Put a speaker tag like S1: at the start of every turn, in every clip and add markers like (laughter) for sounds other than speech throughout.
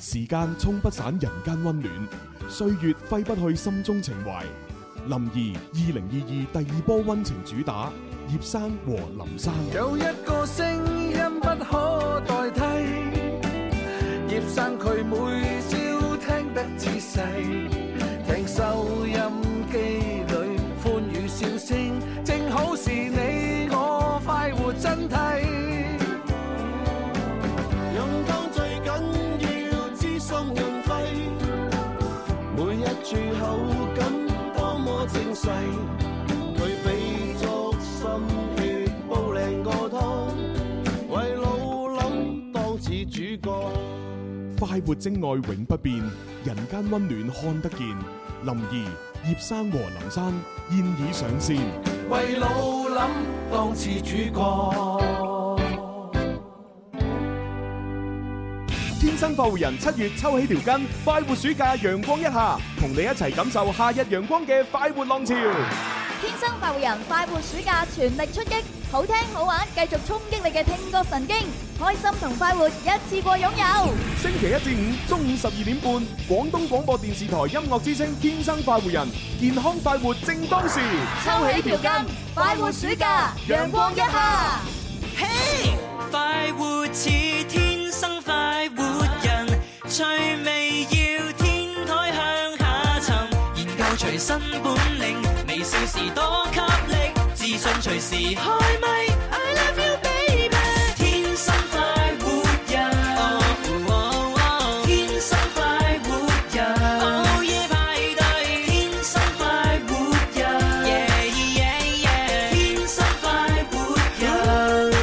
S1: 時間沖不散人間溫暖，歲月揮不去心中情懷。林兒二零二二第二波溫情主打，葉生和林生。
S2: 有一個聲音不可代替，葉生佢每朝聽得仔細，聽收音機裏歡語笑聲，正好是你我快活真諦。
S3: 勇敢最緊要知心潤肺，每一處口感多麼精細，佢俾足心血煲靚個湯，為老諗當似主角。
S1: 快活精愛永不變，人間溫暖看得見。林兒、葉生和林生現已上線。
S2: 為老諗當似主角。
S4: 天生快活人七月抽起條筋，快活暑假陽光一下，同你一齊感受夏日陽光嘅快活浪潮。
S5: 天生快活人，快活暑假全力出擊，好聽好玩，繼續衝擊你嘅聽覺神經，開心同快活一次過擁有。
S4: 星期一至五中午十二點半，廣東廣播電視台音樂之聲《天生快活人》，健康快活正當時，
S5: 抽起條筋，快活暑假，陽光一下。
S6: 嘿，快活似天生快活人，趣味要天台向下沉，研究隨身本領，微笑時多給力，自信隨時開咪。I love you baby，天生快活人，哦哦哦天生快活人，午夜派對，天生快活人，yeah yeah yeah，天生快活人。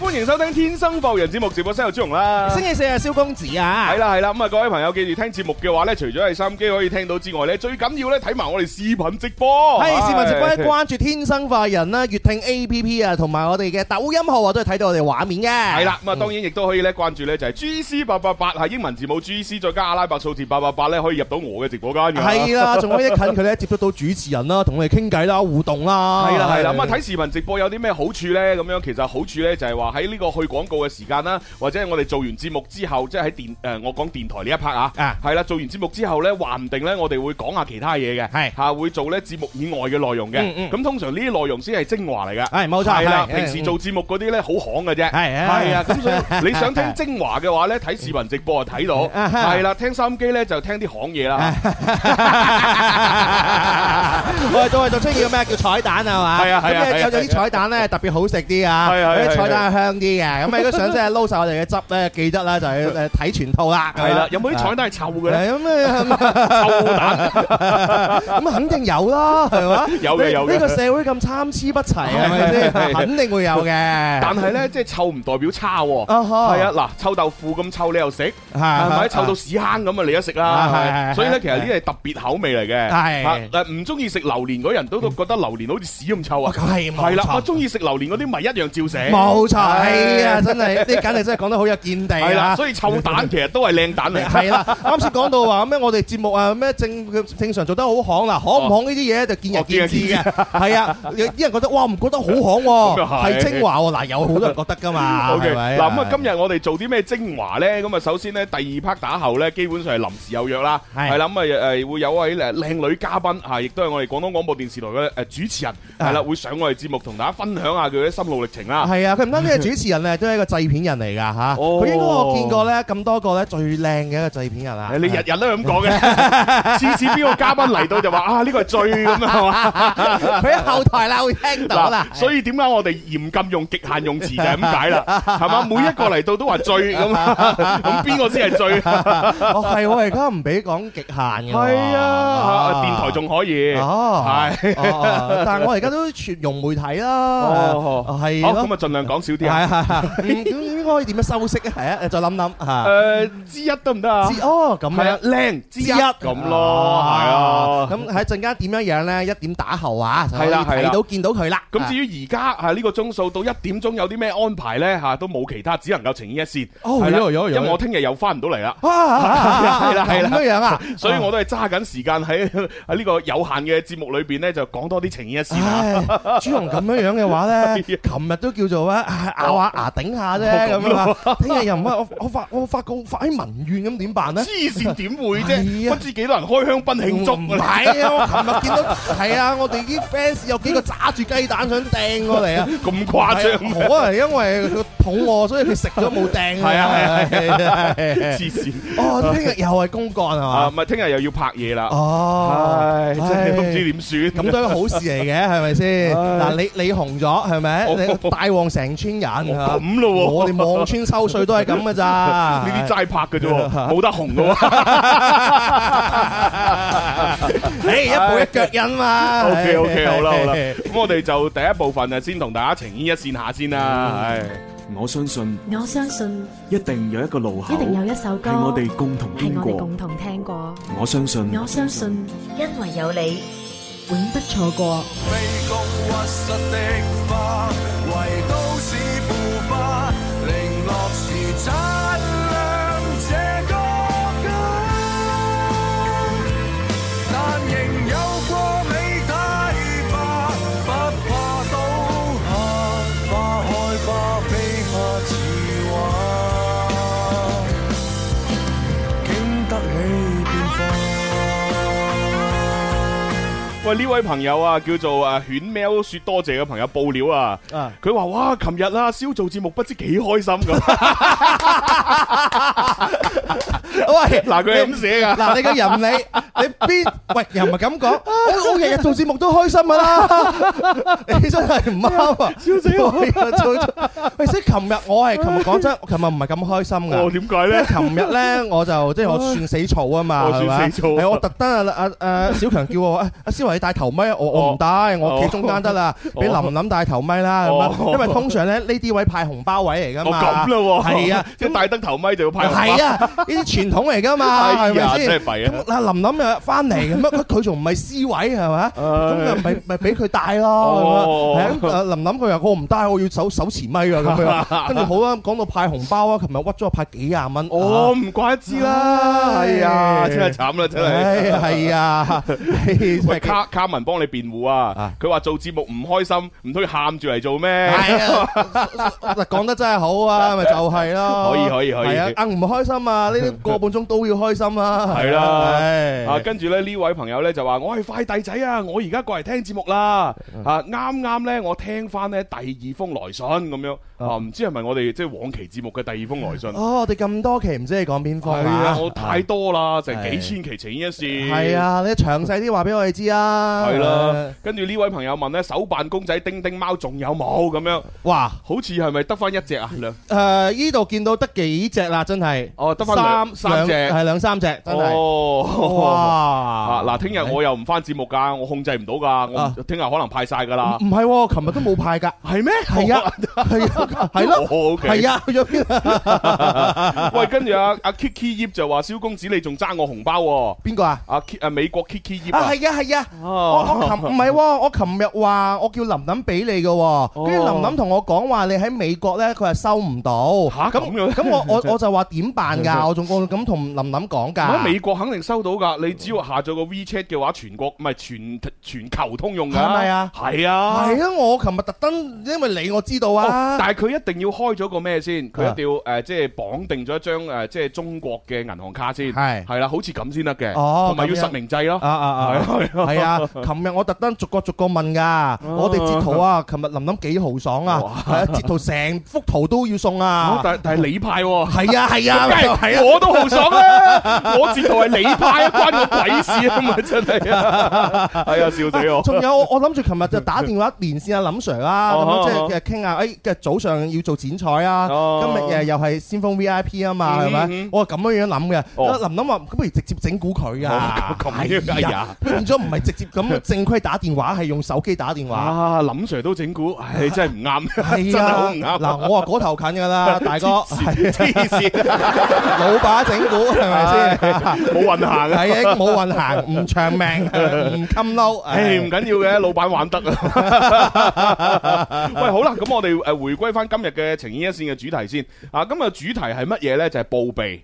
S4: 歡迎收聽《天生浮人》節目，直播室有朱紅啦。
S7: (laughs) 星期四係蕭公子啊，
S4: 系啦系啦，咁啊各位朋友記住聽節目嘅話咧，除咗係收音機可以聽到之外咧，最緊要咧睇埋我哋視頻直播。
S7: 係市民直播
S4: 唉
S7: 咧關注天生快活人啦、粵聽 A P P 啊，同埋我哋嘅抖音號啊，都係睇到我哋畫面嘅。
S4: 係啦，咁啊當然亦都可以咧關注咧就係 G C 八八八，係英文字母 G C 再加阿拉伯數字八八八咧，可以入到我嘅直播間㗎。
S7: 係啦，仲可以近距離接觸到主持人啦，同我哋傾偈啦、互動啦。
S4: 系啦系啦，咁啊睇視頻直播有啲咩好處呢？咁樣其實好處呢，就係話喺呢個去廣告嘅時間啦，或者係我哋做完節目之後，即係喺電誒我講電台呢一 part 啊
S7: 啊，
S4: 係啦，做完節目之後呢，話唔定呢，我哋會講下其他嘢嘅，
S7: 係
S4: 嚇會做呢節目以外嘅內容
S7: 嗯
S4: 嘅。
S7: 嗯
S4: 咁通常呢啲內容先係精華嚟㗎，
S7: 係冇錯
S4: 係啦，
S7: 係嗯
S4: 平時做節目嗰啲呢，好行嘅啫，
S7: 係啊
S4: 係啊，咁所以你想聽精華嘅話呢，睇視頻直播就睇到，
S7: (laughs) 啊哈啊
S4: 係啦，聽收音機呢，就聽啲行嘢啦。
S7: (laughs) 我哋都係做出叫咩叫彩蛋係嘛？
S4: 係啊係啊
S7: 咁
S4: 係啊
S7: 咧有有啲彩蛋咧特別好食啲啊，
S4: 係啊係啊
S7: 有啲彩
S4: 係啊
S7: 蛋係香啲嘅。咁如果想真係撈晒我哋嘅汁咧，記得啦就係誒睇全套啦。
S4: 係啦，有冇啲彩蛋係臭嘅呢？
S7: 係咁啊？
S4: 臭
S7: (laughs)
S4: 蛋。
S7: 咁肯定有啦，係嘛？
S4: (laughs) 有嘅
S7: 呢
S4: 有嘅
S7: 呢個社會咁參差不齊，係咪
S4: 係
S7: 先？
S4: 係
S7: 肯定會有嘅。
S4: 但係咧，即係臭唔代表差喎。
S7: 啊哈
S4: 係啊，嗱，臭豆腐咁臭你又食，
S7: 係
S4: 係咪？
S7: 係
S4: 臭到屎坑咁啊，啊你都食啦。係
S7: 係
S4: 咪
S7: 係
S4: 所以咧，
S7: 係
S4: 其實呢啲係特別口味嚟嘅。
S7: 係
S4: 嚇誒，唔中意食榴蓮嗰人都都覺得榴蓮好似屎咁臭哎
S7: 哇
S4: 啊。
S7: 梗係冇
S4: 係啦，我
S7: 錯，
S4: 中意食榴蓮嗰啲咪一樣照食。
S7: 冇錯，
S4: 唉
S7: 係啊，真係呢，簡直真係講得好有見地
S4: 係啦，
S7: 啊！
S4: 所以臭蛋其實都係靚蛋嚟。
S7: (laughs) 係啦，啱先講到話咩？我哋節目啊咩正正常做得好行啦，行唔行呢啲嘢就見仁見智嘅。係啊，有啲人覺得哇唔覺得好行
S4: 咁又 (laughs) 係
S7: 喎，係精華喎。嗱，有好多人覺得
S4: (laughs)
S7: 噶嘛，
S4: O K，
S7: 係咪？
S4: 嗱咁啊，今日我哋做啲咩精華咧？咁啊，首先咧，第二 part 打後咧，基本上係臨時有約啦，
S7: 係
S4: 係啦，咁啊誒會有位誒靚女嘉賓嚇，亦都係我哋廣東廣播電視台嘅誒主持人，係啦，會上我哋節目同大家分享下佢嘅心路歷程啦。
S7: 係啊， (laughs) 佢唔單止係主持人咧，都係一個製片人嚟㗎嚇。
S4: 哦
S7: 佢應該我見過咧咁多個咧最靚嘅一個製片人啦。
S4: (laughs) 誒你日日都係咁講嘅，次次邊個嘉賓嚟到就話啊呢個係最咁啊，
S7: (laughs)
S4: 係嘛？
S7: (laughs) 佢喺後台啦會聽到啦
S4: 嗱，。所以點解我哋嚴禁用極限用詞就係咁解
S7: (laughs)
S4: 啦，係嘛？每一個嚟到都話最咁啊，咁邊個
S7: (laughs)
S4: 先係最？
S7: 哦係喎，而家唔俾講極限嘅喎。
S4: 係啊，電台仲可以，
S7: 哦，
S4: 係。
S7: 哦哦但係我而家都全用媒體啦。
S4: 哦
S7: 呃係
S4: 好，
S7: 咯
S4: 咁。啊，盡量講少啲啊。
S7: 係係係，嗯
S4: (laughs)
S7: 咁應該可以點樣修飾啊？係啊，再諗諗
S4: 誒，
S7: 嚇。
S4: 呃之一得唔得啊？
S7: 知哦，咁
S4: 係啊
S7: 樣，。
S4: 靚之一咁咯，係
S7: 啊
S4: 啊。
S7: 咁喺陣間點樣樣咧？一點打後啊，就可以
S4: 係啦係啦
S7: 睇到見到佢啦。
S4: 咁至於而家啊呢個鐘數到一點鐘有啲咩安排咧嚇，都冇其他，只能夠呈現一線。
S7: 哦
S4: 係啦
S7: 有有有
S4: 因為我聽日又翻唔到嚟啦，
S7: 啊，
S4: 係啦係啦
S7: 咁樣樣啊，
S4: 所以我都係揸緊時間喺喺呢個有限嘅節目裏邊咧，就講多啲呈現一線啊。
S7: 唉，朱紅咁樣樣嘅話咧，琴日都叫做啊咬下牙頂下啫
S4: 哦咁
S7: 咁啊！聽日又唔係我我發我發告發起民怨咁點辦咧？
S4: 黐線點會
S7: 係
S4: 啫？
S7: 啊
S4: 不知幾多人開香檳慶祝
S7: 唔係啊！我琴日見到係啊，我哋啲 fans 有幾個揸住雞蛋想掟過嚟啊！
S4: 咁誇張咩？
S7: 可能因為佢肚餓，所以佢食咗冇掟。
S4: 係啊係
S7: 啊
S4: 黐線
S7: 哦，聽日又係公幹係
S4: 啊！
S7: 嘛？
S4: 咪聽日又要拍嘢啦，
S7: 哦，
S4: 唉，真係都唔知點算。
S7: 咁都係好事嚟嘅，係咪先？嗱，你你紅咗係咪？
S4: 哦
S7: 你大旺成村人
S4: 哦咁咯喎
S7: 我哋望村收税都係咁嘅咋？啊
S4: 呢啲
S7: (laughs)
S4: 齋拍嘅啫喎，冇得紅嘅喎。
S7: 誒一步一腳印嘛。
S4: O K O K，好啦好啦，咁我哋就第一部分啊，先同大家情牽一線下先
S7: 嗯
S4: 啦。唉，
S1: 我相信
S8: 我相信
S1: 一定有一個路口，
S8: 一定有一首歌
S1: 係我哋共同
S8: 係
S1: 經
S8: 我哋
S1: 過
S8: 共。同聽過，
S1: 我相信
S8: 我相信因為有你，永不錯過。
S2: 非共屈膝的花，為都市腐化，零落時擦亮這個家。但仍有過美堤壩，不怕倒下，花開花飛花似畫，經得起變化。
S4: 喂呢位朋友啊，叫做啊犬喵說多謝嘅朋友報料啊，
S7: 啊
S4: 佢話哇，琴日啊蕭做節目不知幾開心
S7: (laughs)
S4: 咁，
S7: (laughs) 喂，
S4: (laughs) 嗱佢係咁寫
S7: (laughs)
S4: 㗎
S7: 嗱，你個人你你邊喂又唔係咁講，我我日日做節目都開心噶啦， (laughs) 你真係唔啱啊！笑死 (laughs) 我！喂，即係琴日我係琴日講真，我琴日唔係咁開心
S4: 我
S7: 㗎。
S4: 哦點解
S7: 因
S4: 咧
S7: 為？ (laughs) 琴日咧，我就即係我算死草啊嘛，
S4: (laughs) 我算
S7: 係咪
S4: 死草
S7: 係我特登啊啊啊！小強叫我啊 (laughs) 阿思維你戴頭咪，我我唔戴，我企中間得啦，俾
S4: 哦
S7: 林林戴頭咪啦，咁
S4: 哦
S7: 樣因為通常咧呢啲位派紅包位嚟㗎
S4: 我
S7: 嘛，
S4: 哦咁咯喎， (laughs)
S7: 係啊，
S4: 即係戴燈頭咪就要派
S7: 係啊，呢啲傳統嚟噶嘛，
S4: 哎呀
S7: 係咪先？
S4: 真係弊啊
S7: 咁嗱，林琳又翻嚟
S4: (laughs)
S7: 咁樣，佢仲唔係 C 位係咪？啊咁又咪咪俾佢帶咯，
S4: 哦
S7: 係啊咁啊。林琳佢話：我唔帶，我要手手持咪啊咁
S4: (laughs)
S7: 樣。跟住好啦，講到派紅包啊，琴日屈咗我派幾廿蚊。啊
S4: 哦，唔怪得知啦，
S7: 唉
S4: 係啊，真係慘啦，真係。
S7: 唉，係啊，唉真
S4: 喂，
S7: 係幾
S4: 卡卡文幫你辯護啊
S7: 啊！
S4: 佢話做節目唔開心，唔通要喊住嚟做咩？
S7: 係啊，嗱講得真係好啊，咪就係咯。
S4: 可以可以可以
S7: 係啊，硬唔開心啊，呢啲個半鐘都要開心啦。
S4: 係啦
S7: 唉
S4: 啊，跟住咧呢位朋友咧就話：我係快遞仔啊，我而家過嚟聽節目啦。啊，啱啱咧我聽翻咧第二封來信咁樣啊，唔知係咪我哋即係往期節目嘅第二封來信？
S7: 哦，我哋咁多期唔知你講邊科
S4: 係啊，我太多啦，成
S7: 係
S4: 幾千期前一線。
S7: 係。啊，你詳細啲話俾我哋知啊。
S4: 系啦，，跟住呢位朋友問咧，手辦公仔叮叮貓仲有冇咁樣？
S7: 哇，
S4: 好似係咪得翻一隻啊？兩
S7: 誒依度見到得幾隻啦，真係。
S4: 哦得返兩三隻
S7: 係兩三隻，真係。
S4: 哦， (laughs) 啊
S7: 哇！
S4: 嗱，聽日我又唔翻節目㗎，我控制唔到㗎，
S7: 啊
S4: 我聽日可能派晒㗎啦
S7: 唔。唔係喎，琴日都冇派㗎。
S4: 係 (laughs) 咩？
S7: 係啊，係啊，係
S4: 哦
S7: 咯，
S4: ，OK
S7: 係啊，去咗邊啊？
S4: (laughs) 喂，跟住阿阿 Kiki 葉就話：蕭公子你仲爭我紅包喎！
S7: 邊個啊？
S4: 阿 K 啊，美國 Kiki 葉
S7: 啊，
S4: 啊，
S7: 係啊，係啊。我
S4: 哦
S7: 我
S4: (laughs)
S7: 琴唔係喎，我琴日話我叫琳琳俾你嘅喎，跟住琳琳同我講話你喺美國咧，佢係收唔
S4: 嚇
S7: 到。
S4: 咁樣
S7: 咁我我我就話點辦㗎？我仲我咁同琳琳
S4: 喺
S7: 講㗎。
S4: 啊美國肯定收到㗎，你只要下載個 WeChat 嘅話，全國唔係全全球通用㗎，
S7: 係咪啊
S4: 係啊，
S7: 係啊，我琴日特登，因為你我知道
S4: 哦
S7: 啊。
S4: 但係佢一定要開咗個咩先？佢
S7: 啊
S4: 一定要誒，即係綁定咗一張誒，即係中國嘅銀行卡先，
S7: 係
S4: 係啦，好似咁先得嘅，
S7: 哦
S4: 同埋要
S7: 咁樣
S4: 實名制咯。
S7: (laughs) 啊啊啊！
S4: (laughs) 係啊
S7: 係啊！琴日我特登逐個逐個問㗎，我哋截圖啊，琴日琳琳幾豪爽啊，係啊，截圖成幅圖都要送
S4: 啊
S7: 啊！
S4: 但但係你派喎。
S7: 係啊係
S4: 梗
S7: 啊，就係
S4: 係我都豪爽啦！ (laughs) 我截圖係你派啊，關我鬼事啊！咪真
S7: (laughs)
S4: 係啊，
S7: 哎
S4: 係啊，笑死 (laughs) 我！
S7: 仲有我我諗住琴日就打電話連線阿林 Sir 啦，咁
S4: 哦
S7: 樣即係傾下，誒嘅早上要做剪彩啊，
S4: 哦
S7: 今日誒又係先鋒 V I P 啊嘛，係
S4: 嗯嗯
S7: 咪？我係咁樣樣諗
S4: 哦
S7: 嘅。林林話：咁不如直接整蠱佢
S4: 哦
S7: 啊！
S4: (laughs) 咁樣
S7: 係
S4: 哎呀
S7: 變咗唔係直接咁正規打電話，係用手機打電
S4: (laughs)
S7: 話。
S4: 哇，林 Sir 都整蠱，
S7: (laughs)
S4: 唉，真係唔啱，
S7: 係
S4: 真係好
S7: 啊，
S4: 唔啱。
S7: 嗱，我話嗰頭近
S4: (laughs)
S7: 㗎啦，大哥，係
S4: 黐線，
S7: 老把整蠱係咪先？
S4: 冇運行啊！
S7: (laughs) 係啊，冇運行，唔
S4: (laughs)
S7: 長命，唔襟嬲。
S4: 唉，唔緊要嘅，老闆
S7: (laughs)
S4: 玩得啊！喂，好啦，咁我哋誒回歸翻今日嘅情牽一線嘅主題先。啊，今日主題係乜嘢呢？就係報備。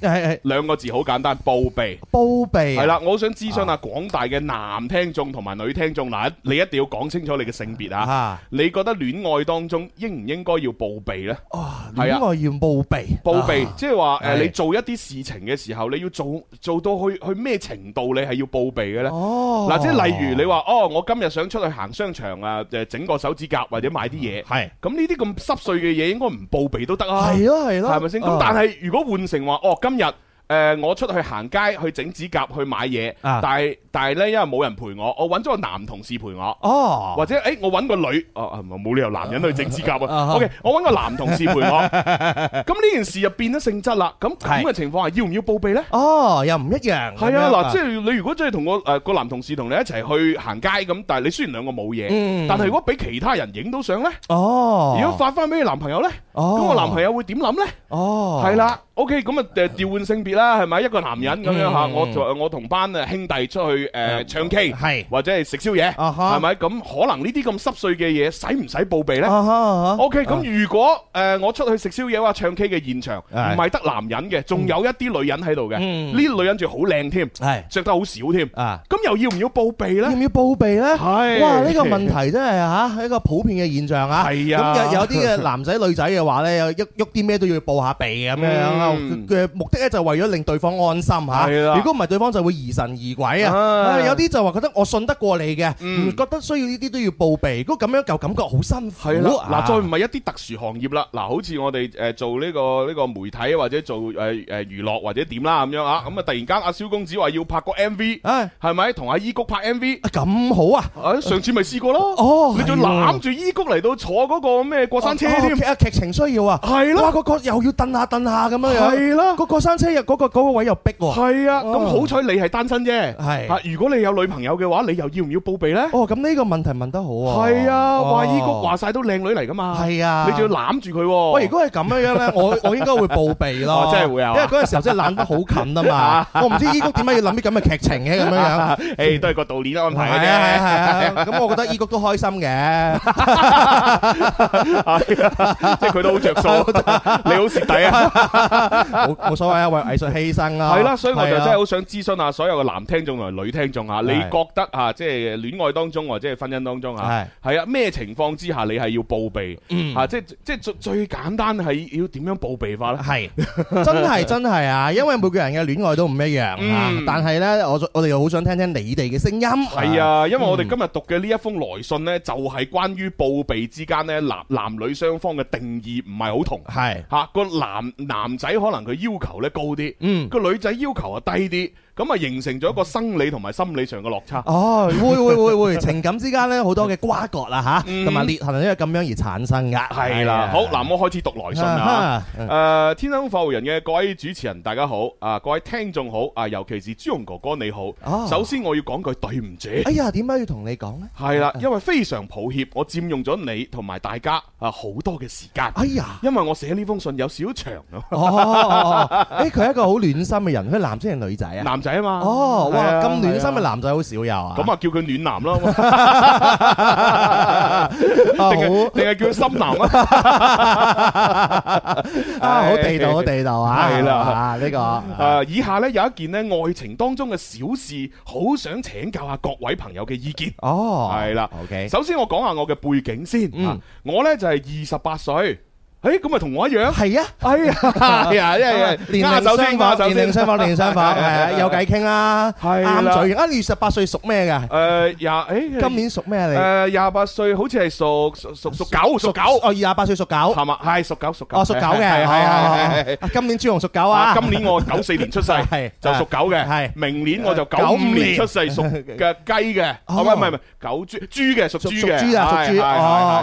S7: 係係
S4: 兩個字好簡單，報備。
S7: 煲鼻啊
S4: 係啦，啊我好想諮詢下廣大嘅男聽眾同埋女聽眾嗱，你一定要講清楚你嘅性別啊！
S7: 啊，
S4: 你覺得戀愛當中應唔應該要報備呢？
S7: 哇，戀
S4: 係啊
S7: 愛要報備，
S4: 報備
S7: 啊
S4: 即係話誒，
S7: 係
S4: 你做一啲事情嘅時候，你要做做到去去咩程度，你係要報備嘅呢？
S7: 哦，
S4: 嗱，即係例如你話哦，我今日想出去行商場啊，誒整個手指甲或者買啲嘢，
S7: 係
S4: 咁呢啲咁濕碎嘅嘢應該唔報備都得啊，
S7: 係咯係咯，
S4: 係咪先？咁
S7: 啊
S4: 但係如果換成話哦，今日。誒、我出去行街去整指甲去買嘢，
S7: 啊
S4: 但係但係咧，因為冇人陪我，我揾咗個男同事陪我，
S7: 哦，
S4: 或者誒、我揾個女，哦、啊冇理由男人去整指甲啊
S7: 啊
S4: ，OK，我揾個男同事陪
S7: (laughs)
S4: 我，咁呢件事就變咗性質啦。咁咁嘅情況下，要唔要報備呢？
S7: 哦，又唔一樣。
S4: 係啊，嗱，即
S7: 係
S4: 係你如果真係同個誒個男同事同你一齊去行街咁，但係你雖然兩個冇嘢，
S7: 嗯
S4: 但係如果俾其他人影到相呢，
S7: 哦，
S4: 如果發翻俾你男朋友呢，咁
S7: 咁
S4: 我男朋友會點諗呢？
S7: 哦，
S4: 係啦，OK，咁啊誒調換性別啦，係咪一個男人咁樣嚇？
S7: 嗯
S4: 我就我同班誒兄弟出去誒唱 K，
S7: 係
S4: 或者係食宵夜，
S7: 啊哈
S4: 係咪？咁可能呢啲咁濕碎嘅嘢，使唔使報備呢？
S7: 啊哈啊哈
S4: O K，咁如果誒我出去食宵夜或者唱 K 嘅現場，唔
S7: 係
S4: 係得男人嘅，仲有一啲女人喺度嘅，
S7: 嗯
S4: 呢啲女人仲好靚添，
S7: 係
S4: 着得好少添，
S7: 啊，
S4: 咁又要唔要報備
S7: 要
S4: 呢？
S7: 唔要報備咧？
S4: 係
S7: 哇！呢個問題真係啊
S4: (laughs)
S7: 嚇一個普遍嘅現象啊。
S4: 係啊
S7: 咁有有啲嘅男仔女仔嘅話咧，有喐喐啲咩都要報下備咁樣啊。
S4: 嗯
S7: 佢嘅目的咧就係為咗令對方安心嚇。
S4: 係啦
S7: 如果唔係，對方就會疑神疑鬼啊。
S4: 啊
S7: 啊有啲就話覺得我信得過你嘅，
S4: 嗯
S7: 唔覺得需要呢啲都要報備。如果咁樣就感覺好辛苦。
S4: 係啦，
S7: 啊
S4: 嗱，再唔係一啲特殊行業啦，嗱，好似我哋誒做呢個呢個媒體或者做誒誒娛樂或者點啦咁樣啊，咁啊突然間阿蕭公子話要拍個 M V，
S7: 唉
S4: 係咪同阿伊谷拍 M V？
S7: 咁好啊！
S4: 誒上次咪試過咯，
S7: 哦
S4: 你仲
S7: 係喎
S4: 攬住伊谷嚟到坐嗰個咩過山車添，
S7: 啊劇情需要啊，
S4: 係
S7: 哇
S4: 咯，
S7: 個個又要蹬下蹬下咁樣樣，
S4: 係啊啦。
S7: 個過山車又嗰個嗰個位又逼喎。
S4: 系啊，咁
S7: 哦
S4: 好彩你係單身啫。
S7: 係
S4: 啊，如果你有女朋友嘅話，你又要唔要報備呢？
S7: 哦，咁呢個問題問得好啊。
S4: 係啊，
S7: 哦
S4: 話依谷話晒都靚女嚟噶嘛。
S7: 係啊，
S4: 你仲要攬住佢喎。
S7: 喂，如果係咁樣樣咧，我我應該會報備咯。
S4: (laughs) 哦真係會啊
S7: 因為嗰陣時候真係懶得好近啊嘛。
S4: (laughs)
S7: 我唔知依谷點解要諗啲咁嘅劇情嘅咁樣樣。
S4: 诶，都係個道理安
S7: 係
S4: 排
S7: 啊
S4: 嘅
S7: 係
S4: 啫。
S7: 啊係啊，咁我覺得依谷都開心嘅。
S4: (laughs) 即係佢都好着數，你好蝕底啊！ (laughs)
S7: 冇冇所謂啊，為藝術犧牲啊。
S4: 係啦，所以我就
S7: 係
S4: 真
S7: 啊
S4: 係好想諮詢下所有嘅男聽眾同埋女聽眾啊，你覺得啊，即係戀愛當中或者係婚姻當中啊，係啊，咩情況之下你係要報備啊？即係即係最最簡單係要點樣報備法咧？
S7: 係，真
S4: (laughs)
S7: 係真係啊！因為每個人嘅戀愛都唔一樣啊
S4: 嗯，
S7: 但係呢，我我哋又好想聽聽你哋嘅聲音。
S4: 係，啊，因為我哋今日讀嘅呢一封來信呢，就係關於報備之間呢，男男女雙方嘅定義唔係好同。
S7: 係，
S4: 吓個男男仔可能佢要求呢高啲，
S7: 嗯，
S4: 個女仔要求啊低啲，咁啊形成咗一個生理同埋心理上嘅落差。
S7: 哦，會會會會，情感之間呢，好多嘅瓜葛啦吓，
S4: 嗯
S7: 同埋裂痕係因為咁樣而產生噶。
S4: 係啦，好嗱，我開始讀來信啦。
S7: 啊哈
S4: 誒，天生發育人嘅各位主持人，大家好啊！各位聽眾好啊！尤其是朱紅哥哥你好。
S7: 哦
S4: 首先我要講句對唔住，
S7: 哎呀，點解要同你講呢？
S4: 係啦，因為非常抱歉，我佔用咗你同埋大家啊好多嘅時間，
S7: 哎呀，
S4: 因為我寫呢封信有少少長啊。
S7: 哦哦，哦哎，佢係一個好暖心嘅人，佢係男仔定女仔啊？
S4: 男仔啊嘛。
S7: 哦，哇
S4: 係，啊
S7: 咁暖心
S4: 係
S7: 嘅。
S4: 啊
S7: 男仔好少有啊。
S4: 咁啊，叫佢暖男
S7: (laughs)
S4: 咯，
S7: 啊，
S4: 定係
S7: 好
S4: 定係叫佢心男啊？
S7: (laughs) 啊，
S4: (laughs)
S7: 好地道，好地道啊！
S4: 係啦
S7: 啊，呢
S4: 诶、
S7: 個
S4: 以下呢有一件呢愛情當中嘅小事，好想請教下各位朋友嘅意見。
S7: 哦，
S4: 係啦
S7: ，OK。
S4: 首先我講下我嘅背景先，
S7: 嗯
S4: 啊我呢就係二十八歲，诶咁咪同我一樣。
S7: 系啊，
S4: 哎呀，哎呀，一
S7: 年齡
S4: 手
S7: 相
S4: 先，握
S7: 仿，
S4: 手
S7: 年
S4: 先
S7: 齡。相仿，年齡相
S4: (laughs)
S7: 仿，
S4: 係
S7: 係啊，有偈傾啦，
S4: 係啦
S7: 啱嘴型。啊，你十八歲屬咩㗎？
S4: 诶，廿诶，
S7: 今年屬咩你？
S4: 诶廿八歲，好似係屬屬屬屬狗，屬狗
S7: 哦，二廿八歲屬狗，
S4: 係嘛？係屬狗，屬狗。
S7: 哦，屬狗嘅，
S4: 係係係
S7: 係
S4: 係。
S7: 係。今年朱紅屬狗啊
S4: 啊！，今年我九四年出世，
S7: 係
S4: 就屬狗嘅
S7: 係。
S4: 明年我就九
S7: 95
S4: 五年出世，屬嘅雞嘅。
S7: 哦
S4: 唔係唔係唔係，狗豬豬嘅，屬
S7: 屬
S4: 豬
S7: 屬
S4: 嘅。
S7: 豬啊，屬豬，哦，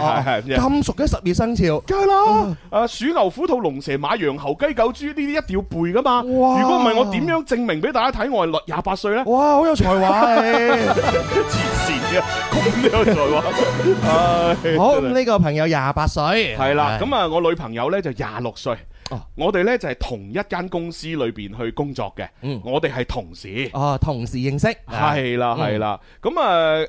S4: 係係係係係係
S7: 咁屬嘅十二生肖，
S4: 梗係啦，啊鼠牛虎兔龍蛇馬羊猴雞狗豬呢啲一定要背噶嘛。如
S7: 哇
S4: 果唔係我點樣證明俾大家睇我係廿八歲咧？
S7: 哇，好有才華你。
S4: 黐線嘅，咁都有才華。唉
S7: 好，
S4: 真係
S7: 呢個朋友廿八歲，
S4: 係啦，咁啊，我女朋友呢就廿六歲，
S7: 哦
S4: 我哋呢就係同一間公司裏邊去工作嘅，
S7: 嗯
S4: 我哋係同事。
S7: 哦，同時認識
S4: 係啦，
S7: 嗯
S4: 係啦，咁啊，誒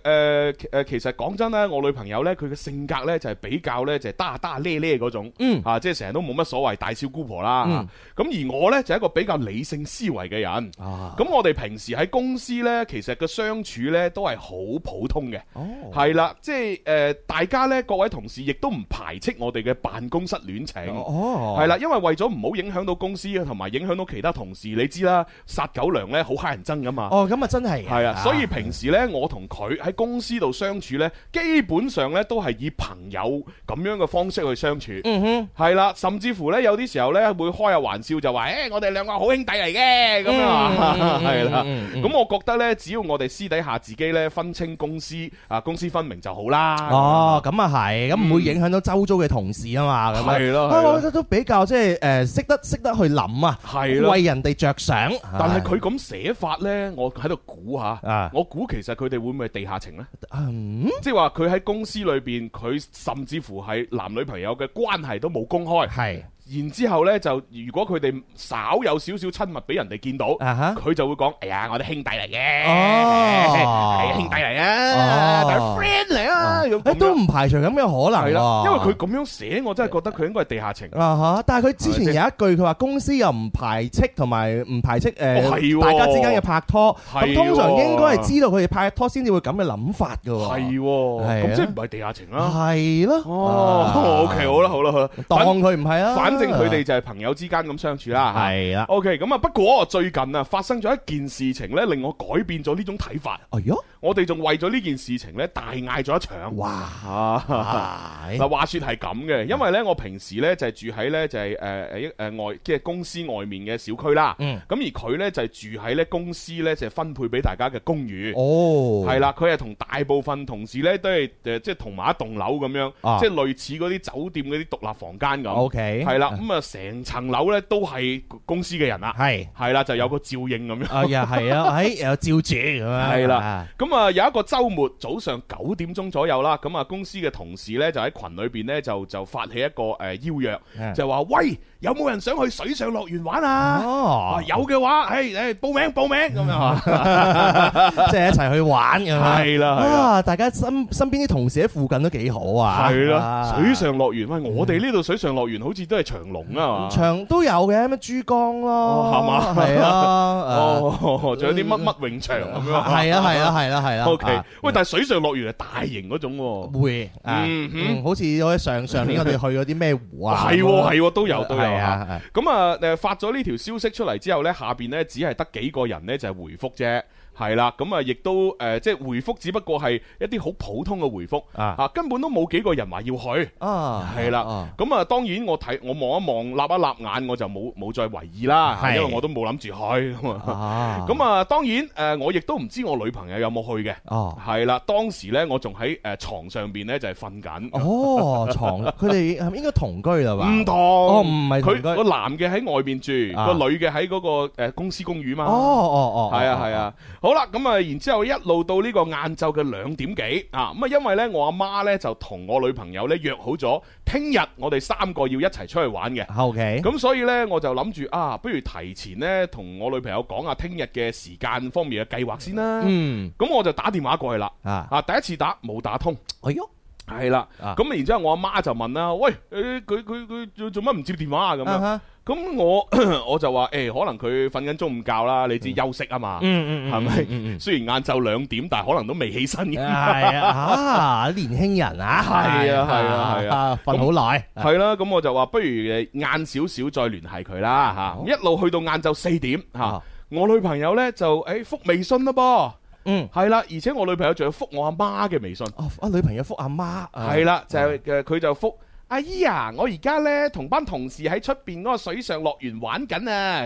S4: 誒，其實講真咧，我女朋友咧，佢嘅性格咧就係比較咧就係打打咧咧嗰種，
S7: 嗯
S4: 啊，即係成日都冇乜所謂大笑姑婆啦，咁而我咧就係一個比較理性思維嘅人，
S7: 啊，
S4: 咁我哋平時喺公司咧，其實嘅相處咧都係好普通嘅，
S7: 哦，
S4: 係啦，即係誒，大家咧各位同事亦都唔排斥我哋嘅辦公室戀情。
S7: 哦，
S4: 係啦，因為為咗唔好影響到公司同埋影響到其他同事，你知啦，殺狗糧咧好乞人憎噶嘛。
S7: 哦，咁啊真係嘅，
S4: 係啊，所以平時呢，我同佢喺公司度相處呢，基本上呢都係以朋友咁樣嘅方式去相處。
S7: 嗯哼，
S4: 係啦，甚至乎呢，有啲時候呢會開下玩笑就話：，誒、哎我哋兩個好兄弟嚟嘅咁樣啊，
S7: 嗯嗯
S4: (laughs)
S7: 嗯
S4: 係啦。
S7: 嗯嗯
S4: 咁我覺得呢，只要我哋私底下自己呢分清公司啊公私分明就好啦。
S7: 哦，咁啊係，咁唔會影響到周遭嘅同事啊嘛，咁樣
S4: 係咯
S7: 啊
S4: 係咯
S7: 我覺得都比較即係誒識得識得去諗啊，
S4: 係咯
S7: 為人哋着想，
S4: 但係佢咁寫法呢，我喺度估下，
S7: 啊
S4: 我估其實佢哋會唔會係地下情呢？
S7: 嗯
S4: 即係話佢喺公司裏邊，佢甚至乎係男女朋友嘅關係都冇公開。
S7: 係
S4: 然之後呢，就如果佢哋稍有少少親密俾人哋見到，
S7: 啊哈。
S4: 佢就會講：哎呀，我哋兄弟嚟嘅，
S7: 哦
S4: 係兄弟嚟啊，
S7: 哦
S4: 但係 friend 嚟啊，咁
S7: 誒
S4: 咁
S7: 都
S4: 樣
S7: 唔排除咁嘅可能
S4: 係啦
S7: 喎。。
S4: 因為佢咁樣寫，我真係覺得佢應該係地下情。
S7: 啊哈！但係佢之前有
S4: 係
S7: 一句，佢話公司又唔排斥同埋唔排斥
S4: 哦係
S7: 誒
S4: 喎
S7: 大家之間嘅拍拖，
S4: 係
S7: 咁通常
S4: 喎
S7: 應該係知道佢哋拍拖先至會咁嘅諗法㗎
S4: 係
S7: 喎。
S4: 喎，
S7: 係啊
S4: 咁即係唔係地下情啦？
S7: 係咯。
S4: 哦，OK，好啦，好啦，好啦，
S7: 當
S4: 反
S7: 佢唔係啊。
S4: 反正佢哋就係朋友之間咁相處啦。嚇
S7: 係啦。
S4: OK，咁啊，不過最近啊，發生咗一件事情呢，令我改變咗呢種睇法。
S7: 哎呦，
S4: 我哋仲為咗呢件事情呢，大嗌咗一場。
S7: 哇！
S4: 啊！ (laughs) 嗱，
S7: 係
S4: 話說係咁
S7: 啊
S4: 嘅，因為咧，我平時咧就係住喺咧就係誒誒一誒外，即係公司外面嘅小區啦。咁、
S7: 嗯
S4: 而佢咧就係住喺咧公司咧就係分配俾大家嘅公寓。
S7: 哦，
S4: 係啦，佢係同大部分同事咧都係誒，即係同埋一棟樓咁樣，
S7: 啊哦
S4: 即係類似嗰啲酒店嗰啲獨立房間咁。
S7: OK
S4: 係啦，咁啊成層樓咧都係公司嘅人啦。
S7: 係
S4: 係啦，就有個照應咁樣。
S7: 哎
S4: (laughs)
S7: 呀，係啊，哎又照住咁樣。
S4: 係啦
S7: 啊，
S4: 咁啊，有一個週末早上九點鐘左右啦，咁啊，公司嘅同事呢，就喺群裏邊呢，就就發起一個誒、呃邀約，
S7: 嗯
S4: 就話喂，有冇人想去水上樂園玩啊？啊
S7: 哦，
S4: 有嘅話，誒誒報名報名咁樣啊，
S7: 即係一齊去玩咁
S4: 係
S7: 樣。
S4: 啦係啦
S7: 啊，大家身身邊啲同事喺附近都幾好啊。
S4: 係
S7: 啊嗯
S4: 啦，水上樂園，喂，我哋呢度水上樂園好似都係長隆啊嘛，
S7: 長都有嘅，咩珠江咯，
S4: 哦係嘛 (laughs)
S7: 係啊，
S4: 哦，仲有啲乜乜泳場咁樣
S7: 誒，係啊，係啊，係啦，係啦。
S4: ，O K，
S7: 啊
S4: 喂，但係水上樂園係大型嗰種喎，
S7: 會啊，
S4: 嗯哼
S7: 嗯好似我喺上上年我哋去嗰啲咩湖啊，
S4: (laughs) 係
S7: 咁
S4: 喎
S7: 啊
S4: 係喎，都有都有
S7: 係
S4: 啊。
S7: 啊，
S4: 咁啊，誒發咗呢條消息出嚟之後呢，下邊呢只係得幾個人呢，就係、回覆啫，係啦，咁啊亦都誒、呃即係回覆，只不過係一啲好普通嘅回覆
S7: 啊
S4: 啊，根本都冇幾個人話要去。
S7: 係啊，
S4: 係啦
S7: 啊，
S4: 咁啊，當然我睇我望一望，立一立眼，我就冇冇再為意啦，
S7: 係
S4: 因為我都冇諗住去咁啊。
S7: 啊，
S4: (laughs) 咁啊，當然誒、呃我亦都唔知我女朋友有冇去嘅，
S7: 哦。
S4: 係啦，當時呢，我仲喺誒床上邊呢，就係瞓緊。
S7: 哦，
S4: (laughs)
S7: 床佢哋係咪應該同居啦嘛？
S4: 唔同，
S7: 哦唔係同
S4: 佢
S7: 居
S4: 個男嘅喺外邊住，
S7: 啊
S4: 個女嘅喺嗰個诶公司公寓嘛。
S7: 哦哦哦，
S4: 係啊係啊，好啦，咁啊，然之後一路到呢個晏晝嘅兩點幾啊，咁啊，因為呢，我阿媽呢就同我女朋友呢約好咗，聽日我哋三個要一齊出去玩嘅，
S7: 哦
S4: 啊
S7: ，OK，
S4: 咁所以呢，我就諗住啊，不如提前呢同我女朋友講下聽日嘅時間方面嘅計劃先啦。
S7: 嗯
S4: 咁我就打電話過去啦，
S7: 啊，
S4: 啊，第一次打冇打通，
S7: 哎呦，
S4: 係啦，
S7: 啊
S4: 咁然之後我阿媽就問啦，喂，誒佢佢佢做做乜唔接電話啊咁樣？
S7: 啊哈
S4: 咁我 (clears throat) 我就話誒、可能佢瞓緊中午覺啦，你知休息啊嘛。
S7: 嗯嗯，
S4: 係咪
S7: 嗯嗯
S4: (laughs)
S7: 嗯
S4: 雖然晏晝兩點，但係可能都未起 (laughs) 身
S7: (laughs)
S4: 嘅。
S7: 係啊，啊，年輕人啊，
S4: 係啊係啊係啊，
S7: 瞓好耐，
S4: 係啦，咁我就話不如誒晏少少再聯繫佢啦嚇，
S7: 啊好
S4: 一路去到晏晝四點嚇，
S7: 啊
S4: 我女朋友呢就誒覆微信啦噃，
S7: 嗯，
S4: 係啦，而且我女朋友仲要覆我阿媽嘅微信，
S7: 哦，啊女朋友覆阿媽，啊
S4: 係啦，就係誒佢就覆阿姨啊，我而家呢同班同事喺出邊嗰個水上樂園玩緊啊，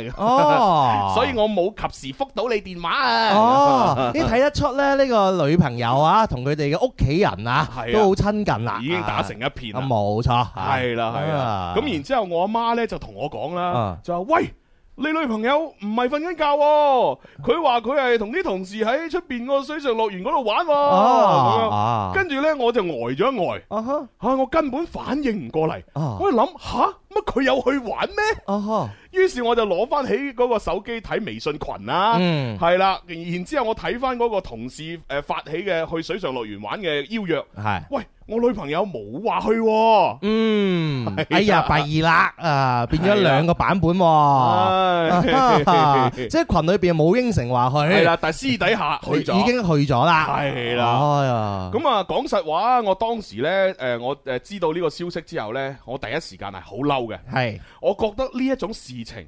S4: (laughs) ，
S7: 哦
S4: 所以我冇及時覆到你電話啊。
S7: 哦，你睇得出咧呢個女朋友啊，同佢哋嘅屋企人啊
S4: 係啊，
S7: 都好親近啦，
S4: 已經打成一片
S7: 啊，
S4: 啦。
S7: 冇錯，
S4: 係啦係啦，咁然之後我阿媽呢就同我講啦
S7: 啊，
S4: 就話喂。你女朋友唔係瞓緊覺喎，佢話佢係同啲同事喺出邊個水上樂園嗰度玩喎，
S7: 哦
S4: 哦咁樣
S7: 啊，
S4: 跟住呢，我就呆咗一呆，
S7: 啊哈
S4: 嚇我根本反應唔過嚟，
S7: 啊
S4: 我一諗吓乜佢有去玩咩？
S7: 哦
S4: 於是我就攞翻起嗰個手機睇微信群啦，
S7: 嗯
S4: 係啦、然之後我睇翻嗰個同事誒發起嘅去水上樂園玩嘅邀約，
S7: 呵，係。
S4: 喂，我女朋友冇話去喎，
S7: 嗯，
S4: 係啊。
S7: 哎呀，弊啦，啊，變咗
S4: 係啊。
S7: 兩個版本喎。
S4: (laughs)
S7: 啊，
S4: 唉，
S7: 即係群裏邊冇應承話去，
S4: 係啦，但係私底下去咗，
S7: 已經去咗啦。
S4: 係啦。
S7: 哎呀。
S4: 咁啊，講實話，我當時呢，誒，我誒知道呢個消息之後呢，我第一時間係好嬲嘅。
S7: 係，
S4: 我覺得呢一種事情，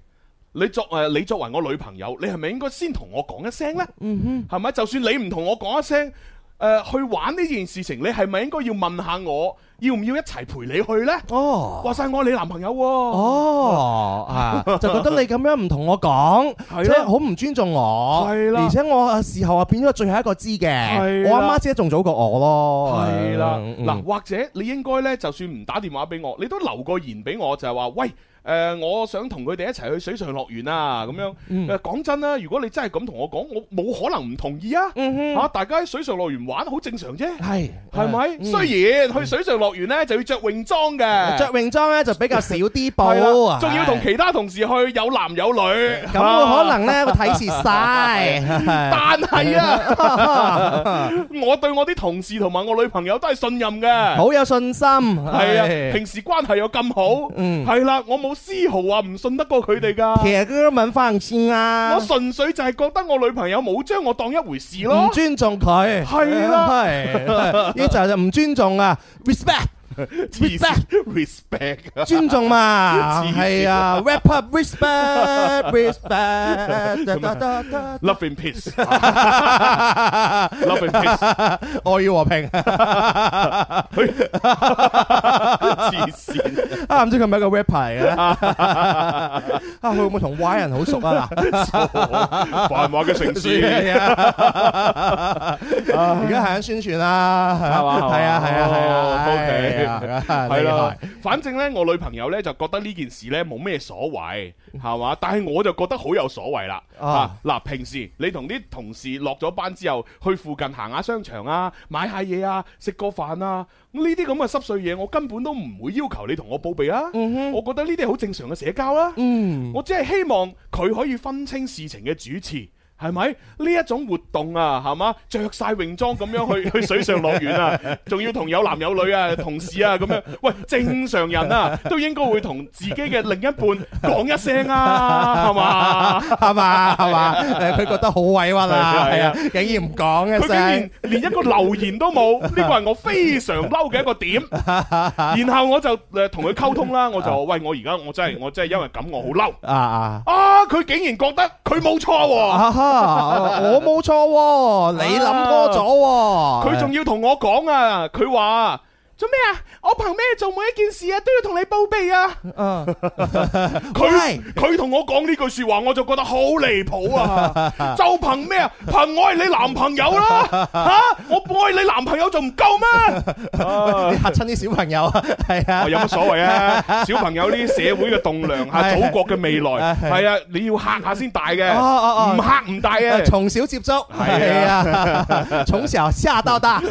S4: 你作誒、你作為我女朋友，你係咪應該先同我講一聲呢？嗯哼，係咪？就算你唔同我講一聲，誒、去玩呢件事情，你係咪應該要問下我，要唔要一齊陪你去呢？
S7: 哦，
S4: 話晒我係你男朋友喎、
S7: 哦，
S4: (laughs)
S7: 啊，就覺得你咁樣唔同我講，
S4: 係咯。
S7: 即係好唔尊重我，
S4: 係啦。
S7: 而且我啊，事後啊，變咗最後一個知嘅，
S4: 係啦。
S7: 我阿媽姐仲早過我咯，
S4: 係啦，
S7: 嗯，嗯，
S4: 嗱，或者你應該呢，就算唔打電話俾我，你都留個言俾我，就係話喂。誒、我想同佢哋一齊去水上樂園啊，咁樣
S7: 嗯
S4: 誒講、真啦，如果你真係咁同我講，我冇可能唔同意啊！嚇、
S7: 嗯哼，
S4: 大家喺水上樂園玩好正常啫。
S7: 係，
S4: 係咪？
S7: 嗯。
S4: 雖然去水上樂園咧就要着泳裝嘅，
S7: 着泳裝咧就比較少啲布
S4: 係啦
S7: 啊，
S4: 仲要同其他同事去，有男有
S7: (laughs)
S4: 女，
S7: 咁會可能咧會睇蝕晒，
S4: 但 (laughs) 係
S7: (laughs)
S4: 啊，我對我啲同事同埋我女朋友都係信任嘅。
S7: 好有信心，係
S4: 係啊，平時關係又咁好，
S7: 嗯
S4: 係啦，我冇絲毫話唔信得過佢哋
S7: 其
S4: 㗎。
S7: 實嗰啲文化唔善啊
S4: 我，純粹就係覺得我女朋友冇將我當一回事咯
S7: 唔。尊重佢，
S4: 哦係啦
S7: (laughs) 係呢就就唔尊重啊，respect。
S4: 黐線 respect 啊，
S7: 尊重嘛，
S4: 黐線
S7: 係啊，rap up
S4: 啊
S7: respect，respect，
S4: love and peace，love and
S7: (laughs)
S4: peace。
S7: 愛與和平。
S4: 黐線，
S7: 啊，唔知佢係咪一個 rapper 嚟嘅咧？啊，佢會唔會同 Y 人好熟
S4: (laughs)
S7: 啊？嗱
S4: 繁華嘅城
S7: (laughs)
S4: 市，
S7: 係啊而家係緊宣傳啦，係
S4: 嘛係嘛
S7: 係啊，係啊，係
S4: 哦
S7: 啊
S4: ，OK
S7: 係啊，
S4: 係
S7: 係
S4: 啦。反正呢，我女朋友呢就覺得呢件事呢冇咩所謂，係嘛？但係我就覺得好有所謂啦。
S7: 啊
S4: 啊，嗱，平時你同啲同事落咗班之後，去附近行下商場啊，買下嘢啊，食個飯啊，咁呢啲咁嘅濕碎嘢，我根本都唔會要求你同我報備啊。我覺得呢啲係好正常嘅社交啊啦。
S7: 嗯，
S4: 我只係希望佢可以分清事情嘅主次。係咪呢一種活動啊？係嘛，着晒泳裝咁樣去去水上樂園啊，仲要同有男有女啊、同事啊咁樣。喂，正常人啊，都應該會同自己嘅另一半講一聲啊，係嘛？
S7: (laughs) 係嘛係嘛，誒佢覺得好委屈啊，
S4: 係
S7: 係
S4: 啊
S7: 啊，竟然唔講
S4: 佢
S7: 嘅
S4: 竟然
S7: 聲，
S4: 連一個留言都冇，呢個係我非常嬲嘅一個點。然後我就誒同佢溝通啦，我就話喂，我而家我真係我真係因為咁我好嬲
S7: 啊啊！
S4: 啊！佢竟然覺得佢冇錯喎、
S7: 啊哈！我冇錯喎，你諗多咗喎。
S4: 佢仲要同我講啊，佢話做咩啊？我憑咩做每一件事啊都要同你報備啊？
S7: 啊
S4: (laughs) 佢
S7: 喂
S4: 佢同我講呢句說話，我就覺得好離譜啊！
S7: (laughs)
S4: 就憑咩啊？憑我係你男朋友啦、吓、我愛你男朋友仲唔夠
S7: (laughs)
S4: 咩？啊
S7: (laughs) 你嚇親啲小
S4: (laughs)
S7: 朋友 (laughs) 啊，係啊
S4: 我。有乜所謂啊？小朋友呢啲社會嘅棟
S7: (laughs)
S4: 梁吓，祖國嘅未來
S7: 係
S4: 係啊，你要嚇下先大嘅，
S7: 哦哦哦
S4: 唔嚇唔大
S7: (laughs) 啊
S4: 嘅。
S7: 從小接觸，
S4: 係 (laughs)
S7: 係啊，從小嚇到大，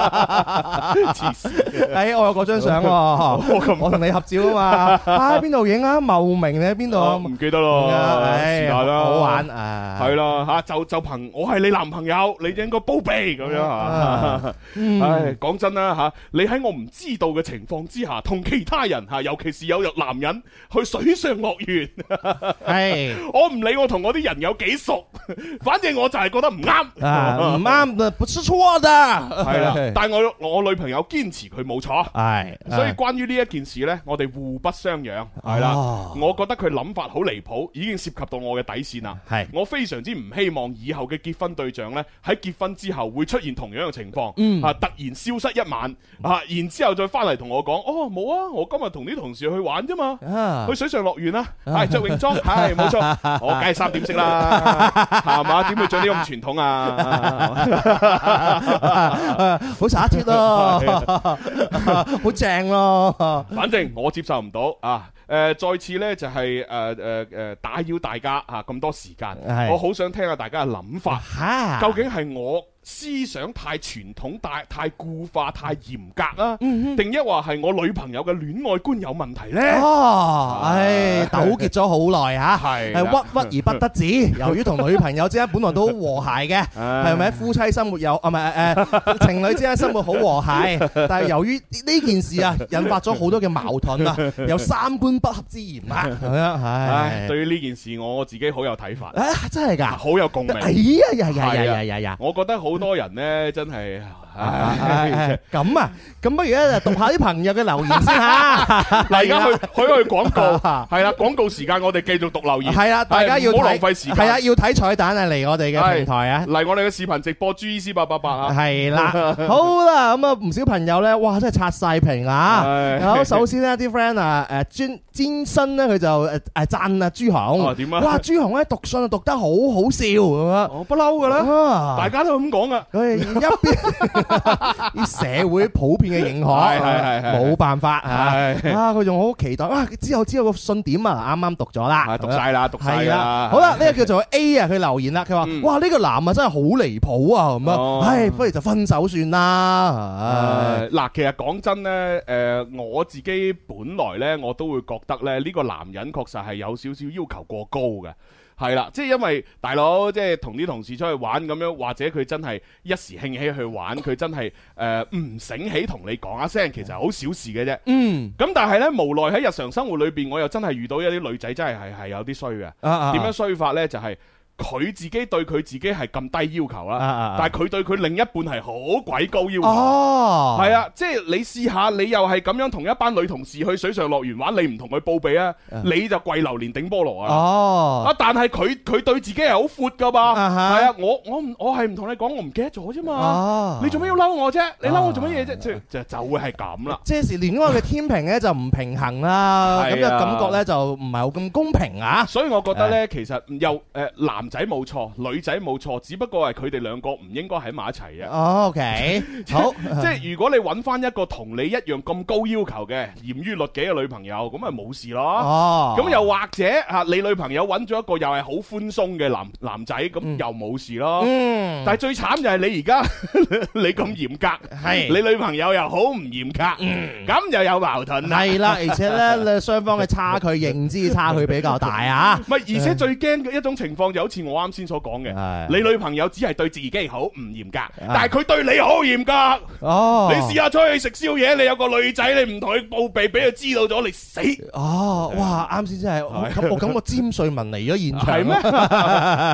S4: 黐線
S7: (laughs) 哎，我有嗰張
S4: (laughs)
S7: 相喎，我同你合照啊嘛，啊邊度影啊？茂名你喺邊度
S4: 我
S7: 啊？
S4: 唔記得咯，
S7: 哎
S4: 是但啦，
S7: 好玩啊！
S4: 系啦吓，就就凭我係你男朋友，你應該煲備咁樣吓
S7: 啊。
S4: 唉，講真啦吓，你喺我唔知道嘅情況之下，同其他人吓，尤其是有男人去水上樂園，
S7: 係
S4: 我唔理我同我啲人有幾熟， (laughs) 反正我就係覺得唔啱。
S7: 啊，唔啱，不是錯
S4: (laughs)
S7: 的，
S4: 係
S7: (laughs) 係啊
S4: 啦，但係我我女朋友堅持佢冇錯。
S7: 係，
S4: 所以關於呢一件事呢，我哋互不相讓，係啦。
S7: 哦
S4: 我覺得佢諗法好離譜，已經涉及到我嘅底線啦。
S7: 係
S4: 我非常之唔希望以後嘅結婚對象呢，喺結婚之後會出現同樣嘅情況，
S7: 嗯
S4: 啊突然消失一晚，啊然之後再翻嚟同我講，哦冇啊，我今日同啲同事去玩啫嘛。
S7: 啊
S4: (laughs) 去水上樂園啦，係着泳裝，係冇
S7: (laughs)
S4: 錯，我梗係三點式啦，係嘛？點會着呢咁傳統啊？
S7: 好灑脱
S4: 哎
S7: 咯， (laughs) 好正咯，
S4: 反正我接受唔到啊！誒、再次呢，就係誒誒誒打擾大家啊咁多時間，
S7: 係
S4: 我好想聽下大家嘅諗法，
S7: 嚇，
S4: 究竟係我思想太傳統、太太固化、太嚴格啦，定抑或係我女朋友嘅戀愛觀有問題呢？ (laughs)
S7: 哦，唉，糾結咗好耐嚇，
S4: 啊係啦
S7: 係屈屈而不得
S4: (laughs)
S7: 止。由於同女朋友之間本來都好和諧嘅，
S4: 唉
S7: 係咪？夫妻生活有啊，唔係誒 (laughs) 情侶之間生活好和諧， (laughs) 但係由於呢件
S4: (laughs)
S7: 事啊，引發咗好多嘅矛盾啊，有三觀不合之嫌啊，
S4: (laughs)
S7: 咁樣
S4: 唉，
S7: 唉，
S4: 對於呢件事我自己好有睇法，
S7: 啊真係㗎，
S4: 好有啊共
S7: 哎
S4: 鳴。
S7: 呀呀呀呀呀呀呀！
S4: 我覺得好多人呢，真係， (laughs)
S7: (laughs) 哎
S4: 唉，
S7: 唉咁啊，咁不如咧讀下啲朋友嘅留言
S4: (laughs)
S7: 先嚇。
S4: 嗱，而家去去去廣告，
S7: 哎啊
S4: 係啦，廣告時間我哋繼續讀留言。
S7: 係啦，大家要
S4: 唔好浪
S7: 睇
S4: 費時間
S7: 係啊，要睇彩蛋啊，嚟我哋嘅
S4: 係
S7: 平台啊。
S4: 嚟我哋嘅視頻直播 G C 八八八 (laughs) 啊！
S7: 係啦，好啦，咁啊，唔少朋友咧，哇，真係刷晒屏啦
S4: 係。
S7: 啊好，首先呢啲 friend 啊，誒，詹詹生咧，佢就誒誒讚啊朱
S4: (laughs) 哦
S7: 紅，
S4: 點啊哦
S7: 哇，朱紅咧讀信啊讀得好好笑咁啊，
S4: 我不嬲噶啦，大
S7: 啊，
S4: 家都咁講啊。
S7: 佢一邊
S4: (laughs)
S7: 啲社會普遍嘅認可，
S4: 係係係係
S7: 冇辦法嚇。
S4: 係
S7: 啊，佢仲好期待啊，之後之後個信點啊，啱啱讀咗啦，
S4: 啊，讀晒啦，讀晒
S7: 係啊啦
S4: 啦，，
S7: 好啦，呢個叫做 A 啊，佢留言啦，佢話：
S4: 嗯
S7: 哇，呢個男啊真係好離譜啊，咁
S4: 哦
S7: 樣，唉，不如就分手算啦。
S4: 誒。呃嗱，其實講真呢，誒我自己本來呢，我都會覺得咧，呢個男人確實係有少少要求過高嘅。係啦，即係因為大佬即係同啲同事出去玩咁樣，或者佢真係一時興起去玩，佢真係誒唔醒起同你講一聲，其實好小事嘅啫。
S7: 嗯，
S4: 咁但係呢，無奈喺日常生活裏邊，我又真係遇到一啲女仔真係係係有啲衰嘅。
S7: 啊啊，
S4: 點樣衰法呢？就係佢自己對佢自己係咁低要求
S7: 啊啊
S4: 啦
S7: 啊，
S4: 但係佢對佢另一半係好鬼高要求。
S7: 哦，
S4: 係啊，即係你試下，你又係咁樣同一班女同事去水上樂園玩，你唔同佢報備啊，
S7: 啊
S4: 你就跪榴蓮頂菠蘿啊！
S7: 哦，
S4: 啊，但係佢佢對自己係好闊噶嘛，
S7: 啊哈
S4: 係啊，我我唔我係唔同你講，我唔記得咗啫嘛，
S7: 哦，
S4: 啊你做咩要嬲我啫？你嬲我做乜嘢啫？就就就會係咁啦。
S7: 即係時戀愛嘅天平咧就唔平衡
S4: 係
S7: 啦，
S4: 啊
S7: 咁嘅感覺咧就唔係好咁公平啊。
S4: 所以我覺得呢，其實又誒、呃男仔冇錯，女仔冇錯，只不過係佢哋兩個唔應該喺埋一齊啊。
S7: 哦，OK，好，
S4: (laughs) 即係如果你揾翻一個同你一樣咁高要求嘅嚴於律己嘅女朋友，咁咪冇事咯。
S7: 哦，
S4: 啊咁又或者啊，你女朋友揾咗一個又係好寬鬆嘅男男仔，咁又冇事咯。
S7: 嗯，
S4: 但係最慘就係你而家 (laughs) 你咁嚴格，
S7: 係嗯
S4: 你女朋友又好唔嚴格，咁又有矛盾啦。
S7: 係啦，而且咧雙方
S4: (laughs)
S7: 嘅差距認知差距比較大啊。
S4: 唔係，而且最驚嘅一種情況就好似我啱先所講嘅，
S7: 係
S4: 你女朋友只係對自己好唔嚴格，但係佢對你好嚴格。
S7: 啊哦，
S4: 你試下出去食宵夜，你有個女仔，你唔同佢報備，俾佢知道咗，你死
S7: 哦，哇！啱先真係，我感我感覺詹瑞文嚟咗現場， (laughs)
S4: 係咩？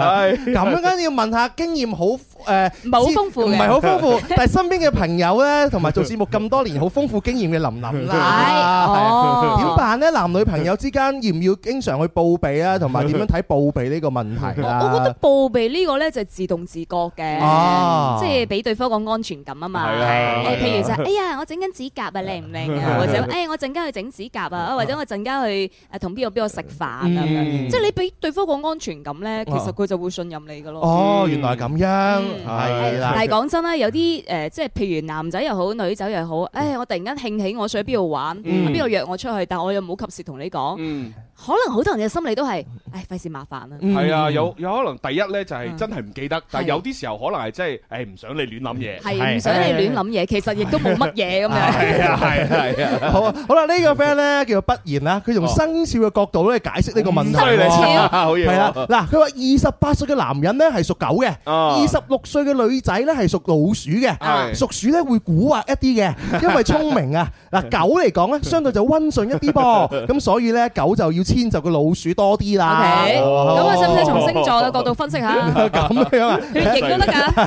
S4: 係
S7: 咁樣要問下經驗好誒，
S9: 唔係好豐富
S7: 唔
S9: 嘅
S7: 係好豐富， (laughs) 但係身邊嘅朋友咧，同埋做節目咁多年，好豐富經驗嘅
S9: (laughs)
S7: 林林啦，
S9: 哦
S7: 點辦咧？男女朋友之間要唔要經常去報備啊？同埋點樣睇報備呢個問題
S9: 我
S7: 啦？
S9: (laughs) 我覺得報備呢個咧就係自動自覺嘅，
S7: 哦
S9: 即係俾對方個安全感啊嘛。
S4: 係啊係啊
S9: 誒譬如就係哎呀，我整緊指甲啊，靚唔靚啊？或者誒，我陣間去整指甲啊，或者我陣間去誒同邊個邊個食飯啊咁
S7: 嗯
S9: 樣。即係你俾對方個安全感咧，其實佢就會信任你噶咯。
S7: 哦，原來咁樣，係
S9: 但
S7: 啦，
S9: 係講真啦，有啲誒、呃即係譬如男仔又好，女仔又好，誒、我突然間興起我想去邊度玩，啊
S4: 嗯
S9: 邊度、約我出去，但我又冇及時同你講，
S4: 嗯，
S9: 可能好多人嘅心理都係，唉，費事麻煩啦。
S7: 嗯
S4: 係啊，有有可能第一呢就係
S9: 嗯
S4: 真係唔記得，但係有啲時候可能係真係，誒唔想你亂諗嘢。
S9: 係唔想你亂諗嘢，其實亦都冇乜嘢
S4: (laughs)
S9: 咁樣。
S4: 係啊係啊係啊，
S7: 好啊，好啦，呢個 friend 咧叫做不言啦，佢從生肖嘅角度咧解釋呢個問題
S4: 咁犀利
S7: 喎。
S4: 啊好嘢
S7: 係啦，
S4: 喎。
S7: 嗱，佢話二十八歲嘅男人咧係屬狗嘅，
S4: 啊
S7: 二十六歲嘅女仔咧係屬老鼠嘅
S4: 係，
S7: 屬鼠咧會蠱惑一
S4: (laughs)
S7: 啲嘅，因為聰明啊。嗱，狗嚟講咧，相對就温順一
S4: (laughs)
S7: 啲噃，咁所以咧狗就要遷就個老鼠多啲
S9: O
S7: 啦。
S4: 啊
S7: 哦
S9: K，咁我使唔使從星座嘅角度分
S4: (laughs)
S9: 析下？
S7: (laughs) 咁樣啊？
S9: 血型都得㗎，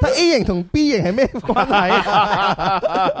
S7: 睇 A 型同 B 型係咩關係啊？
S4: (laughs)
S7: (laughs)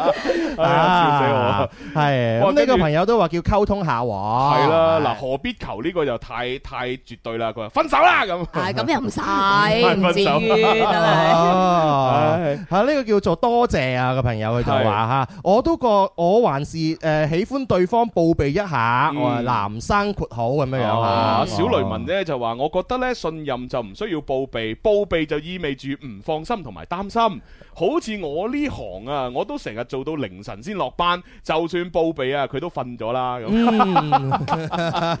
S4: 哎呀笑死
S7: 我！係咁
S4: 哇跟
S7: 呢個
S4: 住
S7: 朋友都話叫溝通下喎。
S4: 我！
S7: 係
S4: 係啦，嗱，何必求呢個就太太絕對啦。佢話分手啦咁。啊
S9: (laughs) 係咁又
S4: (laughs)
S9: 唔使，唔至於真係。
S7: 哦
S4: 唉，
S7: 嚇呢個叫做多謝啊個朋友佢就話
S4: 係
S7: 嚇，我都覺我還是誒喜歡對方報備一下，
S4: 嗯
S7: 我係男生生括號咁樣樣
S4: 啊
S7: 啊！
S4: 小雷文咧就話：我覺得咧信任就唔需要報備，報備就意味住唔放心同埋擔心。好似我呢行啊，我都成日做到凌晨先落班，就算報備啊，佢都瞓咗啦。咁，
S7: 嗯，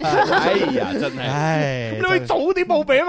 S4: (laughs) 哎呀，真係。
S7: 唉，
S4: 你會早啲報備啊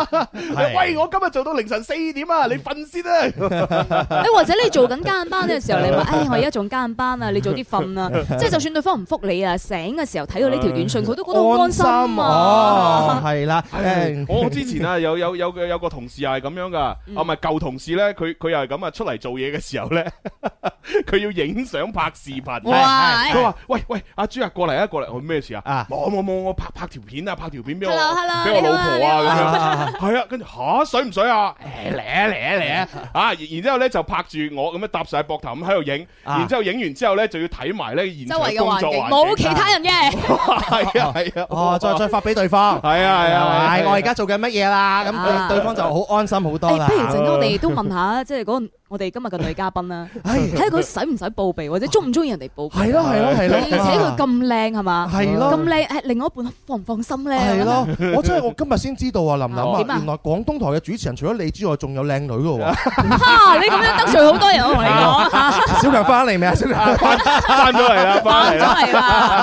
S4: 嘛！
S7: 係
S4: 喂，我今日做到凌晨四點啊，你瞓先啦。
S9: 誒或者你做緊加緊班嘅時候，你
S4: (laughs)
S9: 話：，哎唉，我而家仲加緊班啊，你早啲瞓啊！即係就算對方唔覆你啊，醒嘅時候睇到呢條短信，佢都覺得好安心
S7: 哦，
S9: 啊！
S7: 係啦，
S4: 唉
S7: 誒，
S4: 我之前啊，有有有個有個同事又係咁樣噶，啊唔係舊同事咧，佢佢又係咁啊，出嚟做嘢嘅時候咧， (laughs) 佢要影相拍視頻。
S9: 哇
S4: 佢話：喂喂，阿朱啊，過嚟啊，過嚟！我咩事啊
S7: 啊？
S4: 冇冇冇，我拍拍條片啊，拍條片俾我
S9: Hello，hello，
S4: 俾我老
S9: 你
S4: 婆
S9: 好啊
S4: 啊咁樣。係啊，跟住吓水唔水啊？誒嚟啊嚟啊嚟啊！啊，然然之後咧就拍住我咁樣搭晒膊頭咁喺度影，
S7: 啊
S4: 然之後影完之後咧就要睇埋咧現
S9: 周
S4: 場
S9: 圍嘅
S4: 工
S9: 環
S4: 作
S9: 境冇
S4: 環
S9: 其
S4: 境。
S9: 他人嘅，
S4: (laughs) 係啊係啊，
S7: 哦，再再發俾對方，
S4: 係啊係啊係
S7: 係
S4: 啊，
S7: 我而家做緊乜嘢啦？咁
S9: 啊
S7: 對對方就好安心好多
S9: 誒
S7: 啦。
S9: 不如陣間我哋都問下， (laughs) 即係嗰個我哋今日嘅女嘉賓
S7: (laughs)
S9: 啦，
S7: 唉
S9: 睇下佢使唔使報備，或者中唔中意人哋報備？啊
S7: 係咯係咯係咯，啊
S9: 而且佢咁靚係嘛？
S7: 係咯
S9: 咁靚誒，另外一半放唔放心咧？
S7: 係咯，我真係我今日先知道啊，林林
S9: 哦
S7: 啊，
S9: 點啊
S7: 原來廣東台嘅主持人除咗你之外，仲有靚女嘅
S9: (laughs)
S7: 喎。
S9: 哈！你咁樣得罪好多人，我同你講 (laughs) 嚇。
S7: 小強翻嚟未啊？小強，
S4: 翻咗嚟啦，翻嚟啦。
S9: 翻咗嚟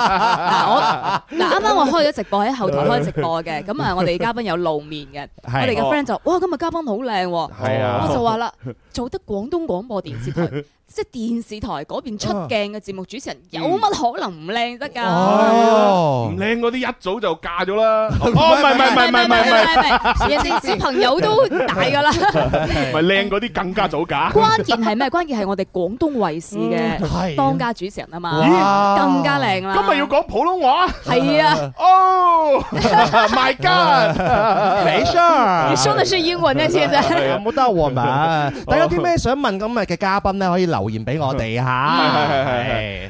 S9: 啦！嗱，我嗱啱啱我開咗直播喺後台開直播嘅，咁啊，我哋嘉賓有露面嘅，我哋嘅 friend 就哇，今日嘉賓好靚喎，
S4: 係啊
S9: 我就話啦，做得廣東廣播電視台，
S7: (laughs)
S9: 即係電視台嗰邊出鏡嘅節目主持人，有乜可能唔靚得㗎？
S7: 哦
S4: 唔，靚嗰啲一早就嫁 (laughs) 咗啦。哦，
S7: 唔係
S4: 唔係唔係唔係唔係唔係唔係，
S7: (laughs)
S9: 係，人哋小朋友都大㗎啦。
S4: 唔係靚嗰啲更加 (laughs) 早嫁。
S9: 關鍵係咩？關鍵係我哋廣東衛視嘅
S7: 係
S9: 當家主持人啊嘛，
S7: 哇
S9: 更加靚啦。
S4: 今日要講普 (laughs) 通話。
S9: 係啊。
S4: 哦 (laughs) ，My (laughs) God！
S7: 没事儿。
S9: 你说的是英文呢？
S7: (laughs)
S9: 现在
S7: 有冇
S4: (laughs)
S7: 得我嘛？大家有啲咩想問咁嘅嘉賓咧，可以留言俾我哋嚇。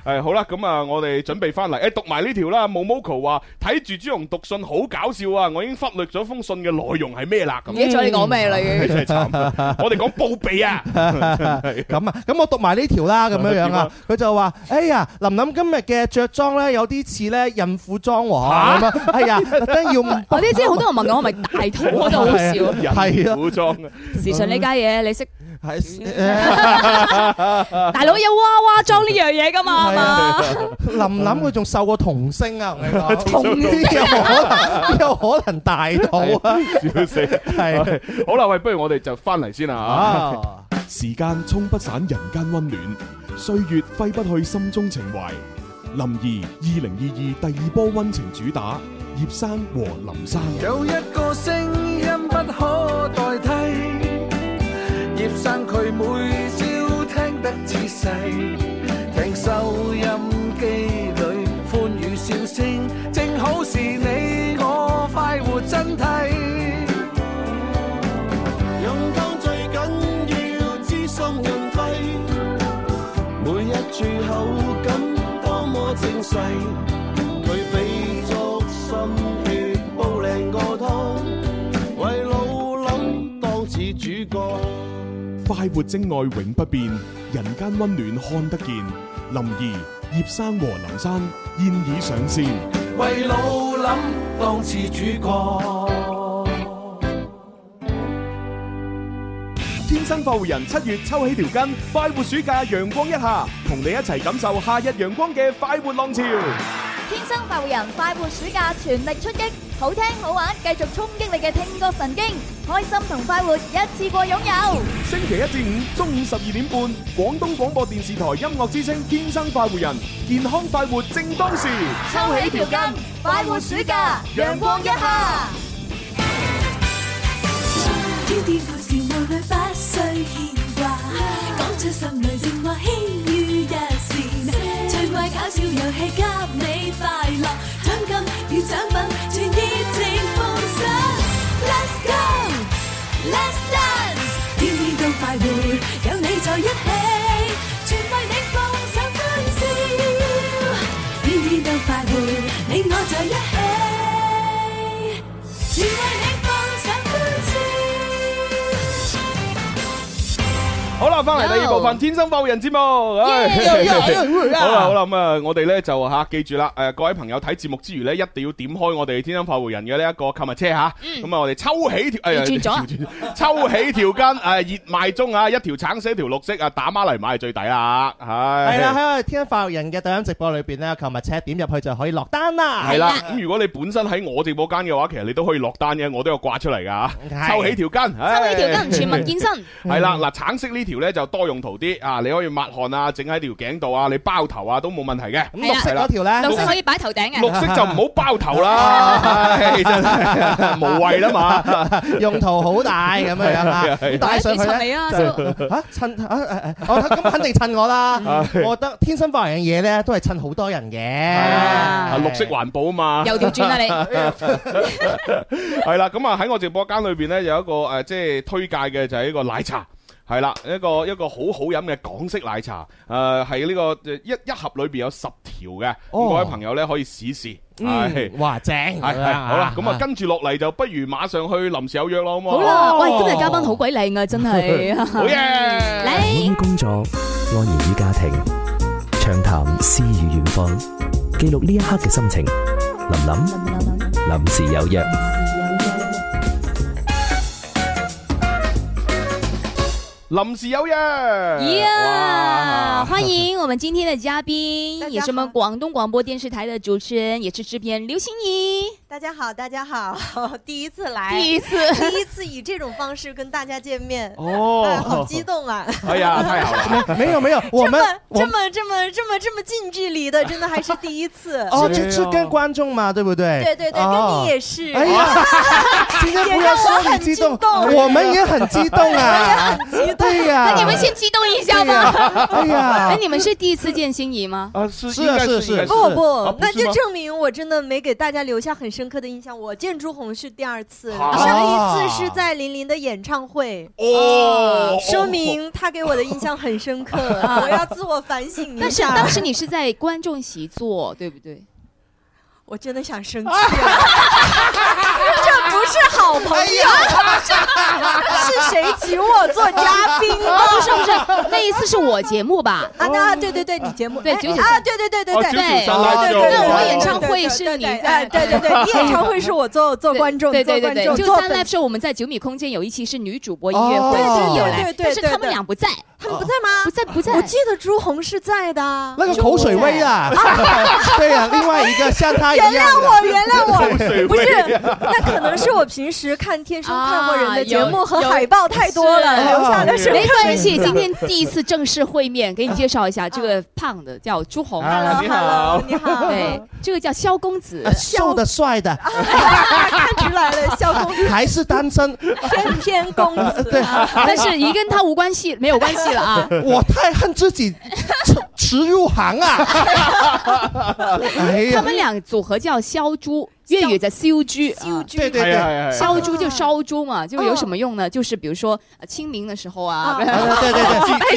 S4: 係好啦，咁啊，我哋準備翻嚟，誒讀埋呢條啦。Momoko 話睇住朱紅讀信好搞笑啊，我已經忽略咗封信嘅內容係咩啦。咁
S9: 唔記得咗你講咩啦已經
S4: (laughs) 真係慘。 (laughs) 我哋講報備啊，
S7: 咁啊，咁我讀埋呢條啦，咁樣樣啊，佢就話：哎呀，琳琳今日嘅着裝咧，有啲似咧孕婦裝喎。咁啊，哎呀，特登
S4: (laughs)
S7: 要
S9: 我啲知好多人問我係咪大肚，我就好笑。
S7: (laughs) 係啊
S4: 古裝
S9: 時尚呢家嘢你識，
S7: 係
S9: 大佬有娃娃裝呢樣嘢噶嘛？係嘛？
S7: 琳琳佢仲瘦過童星啊！我
S4: (laughs)
S7: 同你講
S9: 童星
S7: 邊有可 (laughs) 能邊有可能大肚
S4: (laughs)
S7: 啊？
S4: 笑死。(laughs)
S7: 係
S4: 好啦，喂，不如我哋就翻嚟先啊。
S7: 啊！
S1: 時間沖不散人間溫暖，歲月揮不去心中情懷。林兒二零二二第二波溫情主打，葉生和林生。
S2: 有一個聲音不可代替，葉生佢每朝聽得仔細，聽收音機裏歡語笑聲，正好是你我快活真諦。
S3: 勇當最緊要知心潤肺，每一處口感多麼精細，佢俾足心血煲靚個湯，為老諗當似主角。
S1: 快活精愛永不變，人間溫暖看得見。林兒、葉生和林生現已上線。
S2: 為老諗當似主角，
S1: 天生快活人七月抽起條筋，快活暑假陽光一下，同你一齊感受夏日陽光嘅快活浪潮。
S5: 天生快活人快活暑假全力出擊，好聽好玩，繼續衝擊你嘅聽覺神經，開心同快活一次過擁有。
S1: 星期一至五中午十二點半，廣東廣播電視台音樂之聲《天生快活人》，健康快活正當時。
S5: 抽起條筋，快活暑假，陽光一下。
S10: 天天歡笑，無慮不需牽掛，講出心裏情話，輕於一線。趣味搞笑遊戲給你快樂，獎金與獎品全熱情奉上。Let's go，Let's dance，天天都快活，有你在一起，全為你放上歡笑。天天都快活，你我在一起。全為你放上歡笑。
S4: 好啦，啊，翻嚟第二部分《天生浮人》節目。唉 (laughs)
S7: Yeah，yeah，yeah，yeah，
S4: 好啦好啦，咁啊，我哋咧就吓記住啦，誒各位朋友睇節目之餘咧，一定要點開我哋《天生浮人》嘅呢一個購物車吓。咁啊，我哋抽起條誒
S9: 轉咗
S4: (laughs) 抽起條筋誒熱賣中啊，一條橙色一條綠色啊，打孖嚟買係最抵啦，係
S7: 係啦，喺我哋天發育人嘅抖音直播裏邊咧，購物車點入去就可以落單 (laughs) 啦。
S4: 系啦，咁如果你本身喺我直播間嘅話，其實你都可以落單嘅，我都有掛出嚟噶
S7: 係
S4: 抽起條筋，抽
S9: 呢條筋全民健身，
S4: 系啦，嗱，橙色呢條咧就多用途啲啊，你可以抹汗啊，整喺條頸度啊，你包頭啊都冇問題嘅。
S7: 咁綠色嗰條咧，
S11: 啊
S9: 綠色可以擺頭頂嘅。
S4: 綠色就唔好包頭啦，唉真係無謂啦嘛。
S7: 用途好大咁樣
S4: (laughs)
S7: 樣啦，
S4: 係
S7: 咁帶上去
S9: 襯你
S7: 咧
S9: 啊
S7: 就嚇襯啊誒誒我咁肯定襯我啦。
S4: 嗯
S7: 我覺得天生發育人嘅嘢咧都係襯好多人
S4: 啊，
S7: 嘅。
S4: 綠色環保啊嘛。
S9: 又調轉啦
S11: (laughs)
S9: 你，
S4: 係啦，咁啊喺我直播間裏边咧有一個诶，呃即係推介嘅就係一個奶茶。係啦，一個一個好好飲嘅港式奶茶，誒係呢個呃一一盒裏邊有十條嘅，咁
S7: 哦
S4: 各位朋友咧可以試試，係
S7: 嗯，哇正
S4: 系
S7: 咁樣啊
S4: 好啦，咁啊跟住落嚟就不如馬上去臨時有約咯，好唔好
S9: 好
S4: 啊？
S9: 啦，
S7: 哦
S9: 喂，今日嘉賓好鬼靚啊，真係。
S4: 好嘢！
S9: 你。
S6: 工作，安然於家庭，暢談詩與遠方，記錄呢一刻嘅心情。林林，臨時有約。
S4: 臨時有約，
S9: 呀
S4: 哇
S9: 欢迎我们今天的嘉宾，
S11: 大家
S9: 也是我们
S11: 好
S9: 广东广播电视台的主持人，也是制片刘欣怡。
S11: 大家好，大家好，第一次来，
S9: 第一次，
S11: 第一次以这种方式跟大家见面，哎好
S4: 哦，
S11: 激动啊！
S4: 哎呀，太好了！
S7: 沒有沒有，我們我
S11: 这
S7: 們。
S11: 么这么这么这么近距离的，真的还是第一次
S7: (laughs) 哦，就是跟观众嘛，对不对？
S11: 对对对，跟你也是，
S7: 哦。哎
S11: (laughs)
S7: 呀，今天不要说你激动
S11: 也让我很激，动
S7: 我们也很激动
S11: (laughs)
S7: 啊！对呀，
S9: 那你们先激动一下
S7: 对
S9: 吧。
S7: 呀，哎呀
S11: 啊
S9: (laughs) 哎，，你们是第一次见欣怡吗？
S11: 哦
S4: 啊，是
S7: 是
S4: 应該
S7: 是是
S4: 應該
S7: 不
S11: 不
S4: 啊不，
S11: 不那
S4: 是吗
S11: 就证明我真的没给大家留下很深刻的印象。我见朱红是第二次，
S4: 啊
S11: 上一次是在林林的演唱会，
S4: 哦，
S11: 说明他给我的印象很深刻。我要自我反省一
S9: 但是
S11: 下。
S9: 当时你是在观众席坐，对不对？
S11: 我真的想生气了，这不是好朋友，是谁请我做嘉宾啊？
S9: 哦不是不是，那一次是我节目吧？
S11: 啊，那对对对，你节目
S9: 对
S11: 哎
S9: 九九
S11: 啊，
S9: 三
S11: 对对对对
S4: 哦
S11: 对
S4: 九。
S9: 对
S4: 九三拉
S7: 哦
S4: 就
S7: 对对
S9: 那我
S7: 对
S9: 演
S7: 对
S9: 唱会是你
S11: 哎，
S9: 在。
S11: 对对对，你演唱会是我做 (laughs) 做观众，
S9: 对对对对，
S11: 做观
S9: 就
S11: 众，做
S9: 三
S11: 粉
S9: live 时候我们在九米空间有一期是女主播音乐会，
S7: 哦
S9: 是有来
S11: 对对对，对
S9: 但是他们
S11: 对
S9: 俩不在，
S11: 他们不在吗？
S9: 不在不在
S11: 我。记得朱红是在的。
S7: 那个口水威啊， (laughs) 对呀，另外一个像他
S4: 哎
S7: 一
S11: 原
S7: 样的，
S11: 谅我，原谅
S4: (laughs) 水
S11: 我，不
S4: 杯
S11: 是，那可能是我平时看《天生快活人》
S9: 啊
S11: 的节
S9: 有
S11: 目和
S9: 有
S11: 海报太多
S7: 是
S11: 了，留下的是 (laughs)
S9: 没
S7: (laughs)
S9: 关系，今天第一次正式会面，给你介绍一下，这个胖的叫朱红，
S7: 啊
S4: 你好，
S11: 你好，
S7: (laughs)
S9: 对，这个叫萧公子，
S7: 呃瘦的帅的，
S11: 看出来了，萧公子
S7: 还是单身，呃
S11: 翩翩公子，
S4: (laughs)
S7: 对
S11: (laughs)
S9: 但是已跟他无关系，没有关系了啊。
S7: 我太恨自己迟迟入行啊！ (laughs) (laughs) 哎
S9: 他
S7: 呀，
S9: 们俩组合叫萧猪，粤语叫萧猪，啊
S7: 对对
S4: 係啊
S7: 对，
S4: 係啊係啊，
S9: 烧猪就烧猪
S7: 哦
S9: 嘛，就有什么用呢？就是比如说呃清明的时候
S7: 啊
S9: 啊， (laughs)
S7: 对对对。
S9: 哎，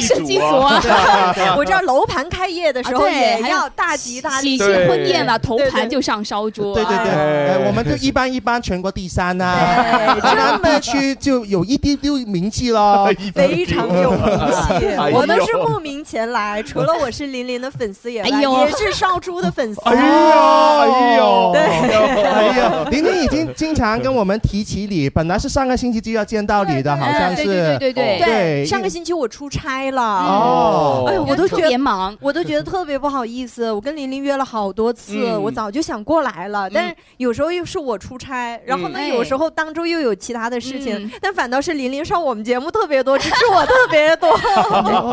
S4: 祭
S9: 是
S4: 祖
S9: 祭祖啊，
S11: 我知道楼盘开业的时候
S9: 啊对
S11: 也
S9: 还有
S11: 要大吉大
S9: 喜
S11: 利
S9: 庆。
S4: 对
S9: 婚宴啊，头
S11: 对
S9: 盘
S11: 对
S9: 就上烧猪啊。
S7: 对对对，
S4: 哎
S7: 呃我们就一般一般，全国第三啊呐、
S11: 对
S7: 安安地区就有一丢丢名气咯。
S11: 非常有名气
S4: 哎，呦
S11: 我都是慕名前来，除了我是林林的粉丝以外，
S9: 哎呦
S11: 也是烧猪的粉丝。
S4: 哎呀，哎呦，
S7: 哦哎呀，玲玲已经经常跟我们提起你，本来是上个星期就要见到你的，好像
S9: 嗯对
S7: 是。
S9: 对对对对，
S7: 对
S11: 对，上个星期我出差
S4: 嗯
S11: 了，
S7: 哦，
S11: 哎呦我都
S9: 特
S11: 觉
S9: 别
S11: 得。
S9: 忙。
S11: 我都觉得特别不好意思，我跟玲玲约了好多次，
S4: 嗯
S11: 我早就想过来了，但是有时候又是我出差，然后呢，
S9: 嗯
S11: 有时候当周又有其他的事情，
S9: 嗯
S11: 但反倒是玲玲上我们节目特别多，支持我特别
S9: (laughs)
S11: 多，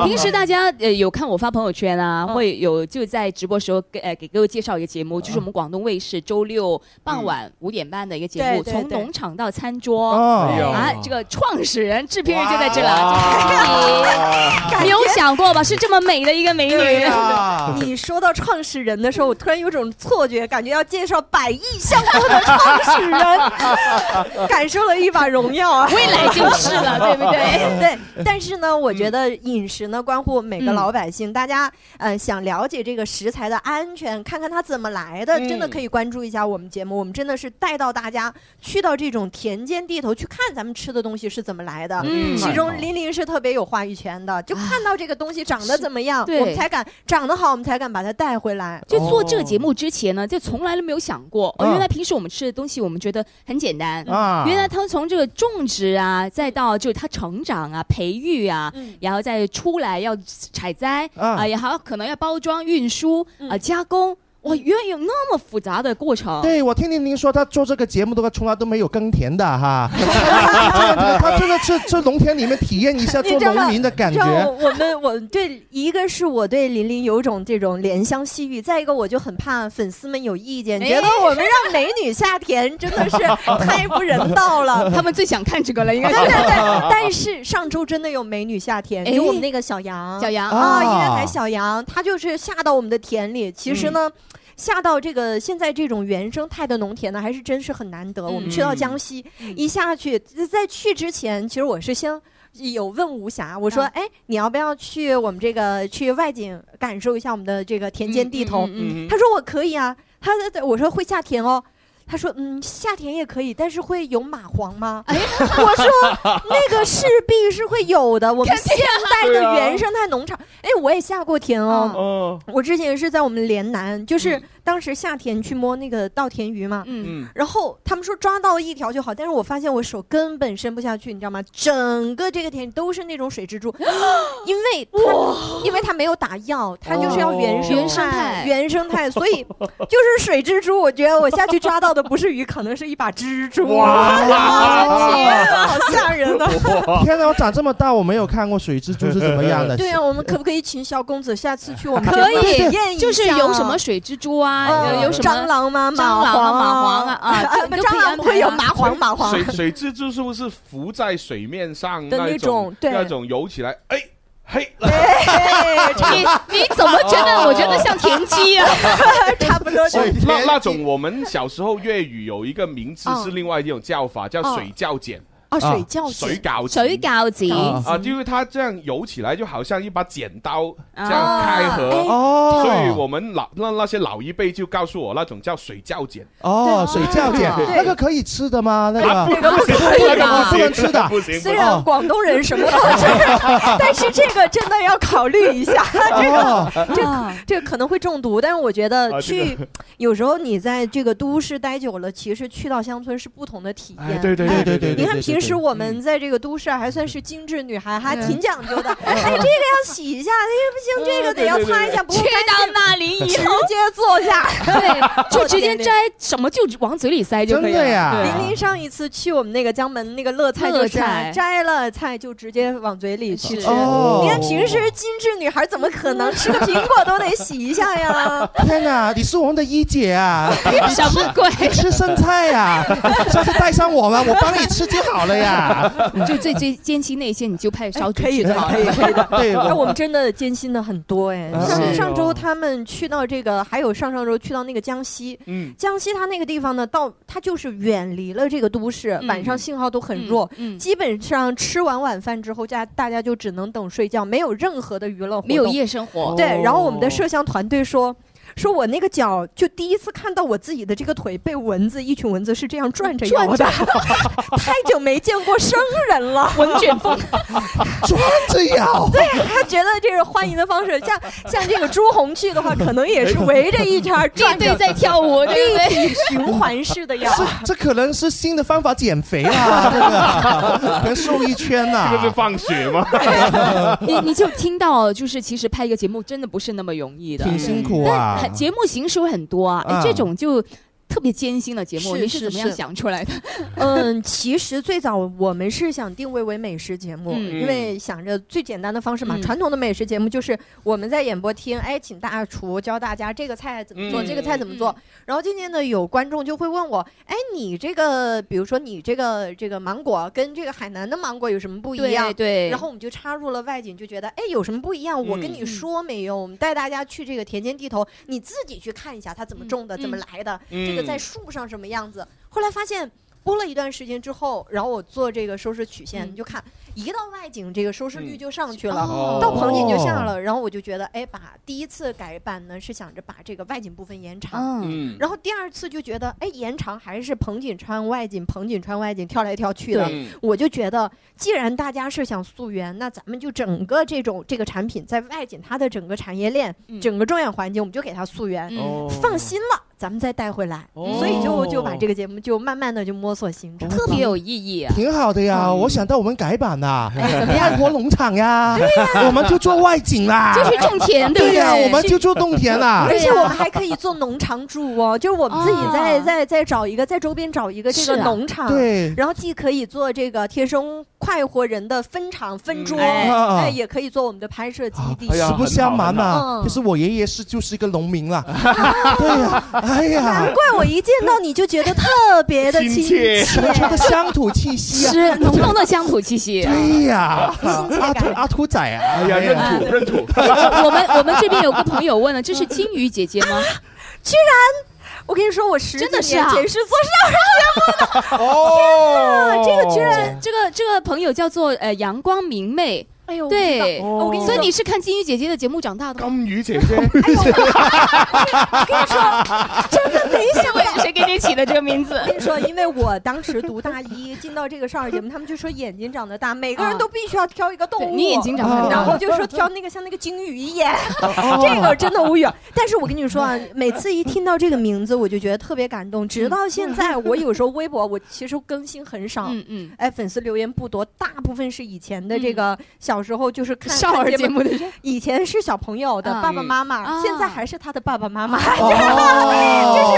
S9: 平时大家呃有看我发朋友圈啊，
S11: 哦嗯
S9: 会有就在直播时候给呃给各位介绍一个节目，
S11: 嗯
S9: 就是我们广东卫视周六傍晚五点半的一个节目，
S11: 对对
S9: 从
S11: 对
S9: 农场到餐桌。
S4: 哎呦
S7: 哦，
S9: 啊，这个创始人、制片人就在这
S11: 哦
S4: 哇
S9: 了，啊没有想过吧？是这么美的一个美
S7: 对
S9: 女。
S7: 呀，
S11: 你说到创始人的时候，我突然有种错觉，感觉要介绍百亿项目的创
S9: (laughs)
S11: 始人，感受了一把荣耀啊！
S9: 未来就是了，对不
S11: (laughs)
S9: 对？
S11: 哎对，但是呢，我
S9: 嗯
S11: 觉得饮食呢关乎每个老百姓，大家
S9: 嗯
S11: 呃想了解这个食材的安全，看看它怎么来的，真的可以关注一下我们节目，我们真的是带到大家去到这种田间地头去看咱们吃的东西是怎么来的。
S9: 嗯
S11: 其中
S9: 太好
S11: 琳琳是特别有话语权的，就看到这个东西长得怎么样，
S9: 对
S11: 我们才敢长得好，我们才敢把它带回来。
S9: 就做这个节目之前呢，就从来都没有想过，哦，
S11: 哦嗯
S9: 原来平时我们吃的东西，我们觉得很简单
S11: 啊
S9: 原来它从这个种植啊，再到就它成长啊、培育
S11: 嗯
S9: 啊，然后再出来要采摘啊，然后可能要包装、运输啊、加工，哇，原来有那么复杂的过程。
S7: 对，我听听您说，他做这个节目都从来都没有耕田的
S9: (laughs)
S7: 哈，他他真的是这农田里面体验一下
S11: 你
S7: 做
S11: 知道吗
S7: 农民的感
S11: 你知道
S7: 觉。
S11: 我们我对一个是我对琳琳有种这种怜香惜玉，再一个我就很怕粉丝们有意
S7: (laughs)
S11: 见，
S9: 哎
S11: 觉得我们让美女下田真的是太不人道
S7: (laughs)
S11: 了。
S9: 他们最想看这个了，
S11: (laughs)
S9: 应该是
S11: 但但但但是上周真的有美女下田，
S9: 哎
S11: 有我们那个小杨，
S9: 小杨
S11: 啊，
S9: 啊
S11: 音乐台小杨，她就是下到我们的田里。其
S9: 嗯
S11: 实呢。下到这个现在这种原生态的农田呢，还是真是很难得。我们去到
S9: 嗯
S11: 江西，一下去，在去之前，其实我是先有问吴霞，我说：“
S9: 嗯
S11: 哎，你要不要去我们这个去外景感受一下我们的这
S9: 啊
S11: 个田间地
S9: 嗯
S11: 头？”
S9: 嗯嗯嗯
S11: 她说：“我可以啊。”她我说会下田哦。她说：“嗯，下田也可以，但是会有蚂蟥吗？”哎，我说那个势必是会有的。我们现代的原生态农场，哎，我也下过田哦。我之前是在我们连南，就是当时夏天去摸那个稻田鱼嘛。
S9: 嗯
S11: 然后他们说抓到一条就好，但是我发现我手根本伸不下去，你知道吗？整个这个田都是那种水蜘蛛，因为它因为它没有打药，它就是要原
S9: 哦
S11: 生
S9: 原生态
S11: 态，原生态，所以就是水蜘蛛。我觉得我下去抓到的不是鱼，可能是一把蜘蛛。
S7: 哇
S11: 天啊 (laughs) 好吓人呐！
S7: 天啊哪，我长这么大我没有看过水蜘蛛是怎么样的。
S11: (laughs) 对啊，我们可不可以请小公子下次去我们
S9: 可
S11: 节目体验
S9: 以，
S11: 一下？
S9: 就是有什么水蜘蛛啊，
S11: 嗯
S9: 有有什么
S11: 蟑螂吗？
S9: 蟑螂啊、蚂
S11: 蟥
S9: 蟥啊啊，
S11: (laughs) 不
S9: 都可以
S11: 蟑螂
S9: 安
S11: 不
S9: 排
S11: 会有
S9: 啊
S11: 蚂蟥，蚂蟥
S4: 水水蜘蛛是不是浮在水面上
S11: 的那
S4: 那种
S11: 种对
S4: 那种游起来？哎嘿，
S9: 你你怎么觉得？我觉得像田鸡
S11: (laughs)
S9: 啊，
S11: 差不多
S4: 哦那那种我们小时候粤语有一个名字
S11: 嗯
S9: 哦
S4: 是另外一种叫法，叫
S9: 哦
S4: 水鲛剪。
S11: 啊
S9: 哦水鲛剪
S4: 水鲛剪
S9: 水鲛剪
S4: 啊，因为它这样游起来就好像一把剪刀这
S11: 啊
S4: 样开合
S7: 哎哦
S4: 所以我们老那那些老一辈就告诉我那种叫水鲛剪。
S7: 哦，水饺姐
S4: 对，
S7: 那个可以吃的吗？那个
S4: 那 (laughs) 个不行
S7: 不
S4: 那个不行
S7: 能吃的，
S4: 不行
S11: 虽然广东人什么都吃， (laughs) 但是这个真的要考虑一下， (laughs) 这
S7: 哦
S11: 个这个这个可能会中毒。但是我觉得
S4: 啊这个
S11: 去，有时候你在这个都市待久了，其实去到乡村是不同的体
S4: 哎
S11: 验。
S4: 对对对
S11: 哎
S4: 对对对
S11: 你看
S4: 对对
S11: 平时
S4: 对
S11: 我们在这个都市啊还算是精致女孩，还挺讲究 (laughs) 的。哎，这个要洗一下，哎不行，这个得要擦一下，不
S9: 去
S11: 过
S9: 到那 (laughs) 里以
S11: 直
S9: 后。
S11: 接坐下，
S9: 对，就直接摘什么就往嘴里塞就可以了。
S7: 真的呀
S9: 对啊
S11: 玲玲上一次去我们那个江门那个乐菜，
S9: 乐
S11: 就是啊
S9: 菜
S11: 摘了菜就直接往嘴里去吃。
S7: 哦
S11: 你看平时精致女孩怎么可能吃个苹果都得洗一下呀？
S7: 天哪，你是我们的一姐啊！你你吃
S9: (laughs) 什么鬼
S7: 你吃生菜呀、下次带上我们，我帮你吃就好了呀。
S9: 就最最艰辛那些，你就派小组
S11: 哎可以
S9: 去就
S11: 的，
S9: 好
S11: 可以
S9: 了。
S11: 可以的。
S7: 对
S11: (laughs) 哎，我们真的艰辛的很多哎。
S7: 啊
S11: 上
S7: 是
S11: 上周他们去到这个，还有上上周去到那个江西，
S4: 嗯
S11: 江西它那个地方呢，到它就是远离了这个都市，晚上信号都很弱，
S9: 嗯
S11: 基本上吃完晚饭之后，家大家就只能等睡觉，没有任何的娱乐活动，哦
S9: 没有夜生活，
S11: 对，然后我们的摄像团队说。说我那个脚，就第一次看到我自己的这个腿被蚊子，一群蚊子是这样转着咬的， (laughs) 太久没见过生人了，
S9: (laughs) 蚊卷风，
S7: 专着咬，
S11: 对，他觉得这是欢迎的方式，像像这个朱红去的话，可能也是围着一圈
S9: (laughs)
S11: 儿
S9: 面
S11: 转
S9: 对
S11: 着，
S9: 在跳舞，对不对？
S11: 立体循环式的咬。
S7: 这可能是新的方法减肥啊，这个可能瘦一圈呐、
S4: 这个是放血吗？
S9: 你你就听到，就是其实拍一个节目真的不是那么容易的，
S7: 挺辛苦啊。
S9: 很节目形式会很多啊，哎
S7: 啊
S9: 这种就特别艰辛的节目，
S11: 是
S9: 你
S11: 是
S9: 怎么样
S11: 是
S9: 想出来的？
S11: (laughs) 嗯，其实最早我们是想定位为美食节目，
S9: 嗯
S11: 因为想着最简单的方式嘛。
S9: 嗯
S11: 传统的美食节目就是我们在演播厅，哎，请大厨教大家这个菜怎么做，
S4: 嗯
S11: 这个菜怎么做。然后今天呢，有观众就会问我，哎，你这个，比如说你这个这个芒果跟这个海南的芒果有什么不一样？
S9: 对嗯
S11: 然后我们就插入了外景，就觉得哎有什么不一样？我跟你说没有，我们带大家去这个田间地头，你自己去看一下它怎么种的，
S9: 嗯
S11: 怎么来的，
S4: 嗯
S11: 这个在树上什么样子。后来发现。播了一段时间之后，然后我做这个收视曲
S12: 嗯
S11: 线，你就看一到外景，这个收视率就上去了，
S12: 哦
S11: 到棚景就下了。然后我就觉得，哎，把第一次改版呢是想着把这个外景部分延长，
S12: 嗯
S11: 然后第二次就觉得，哎，延长还是棚景穿外景，棚景穿外景，跳来跳去的
S12: 对。
S11: 我就觉得，既然大家是想溯源，那咱们就整个这种这个产品在外景它的整个产业链、
S7: 嗯
S11: 整个重要环境，我们就给它溯源，
S12: 嗯
S11: 放心了，咱们再带回来。所以就就把这个节目就慢慢的就摸索形成，特
S9: (laughs) 别有意义、啊。
S7: 挺好的呀，我想到我们改版啦，爱国农场呀
S11: 对呀，
S7: 我们就做外景啦，
S11: 就是种田对不
S7: 对呀，
S11: 对
S7: 我们就做种田啦，
S11: 而且我们还可以做农场主哦，就是我们自己再再再找一个，在周边找一个这
S7: 啊是
S11: 个
S7: 啊
S11: 农场，
S7: 对
S11: 然后既可以做这个贴身快活人的分厂分桌，
S7: 嗯哎
S11: 哎，也可以做我们的拍摄基地。
S7: 实不相瞒呐，
S11: 嗯
S7: 就是我爷爷是就是一个农民啦。对呀，哎呀，
S11: 难怪我一见到你就觉得特别的亲切，
S7: 这个乡土气息啊，
S9: 是浓浓的乡土气
S11: (laughs)
S9: 息。
S7: 对呀，阿秃阿秃仔啊，哎
S4: 呀认土认土
S9: 我我们我们这边有个朋友问了，这是金鱼姐姐
S11: (laughs)
S9: 吗？
S11: 居然，我跟你说，我十
S9: 真的
S11: 几
S9: 是啊
S11: 年前是做上
S9: 哦
S11: 天哪这个居然
S9: 这个这个朋友叫做呃阳光明媚。
S11: 哎呦
S9: 对，
S11: 我知道我跟你说
S9: 所以你是看金鱼姐姐的节目长大的吗？
S4: 金鱼姐姐，
S11: 真的 (laughs) 没想到，
S9: (laughs) 谁给你起的这个名字？
S11: (laughs) 我跟你说，因为我当时读大一，进到这个少儿节目，他们就说眼睛长得大，每个人都必须要挑一个动物。
S9: 对你眼睛长得很大
S11: 然后就说挑那个像那个鲸鱼一眼
S9: 哦，
S11: 这个真的无语。但是我跟你说啊，每次一听到这个名字，我就觉得特别感动。直到现在，我有时候微博我其实更新很少，
S9: 嗯嗯，
S11: 哎，粉丝留言不多，大部分是以前的这个小时候就是看
S9: 少儿
S11: 看
S9: 节目的人
S11: 以前是小朋友的
S9: 嗯
S11: 爸爸妈妈，
S9: 嗯啊
S11: 现在还是他的爸爸妈妈。
S7: 哦
S11: (laughs)
S4: 哦
S11: 就是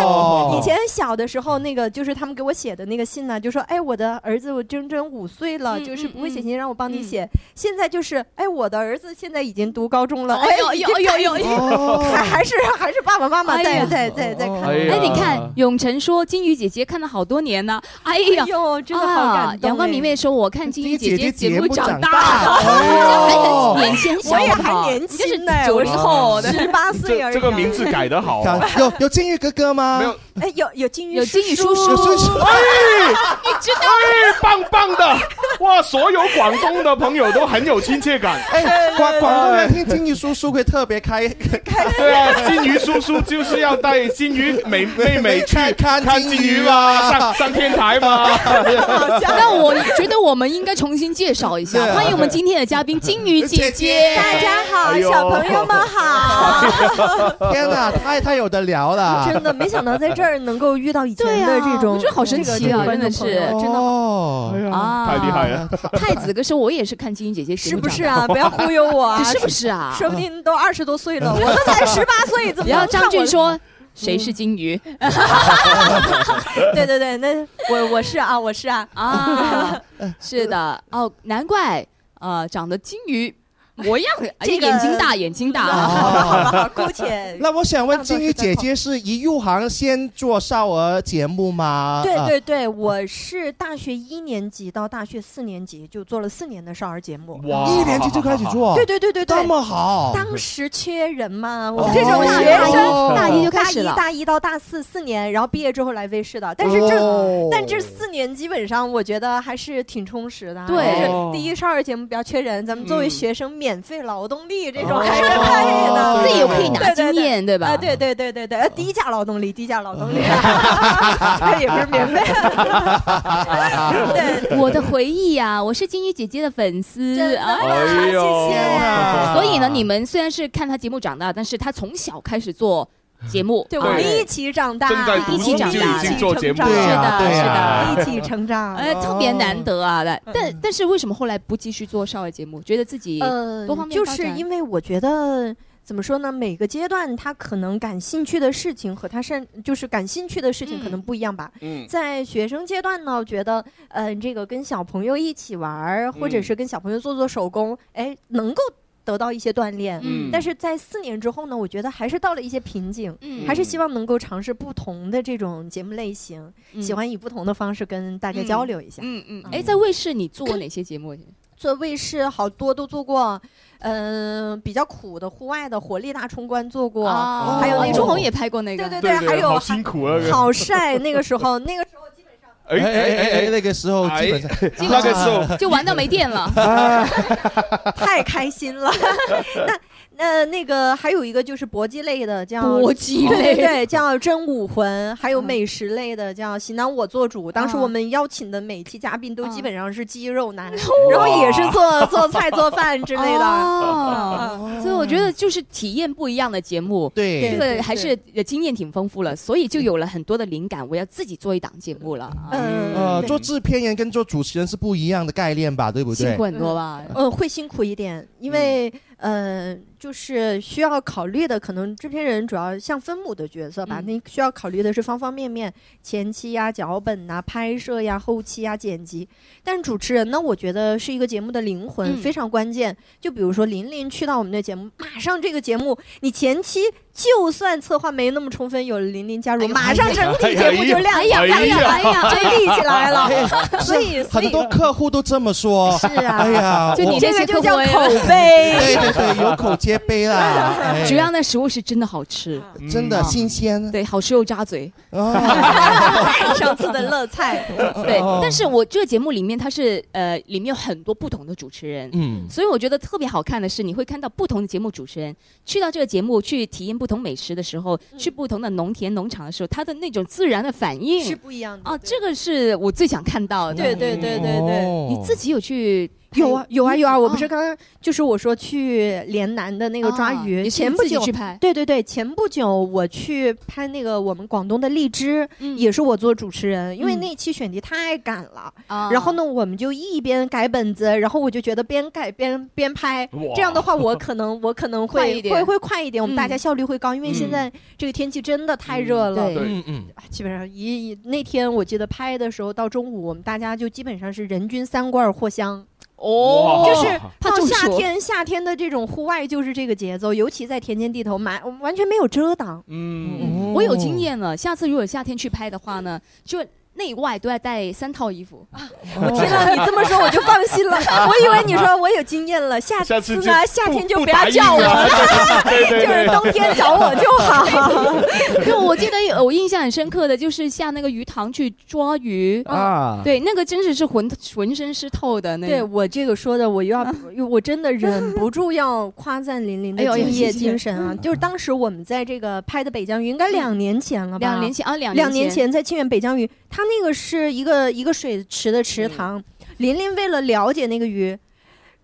S11: 以前小的时候，那个就是他们给我写的那个信呢，就说：“哎，我的儿子我整整五岁
S9: 嗯
S11: 了，就是不会写信，让我帮你写。”现在就是：“哎，我的儿子现在已经读高中了，
S9: 哎
S11: 哎
S9: 呦，
S11: 已
S9: 呦
S11: 经
S9: 呦呦
S11: 已经
S9: 呦
S11: 还 (laughs) 还是还是爸爸妈妈
S9: 哎
S11: 在
S9: 呀
S11: 在在在
S4: 哦
S11: 看。”
S9: 哎，你看，永晨说金鱼姐姐看了好多年呢。哎呀，
S11: 哎呦真的好感动哎
S9: 啊阳光明媚说，我看金鱼姐节长 (laughs)
S11: 金鱼姐姐节目长大
S9: 还
S11: 哎呦
S9: 很年轻小，
S11: 我也
S9: 好不好
S11: 还年
S9: 你就是
S11: 轻呢
S9: 九
S11: 我
S9: 零
S11: (laughs)
S9: 后的，
S11: 十八岁而已。啊
S4: 这个名字改得好，啊
S7: (laughs) 有有金鱼哥哥吗？没有，
S11: 哎，有有金鱼，
S9: 有金鱼叔叔
S7: 有叔叔
S4: 哎，你
S9: 知道，
S4: 哎，棒棒的，哇，所有广东的朋友都很有亲切感。
S7: 哎，广广东人听金鱼叔叔会特别开开心。
S4: 对啊，金鱼叔叔就是要带金鱼妹妹妹去
S7: 看
S4: 看
S7: 金
S4: 金鱼
S7: 鱼
S4: 嘛，
S7: 啊
S4: 上上天台嘛。
S9: 那我觉得我们应该重新介绍一下，欢迎我们今天的嘉宾金鱼姐姐。
S11: 大家好，
S7: 哎呦
S11: 小朋友们好。
S7: 天哪，太太有的聊了，
S11: 真的没想到在这儿能够遇到以前的这种，
S9: 我觉得好神奇啊，
S11: 这个
S9: 真的是，真的
S7: 哦，
S9: 啊，
S4: 太厉害了！
S9: 太子哥说，我也是看金鱼姐姐节
S11: 是
S9: 目
S11: 不
S9: 长大的，
S11: 是啊？不要忽悠我啊！
S9: 这是不是啊？
S11: 说不嗯定都二十多岁了，我都才十八岁，怎么？
S9: 然后张俊，说。谁是金鱼？
S11: 对对对，那
S9: (laughs)
S11: 我我是啊，我是啊
S9: 啊，是的，哦，难怪呃，长得金鱼模样，哎
S11: 这个
S9: 眼睛大，眼睛大 (laughs)
S11: 啊，姑且
S7: 那我想问，金鱼姐姐是一入行先做少儿节目吗？
S11: (laughs) 对
S7: 啊
S11: 对对，我是大学一年级到大学四年级就做了四年的少儿节目，
S7: 哇啊一年级就开始做
S9: 哦
S11: 对对对对对，
S7: 那么好
S11: 当时缺人嘛，我
S7: 哦
S11: 们这种学
S7: 哦
S11: 生
S7: 大一
S9: 就开始了
S11: 大一大一到大四四年，然后毕业之后来卫视的，但是
S7: 哦
S11: 这但这四年基本上我觉得还是挺充实的啊，
S9: 对
S11: 就是第一少儿节目比较缺人，咱们作为学生免费劳动力这种
S9: 嗯哦
S11: 还是可以的，
S9: 自己也可以拿
S11: 哦对对
S9: 经验对吧
S11: 啊，对对对对对，呃低价劳动力，低价劳动力，
S9: 哦
S11: 这也不是免费。
S9: (laughs)
S11: (laughs)
S9: 我的回忆呀，我是金鱼姐姐的粉丝啊。
S4: 哎呦，
S7: 啊
S9: 所以呢，你们虽然是看她节目长大，但是她从小开始做节目，
S11: 对，
S9: 啊
S11: 我们一起长大，
S9: 正在读书
S11: 一起长
S9: 就已
S11: 大，
S9: 经做节目了
S11: 一起成
S9: 对啊
S11: 长
S9: 对
S11: 是
S9: 啊
S11: 的，是的，一起成长，
S9: 哎，特别难得啊！来，但但是为什么后来不继续做少儿节目？觉得自己
S11: 呃
S9: 多方，面
S11: 就
S9: 发
S11: 是
S9: 展
S11: 因为我觉得。怎么说呢？每个阶段他可能感兴趣的事情和他擅就是感兴趣的事情可能不一样吧。
S12: 嗯
S11: 在学生阶段呢，我觉得，嗯、这个跟小朋友一起玩儿，或者
S12: 嗯
S11: 是跟小朋友做做手工，哎，能够得到一些锻炼。
S12: 嗯
S11: 但是在四年之后呢，我觉得还是到了一些瓶颈，
S12: 嗯
S11: 还是希望能够尝试不同的这种节目类型，
S9: 嗯
S11: 喜欢以不同的方式跟大家交流一下。
S9: 嗯嗯，哎，在卫视你做过哪些节目？
S11: 做卫视好多都做过，嗯、比较苦的户外的活力大冲关做过，
S9: 哦
S11: 还有那
S9: 朱
S11: 种
S9: 红也拍过那个，
S11: 对对对对还有好
S4: 辛苦啊！
S11: 好晒那个时候，那个时候基
S4: 哎哎哎哎，
S7: 那个时候基本上
S4: 那个时候
S9: 就玩到没电了。
S11: 太开心了。 (laughs) 那那那个还有一个就是搏击类的，叫
S9: (laughs) 搏击类嗯
S11: 对对对，叫真武魂，还有美食类的叫喜南我做主。当时我们邀请的每期嘉宾都
S9: 嗯
S11: 基本上是肌肉男，然后也是做做菜做饭之类的。
S9: 哦，所以我觉得就是体验不一样的节目，
S7: 对
S9: 这个还是经验挺丰富了，所以就有了很多的灵感，我要自己做一档节目了。啊
S11: 嗯，
S7: 呃，做制片人跟做主持人是不一样的概念吧，对不对？
S9: 辛苦很多吧？
S11: 嗯，会辛苦一点，因为
S9: 嗯
S11: 呃，就是需要考虑的，可能制片人主要像分母的角色
S9: 嗯
S11: 吧，你需要考虑的是方方面面，前期呀、脚本呐、拍摄呀、后期呀、剪辑。但主持人呢，我觉得是一个节目的灵魂，
S9: 嗯
S11: 非常关键。就比如说林林去到我们的节目，马上这个节目你前期。就算策划没那么充分，有了林林加入，马上整体节目就亮
S9: 哎呀
S11: 了
S9: 哎呀哎呀
S11: (laughs) 就立起来了。
S7: 哎
S11: (laughs) 所以，所
S7: 很
S11: 以
S7: 多客户都这么说。
S11: 是啊
S9: (laughs)
S7: 哎呀，
S9: 就
S7: 我
S9: 你
S11: 这
S9: 那
S11: 个
S9: 些
S11: 就
S9: 客
S11: 叫
S9: 户呀
S11: 口碑。
S7: 对对对，有口皆碑
S9: (laughs)
S7: 啦。哎
S9: 只要那食物是真的好吃，
S7: 真的
S9: 嗯
S7: 新鲜。哦
S9: 对，好吃又扎嘴。
S11: (laughs) 上次的乐菜，
S9: 对，
S4: 哦
S9: 但是我这个节目里面，它是呃，里面有很多不同的主持人，
S7: 嗯
S9: 所以我觉得特别好看的是，你会看到不同的节目主持人去到这个节目去体验不同美食的时候，
S11: 嗯
S9: 去不同的农田农场的时候，他的那种自然的反应
S11: 是不一样的。
S9: 啊，这个是我最想看到的。
S11: 哦对对对对
S7: 哦
S11: 对，
S9: 呃你自己有去
S11: 有啊有啊有啊！我不是
S9: 哦
S11: 刚刚就是我说去连南的那个抓
S9: 啊
S11: 鱼，
S9: 你是
S11: 前不
S9: 自己
S11: 久
S9: 去拍
S11: 对对对，前不久我去拍那个我们广东的荔枝，
S9: 嗯
S11: 也是我做主持人，因为
S9: 嗯
S11: 那期选题太赶了。
S9: 啊
S11: 然后呢，我们就一边改本子，然后我就觉得边改边边拍
S9: 哇，
S11: 这样的话我可
S9: (laughs)
S11: 能我可能
S9: 快
S11: 会
S9: 一点
S11: 会会快一点，我们大
S9: 嗯
S11: 家效率会高，因为现
S9: 嗯
S11: 在这个天气真的太热了，啊
S9: 对
S7: 嗯嗯，
S11: 基本上一一那天我记得拍的时候到中午，我们大家就基本上是人均三罐藿香。
S9: 哦
S11: 就是
S9: 怕
S11: 到
S9: 中
S11: 夏
S9: 暑
S11: 天，夏天的这种户外就是这个节奏，尤其在田间地头，满我们完全没有遮挡。
S7: 哦
S4: 嗯
S9: 我有经验了，下次如果夏天去拍的话呢，就内外都要带三套衣服。 (laughs)
S11: 我听到你这么说，我就放心了。我以为你说我有经验了，下
S4: 下
S11: 次
S4: 次就
S11: 呢，夏天就
S4: 不
S11: 不要
S4: 打
S11: 叫我
S4: 印了对对对
S11: (laughs) 就是冬天找我就好。
S9: 就我记得有我印象很深刻的就是下那个鱼塘去抓鱼
S7: 啊
S9: 对，那个真的是浑浑身湿透的那
S11: (laughs) 对
S9: 种。
S11: 我这个说的，我 (laughs) 又要，我真的忍不住要夸赞琳琳的
S9: 嗯哎呦哎呦
S11: 敬业
S9: 谢谢
S11: 精神啊！就是当时我们在这个拍的北疆鱼，应该两年前了吧？
S9: 两年前啊，两
S11: 两
S9: 年
S11: 年，前在清远北疆鱼，它那个是一个一个水池的
S9: 嗯
S11: 池塘，琳琳为了了解那个鱼，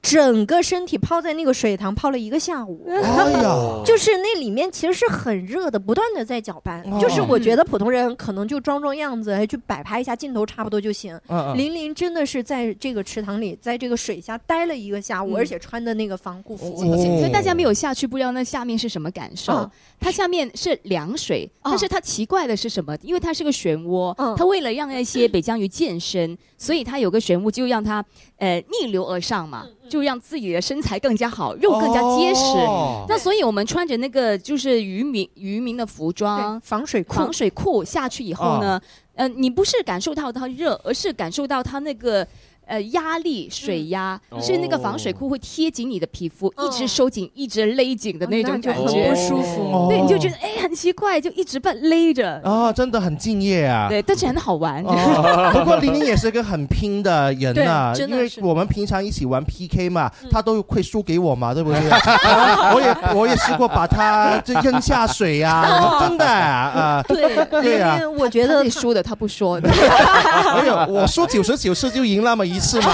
S11: 整个身体泡在那个水塘泡了一个下午。
S9: 哦
S7: 哎呀，
S11: 就是那里面其实是很热的，不断的在搅拌。
S7: 哦
S11: 就是
S9: 嗯
S11: 我觉得普通人可能就装装样子，哎去摆拍一下镜头差不多就行。
S7: 嗯嗯
S11: 琳琳真的是在这个池塘里，在这个水下待了一个下
S9: 嗯
S11: 午，而且穿的那个防护服。
S7: 哦
S9: 所以大家没有下去，不知道那下面是什么感受
S11: 啊。
S9: 它下面是凉水，但是它奇怪的是什么？因为它是个漩涡
S11: 嗯，
S9: 它为了让那些北疆鱼健身，所以它有个漩涡，就让它呃逆流而上嘛，就让自己的身材更加好，肉更加结实。
S7: 哦
S9: 那所以我们穿着那个就是渔民渔民的服装
S11: 对，防水裤哦
S9: 防，水裤下去以后呢，呃，你不是感受到它热，而是感受到它那个。呃，压力水压、
S4: 嗯
S9: 是那个防水裤会贴紧你的皮肤，
S11: 哦
S9: 一直收紧，一直勒紧的那种
S11: 就
S9: 感
S11: 很
S9: 觉
S11: 不，舒服。
S7: 哦
S9: 对，你就觉得哎很奇怪，就一直被勒着，
S11: 哦
S7: 啊，真的很敬业啊。
S9: 对，但是很好玩。 (laughs)
S7: 哦，不过玲玲也是个很拼的人呐、
S11: 对真
S7: 因
S11: 的
S7: 为
S11: 是
S7: 我们平常一起玩 PK 嘛，
S9: 嗯
S7: 她都会输给我嘛，对
S9: (laughs)
S7: 不对？然后我也我也试过把她这扔下水呀、真的
S9: (laughs)
S7: 啊，啊
S11: 对， (laughs)
S7: 对啊
S11: 琳琳，我觉
S9: 觉得
S11: 得
S9: 你输的他不
S11: (laughs)
S9: 说，
S7: 哎呦，我输九十九次就赢那么一次嘛，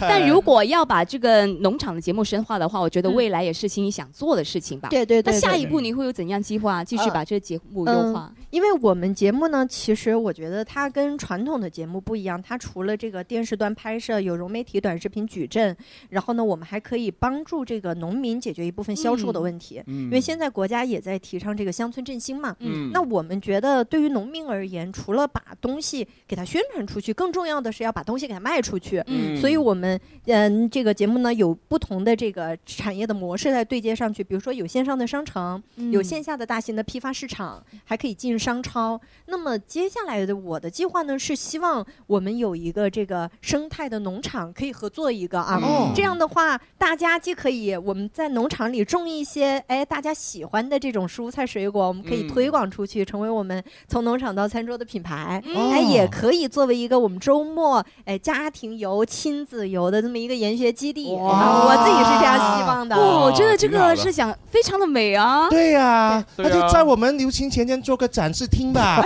S9: 但如果要把这个农场的节目深化的话，我觉得未来也是心里想做的事情吧。
S11: 对对对
S9: 那下
S11: 对
S9: 一步你会有怎样计划？继续把这个节目优化
S11: 嗯？，因为我们节目呢，其实我觉得它跟传统的节目不一样，它除了这个电视端拍摄有融媒体短视频矩阵，然后呢，我们还可以帮助这个农民解决一部分销售的问题，
S4: 嗯
S11: 因为现在国家也在提倡这个乡村振兴嘛。
S4: 嗯
S11: 那我们觉得，对于农民而言，除了把东西给它宣传出去，更重要的是要把东西给它卖出去。
S12: 嗯
S11: 所以我们嗯这个节目呢有不同的这个产业的模式来对接上去，比如说有线上的商城，
S12: 嗯
S11: 有线下的大型的批发市场，还可以进商超。那么接下来的我的计划呢是希望我们有一个这个生态的农场可以合作一个啊，
S12: 哦
S11: 这样的话大家既可以我们在农场里种一些哎大家喜欢的这种蔬菜水果，我们可以
S12: 嗯
S11: 推广出去，成为我们从农场到餐桌的品牌，
S12: 哦
S11: 哎也可以作为一个我们周末哎家庭游、亲子游的这么一个研学基地。啊我自己是这样希望哦的。
S9: 哇，哦我觉得这
S7: 挺好
S9: 个
S7: 的
S9: 是想非常的美啊。
S7: 对呀、
S9: 对
S7: 那
S9: 对啊
S7: 就在我们留情前间做个展示厅吧，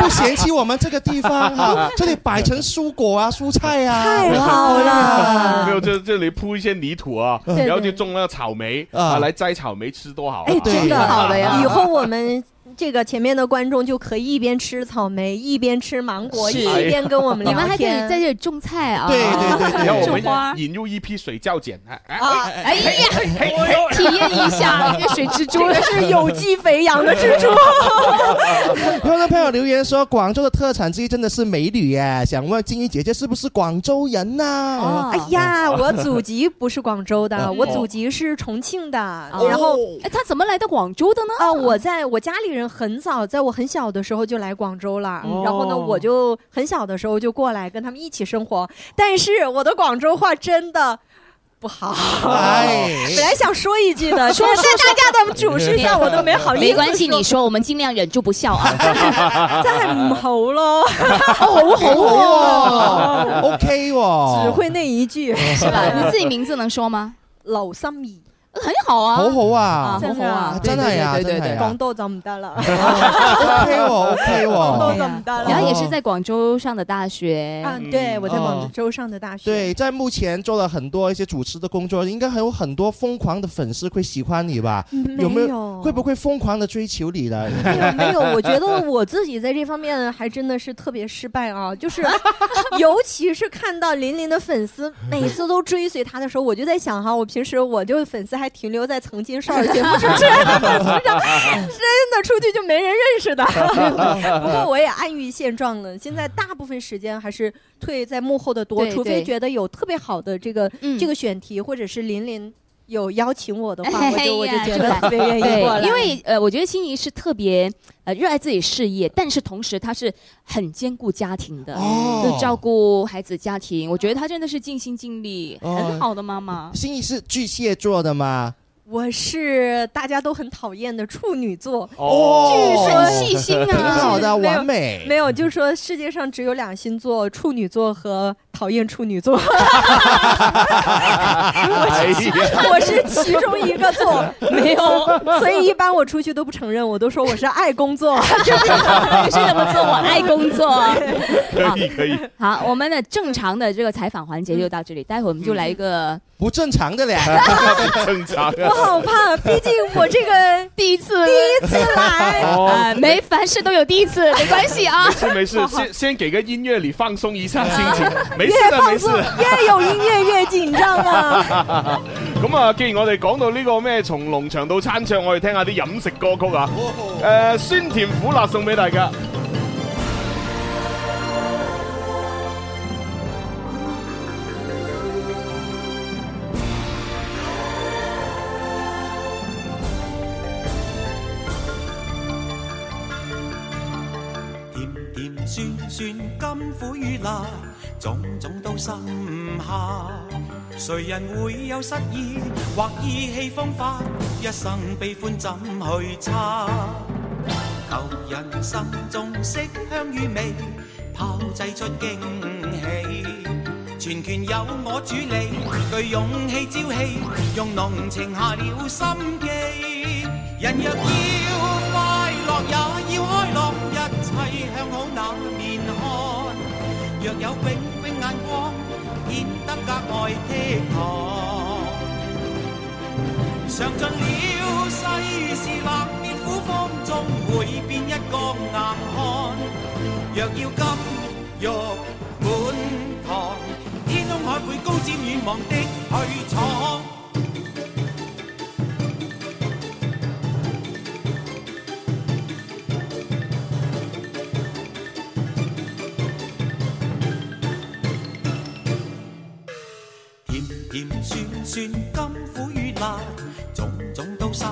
S7: 不嫌弃我们这个地方哈、这里摆成蔬果啊、蔬菜啊，
S11: 太好了
S4: 没有，就这里铺一些泥土啊，
S11: 对对
S4: 然后就种那个草莓
S7: 啊
S4: 啊，来摘草莓吃多好啊。
S11: 哎，
S9: 哦
S11: 真的
S4: 好
S11: 以后我们这个前面的观众就可以一边吃草莓，一边吃芒果，
S4: 是
S11: 一边跟我们聊
S9: 哎你们还可以
S11: 天。
S9: 在这里种菜啊，
S4: 然后我
S9: 种花
S4: 们。引入一批水教剪，
S11: (laughs)
S4: 哎
S11: 啊
S9: 哎呀，体验一下这个水蜘蛛
S11: 这个是有机肥养的蜘蛛。
S7: 有的朋友留言说，广州的特产之一真的是美女耶，想问金鱼姐姐是不是广州人啊呐、
S11: 哎呀，
S9: 哦
S11: 我祖籍不是广州的，
S9: (laughs)
S7: 嗯
S11: 我祖籍是重庆的。
S7: 哦
S11: 然后他怎么来到广州的呢？啊，我在我家里人很早，在我很小的时候就来广州了。
S12: 哦
S11: 然后呢，我就很小的时候就过来跟他们一起生活。但是我的广州话真的。不好，
S12: 哎
S11: 本来想说一
S9: (laughs)
S11: 句的，
S9: 说说
S11: 但是大家的主
S9: (laughs)
S11: 持下，我都没好意思。
S9: 没关系，你说我们尽量忍住不笑啊。
S11: 真係唔好咯，
S7: 哦好好喎，OK 喎，
S11: 只会那一句
S9: 是吧？
S7: 哦
S9: 你自己名字能说吗？
S11: 劉心怡，
S9: 很好啊，
S7: 好好啊
S9: 好好啊，
S7: 真係啊
S9: 对对
S7: 真
S9: 对
S7: 係啊
S11: 講多就唔得啦。
S7: OK 喎，OK
S11: (laughs) 多
S7: 喎。哎
S11: 就唔得啦。
S9: 然后也是在广州上的大学，
S11: 嗯，对，我在广州上的大学。
S7: 对，在目前做了很多一些主持的工作，应该还有很多疯狂的粉丝会喜欢你吧？有没
S11: 没嗯有
S7: 会不会疯狂的追求你呢？没
S11: 有没有，我觉得我自己在这方面还真的是特别失败
S9: (laughs)
S11: 啊，就是，尤其是看到林林的粉丝每次都追随他的时候，我就在想哈，我平时我就粉丝还停留在曾经少儿节目
S9: (laughs)
S11: 主持人的粉丝上，真的出去就没人认
S9: (laughs)
S11: 识的。不过我也安于现状了，现在大部分时间还是退在幕后的多，
S9: 对
S11: 除非
S9: 对嗯
S11: 觉得有特别好的这个这个选题，或者是林林。有邀请我的话，我
S9: 哎
S11: 就我就觉得特别愿意过来，
S9: 对，因为呃，我觉得心仪是特别呃热爱自己事业，但是同时她是很兼顾家庭的，
S7: 哦
S9: 就照顾孩子、家庭。我觉得她真的是尽心尽力，
S7: 哦
S9: 很好的妈妈。 (laughs)
S7: 心仪是巨蟹座的吗？
S11: 我是大家都很讨厌的处女座，
S7: 哦
S11: 据说
S7: 很细心啊挺好的
S11: 没有
S7: 完美
S11: 没有，就说世界上只有俩星座，处女座和讨厌处女座，
S4: 我
S11: 是我是其中一个座，
S9: 没有
S11: 所以一般我出去都不承认，我都说我是爱工作，就是
S9: 你是什么座？我爱工作。 (laughs)
S4: 可以可以，
S9: 好，我们的正常的这个采访环节就到这里，待会儿我们就来一
S5: 嗯
S9: 个
S7: 不正常
S11: (laughs)
S7: 的嘞，
S4: 正常。
S11: 我好怕，毕竟我这个
S9: 第一次
S11: 第一次来，
S7: (laughs)
S4: 哦
S9: 啊，没凡事都有第一次，没关系啊
S4: 没。事没事，先先给个音乐里放松一下心情，
S11: (laughs)
S4: 没事
S11: 越
S4: 的
S11: 放
S4: 没事
S11: 松。越有音乐越紧张啊。
S4: 咁啊，既然我哋講到呢個咩從農場到餐桌，我哋聽下啲飲食歌曲啊。
S11: 哦
S4: 誒、酸甜苦辣送俾大家。
S13: 甜酸酸甘苦與辣，種種都心下。誰人會有失意或意氣風發？一生悲歡怎去猜？求人生中色香與味，炮製出驚喜。全權有我主理，具勇氣朝氣，用濃情下了心機。人若要快樂，也要開朗，一切向好那面看。若有永永眼光，顯得格外倜傥。尝尽了世事冷暖苦況，終會變一個硬漢。若要金玉滿堂，天空海闊高瞻遠望的去闖。酸甘苦與辣，種種都心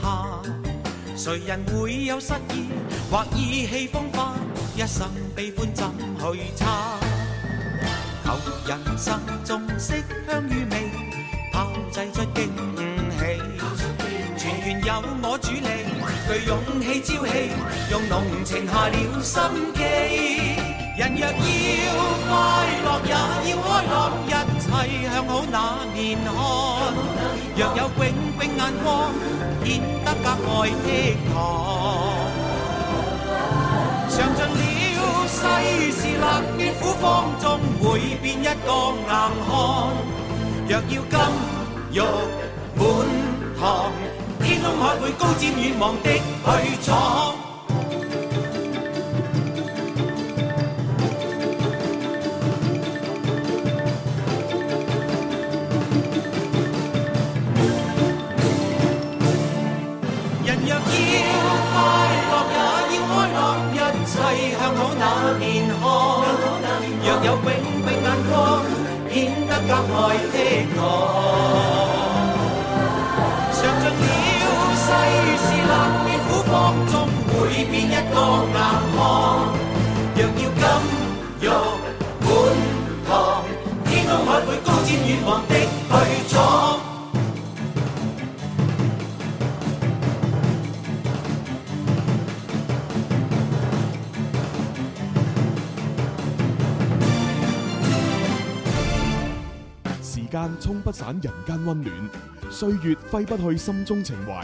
S13: 下。誰人會有失意或意氣風發？一生悲歡怎去差？求人生中色香與味，炮製出驚喜。全緣有我主力，具勇氣朝氣，用濃情下了心機。人若要快樂，也要開朗，一切向好那面看。若有炯炯眼光，顯得格外倜傥。嘗盡了世事冷暖苦況，終會變一個硬漢。若要金玉滿堂，天空海會高瞻遠望的去闖。人若要快樂，也要開朗，一切向好那面看。若有永永眼光，顯得格外的我。嘗盡了世事冷暖苦況，終會變一個硬漢。若要金玉滿堂，天空海會高瞻遠望的去闖。
S1: 時間沖不散人間温暖，歲月揮不去心中情懷。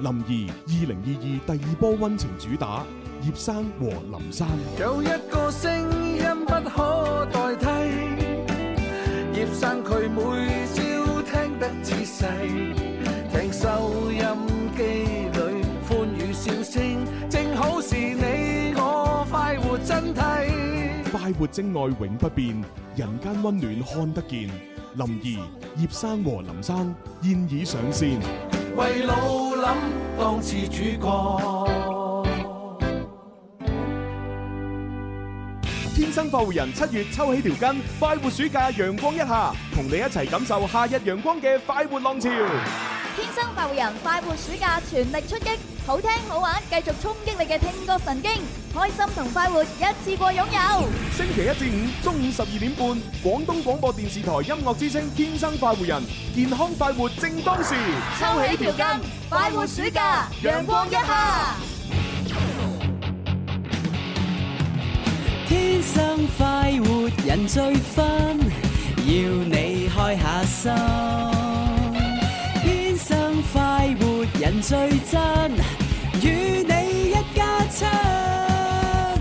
S1: 林兒二零二二第二波温情主打，葉生和林生。
S2: 有一個聲音不可代替，葉生佢每朝聽得仔細，聽收音機裏歡語笑聲，正好是你我快活真諦。
S1: 快活精愛永不變，人間温暖看得見。林兒、葉生和林生現已上線。
S2: 為老諗當次主角。
S12: 天生快活人七月抽起條筋，快活暑假陽光一下，同你一齊感受夏日陽光嘅快活浪潮。
S5: 天生快活人快活暑假全力出擊，好聽好玩，繼續衝擊你嘅聽覺神經，開心同快活一次過擁有。
S12: 星期一至五中午十二點半，廣東廣播電視台音樂之聲《天生快活人》，健康快活正當時，
S5: 抽起條筋，快活暑假，陽光一下。
S14: 天生快活人最分，要你開下心。天生快活人最真，與你一家親，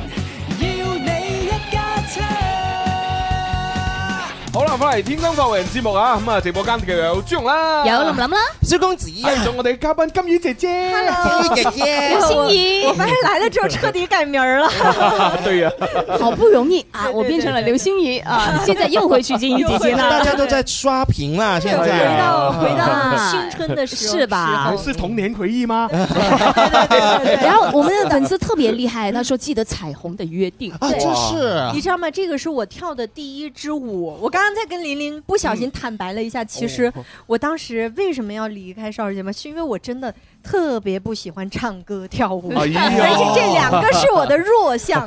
S14: 要你一家親。
S4: 好啦，翻嚟《天生快活人》節目啊，咁啊，直播間嘅有朱容啦，
S9: 有林林啦，
S4: 萧公子啊，
S7: 哎
S4: 仲有我哋嘉賓金魚姐姐，
S11: Hello，哎
S9: 有心怡，
S11: 我发现来了之后彻底改名儿了。
S4: 对呀，
S9: (laughs) 好不容易啊，我变成了刘心怡啊，现在又回去金鱼姐姐
S11: (laughs)
S9: 了。
S7: 大家都在刷屏啦，现在
S9: 回到
S11: 啊
S9: 回到
S11: 青春的时候
S9: 是吧？
S4: 是童年回忆吗？
S9: 然后我们的粉丝特别厉害，他说记得彩虹的约
S11: (laughs)
S9: 定
S7: 啊
S11: 对
S4: 啊
S11: 你知道吗？这个是我跳的第一支舞。我刚刚在跟琳琳不小
S4: 嗯
S11: 心坦白了一下，
S4: 哦
S11: 其实我当时为什么要离开少儿节目，是因为我真的特别不喜欢唱歌跳舞，
S4: 哎
S11: 而
S4: 呀
S11: 且这两个是我的
S4: (laughs)
S11: 弱项。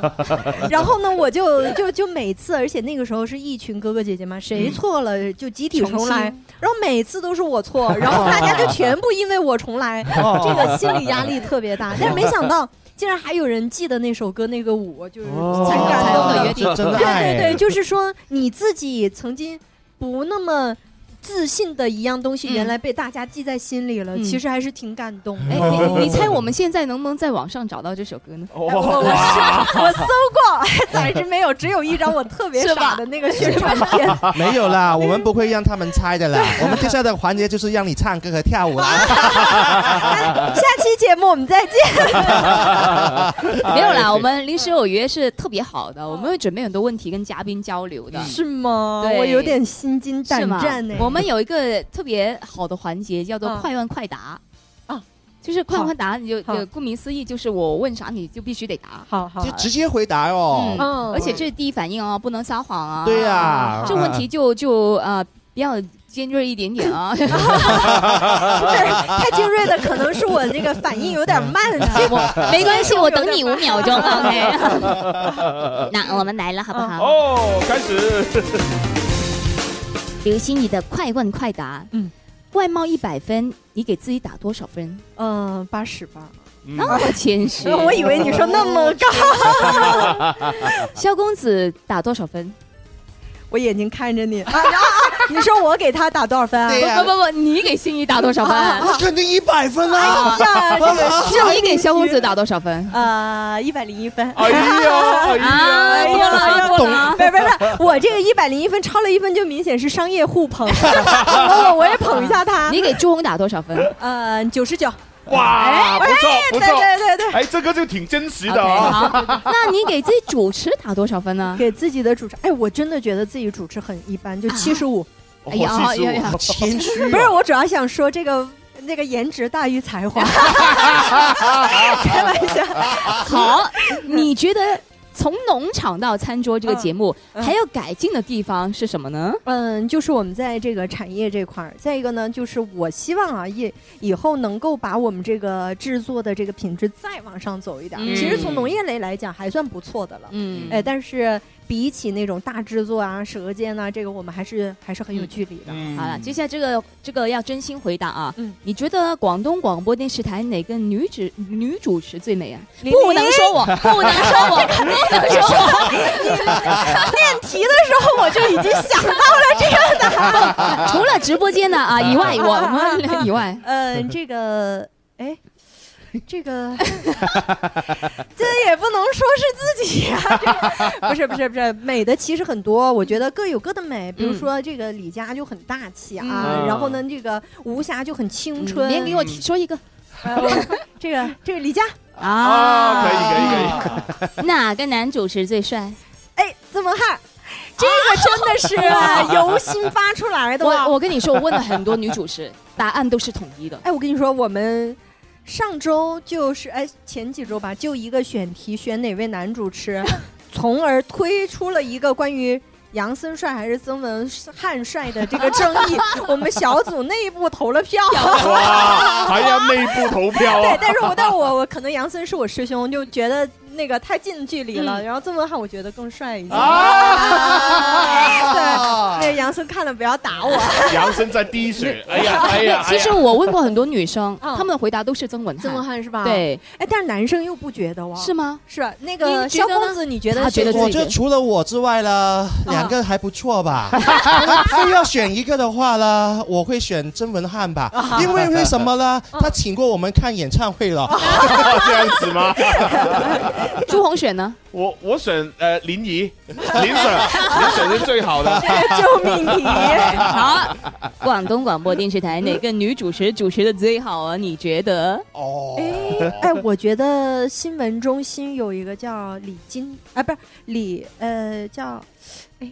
S11: 然后呢，我就就就每次，而且那个时候是一群哥哥姐姐嘛，
S4: 嗯
S11: 谁错了就集体重来
S9: 重新，
S11: 然后每次都是我错，然后大家
S4: (laughs)
S11: 就全部因为我重来，
S9: 哦
S11: 这个心理压力特别大。但是没想到。竟然还有人记得那首歌、那个舞，就是
S9: 哦
S11: 才感动的约
S9: 这
S11: 定。
S9: 真的爱
S11: 对对对，就是说你自己曾经不那么自信的一样东西，
S9: 嗯
S11: 原来被大家记在心里了，
S9: 嗯
S11: 其实还是挺感动的。
S9: 哎，你你猜我们现在能不能在网上找到这首歌呢？
S11: 我我是我搜过，暂时没有，只有一张我特别
S9: 是吧
S11: 傻的那个宣传片。
S7: 没有啦，我们不会让他们猜的啦。我们接下来的环节就是让你唱歌和跳舞啦。
S11: 下期节目我们再见。啊
S9: 没有啦，我们临时有约是特别好的，我们会准备很多问题跟嘉宾交流的。
S11: 是吗？
S9: 对
S11: 我有点心惊
S9: 是
S11: 嗯胆
S9: 吗
S11: 战呢。
S9: 我们有一个特别好的环节叫做
S11: 嗯
S9: 快问快答。啊，就是快问快答，你就
S11: 好
S9: 就顾名思义，就是我问啥你就必须得答。
S11: 好好
S7: 就直接回答哦。
S11: 嗯
S9: 而且这是第一反应哦，不能撒谎啊。
S7: 对呀
S9: 这问题就就呃比较尖锐一点点啊！
S11: 太尖锐的可能是我这个反应有点慢，结果
S9: 没关系，我等你五秒钟啊，OK。那我们来了，好不好？
S4: 哦，开始。
S9: 刘星，你的快问快答，嗯，外貌一百分，你给自己打多少分？
S11: 嗯，八十吧。
S4: 嗯
S9: 那么谦虚，
S11: (laughs) 我以为你说那么高。
S9: 萧公子打多少分？
S11: 我眼睛看着你，啊啊啊你说我给他打多少分啊？
S9: 不不不不，你给心仪打多少分？
S7: 肯定一百分啊
S11: 啦！哎呀，这个
S9: 就你给萧
S11: 哎
S9: 公子打多少分？
S11: 呃，一百零一分。 (laughs)
S4: 哎呀，
S9: 哎呀，
S11: 不了，不是不是不是，我这个一百零一分超了一分，就明显是商业互捧。我我也捧一下他。
S9: (laughs) 你给朱红打多少分？
S11: 呃，九十九。
S4: 哇，不错不错，
S11: 对对对
S4: 哎，这个就挺真实的
S9: OK，好
S4: 啊。，
S9: 那你给自己主持打多少分
S11: (laughs)
S9: 呢？
S11: 给自己的主持，哎，我真的觉得自己主持很一般，
S9: 啊
S11: 就七十五。
S9: 哎呀哦75哎呀好
S4: 啊
S7: 谦虚
S11: 不是，我主要想说这个那个颜值大于才
S4: (laughs)
S11: 华，开玩笑。
S9: 好，你觉得从农场到餐桌这个节目
S11: 嗯嗯
S9: 还要改进的地方是什么呢？
S11: 嗯，就是我们在这个产业这块儿，再一个呢，就是我希望啊，以以后能够把我们这个制作的这个品质再往上走一点儿。
S9: 嗯
S11: 其实从农业类来讲，还算不错的了。
S9: 嗯
S11: 哎，但是比起那种大制作啊、舌尖呐、这个我们还是还是很
S9: 嗯
S11: 有距离的。 (laughs)
S4: 嗯
S9: 好了，接下来这个这个要真心回答啊。
S11: 嗯，
S9: 你觉得广东广播电视台哪个女主女主持最美啊？
S11: 玲
S9: 不能说我，不
S11: (laughs)
S9: 能说我，不能说我。
S11: 练题的时候我就已经想到了这个答案。
S9: 除了直播间的啊以外，我们以
S11: (laughs)
S9: 外，
S11: 嗯，这个，哎，这个，这也不能说是自己啊，这不是不是不是，美的其实很多，我觉得各有各的美，比如说这个李佳就很大气啊，
S9: 嗯
S11: 然后呢，这个吴霞就很青春，呃
S9: 连给我提说一个
S11: 这个这个李佳，
S9: 啊，
S4: 可以可以可以。
S9: 可以。哪个男主持最帅？
S11: 哎，曾文瀚。这个真的是啊
S9: (laughs)
S11: 由心发出来的哇
S9: 我我跟你说，我问了很多女主持，答案都是统一的。
S11: 哎，我跟你说，我们上周就是哎前几周吧，就一个选题选哪位男
S9: (laughs)
S11: 主持，从而推出了一个关于。杨森帅还是曾文瀚帅的这个争
S9: (laughs)
S11: 议，我们小组内部投了票。 (laughs)
S4: 哇，还要内部投票
S11: 对
S4: 啊，！
S11: 但是我但我我可能杨森是我师兄，就觉得那个太近距离了。
S9: 嗯
S11: 然后曾文瀚我觉得更帅一些。
S4: 啊
S11: 对，那杨森看了不要打我。
S4: 杨森在滴水，哎呀哎呀，哎
S9: 其
S4: 呀
S9: 实我问过很多女生，
S11: 嗯
S9: 她们的回答都是曾文瀚。哦
S11: 曾文瀚是吧？
S9: 对，
S11: 哎，但是男生又不觉得哇，
S9: 是吗？
S11: 是啊那
S9: 你
S11: 个
S9: 觉
S11: 萧
S9: 得呢
S11: 公子，你觉得
S9: 他觉得
S11: 谁
S9: 自
S7: 我
S9: 己
S7: 觉得除了我之外呢，两个还不错吧。非要选一个的话呢，我会选曾文瀚吧，因为为什么呢？他请过我们看演唱会了。
S4: 这样子吗？
S9: 朱红选 (laughs) 呢？
S4: 我我选呃林怡，林 Sir，林 Sir 是最好的。啊
S11: (laughs) 救命题！
S9: 好，广东广播电视台哪个女主持主持的最好啊？你觉得？哦
S11: 哎，我觉得新闻中心有一个叫李金，啊，不是李，呃，叫，
S9: (laughs)
S11: 哎，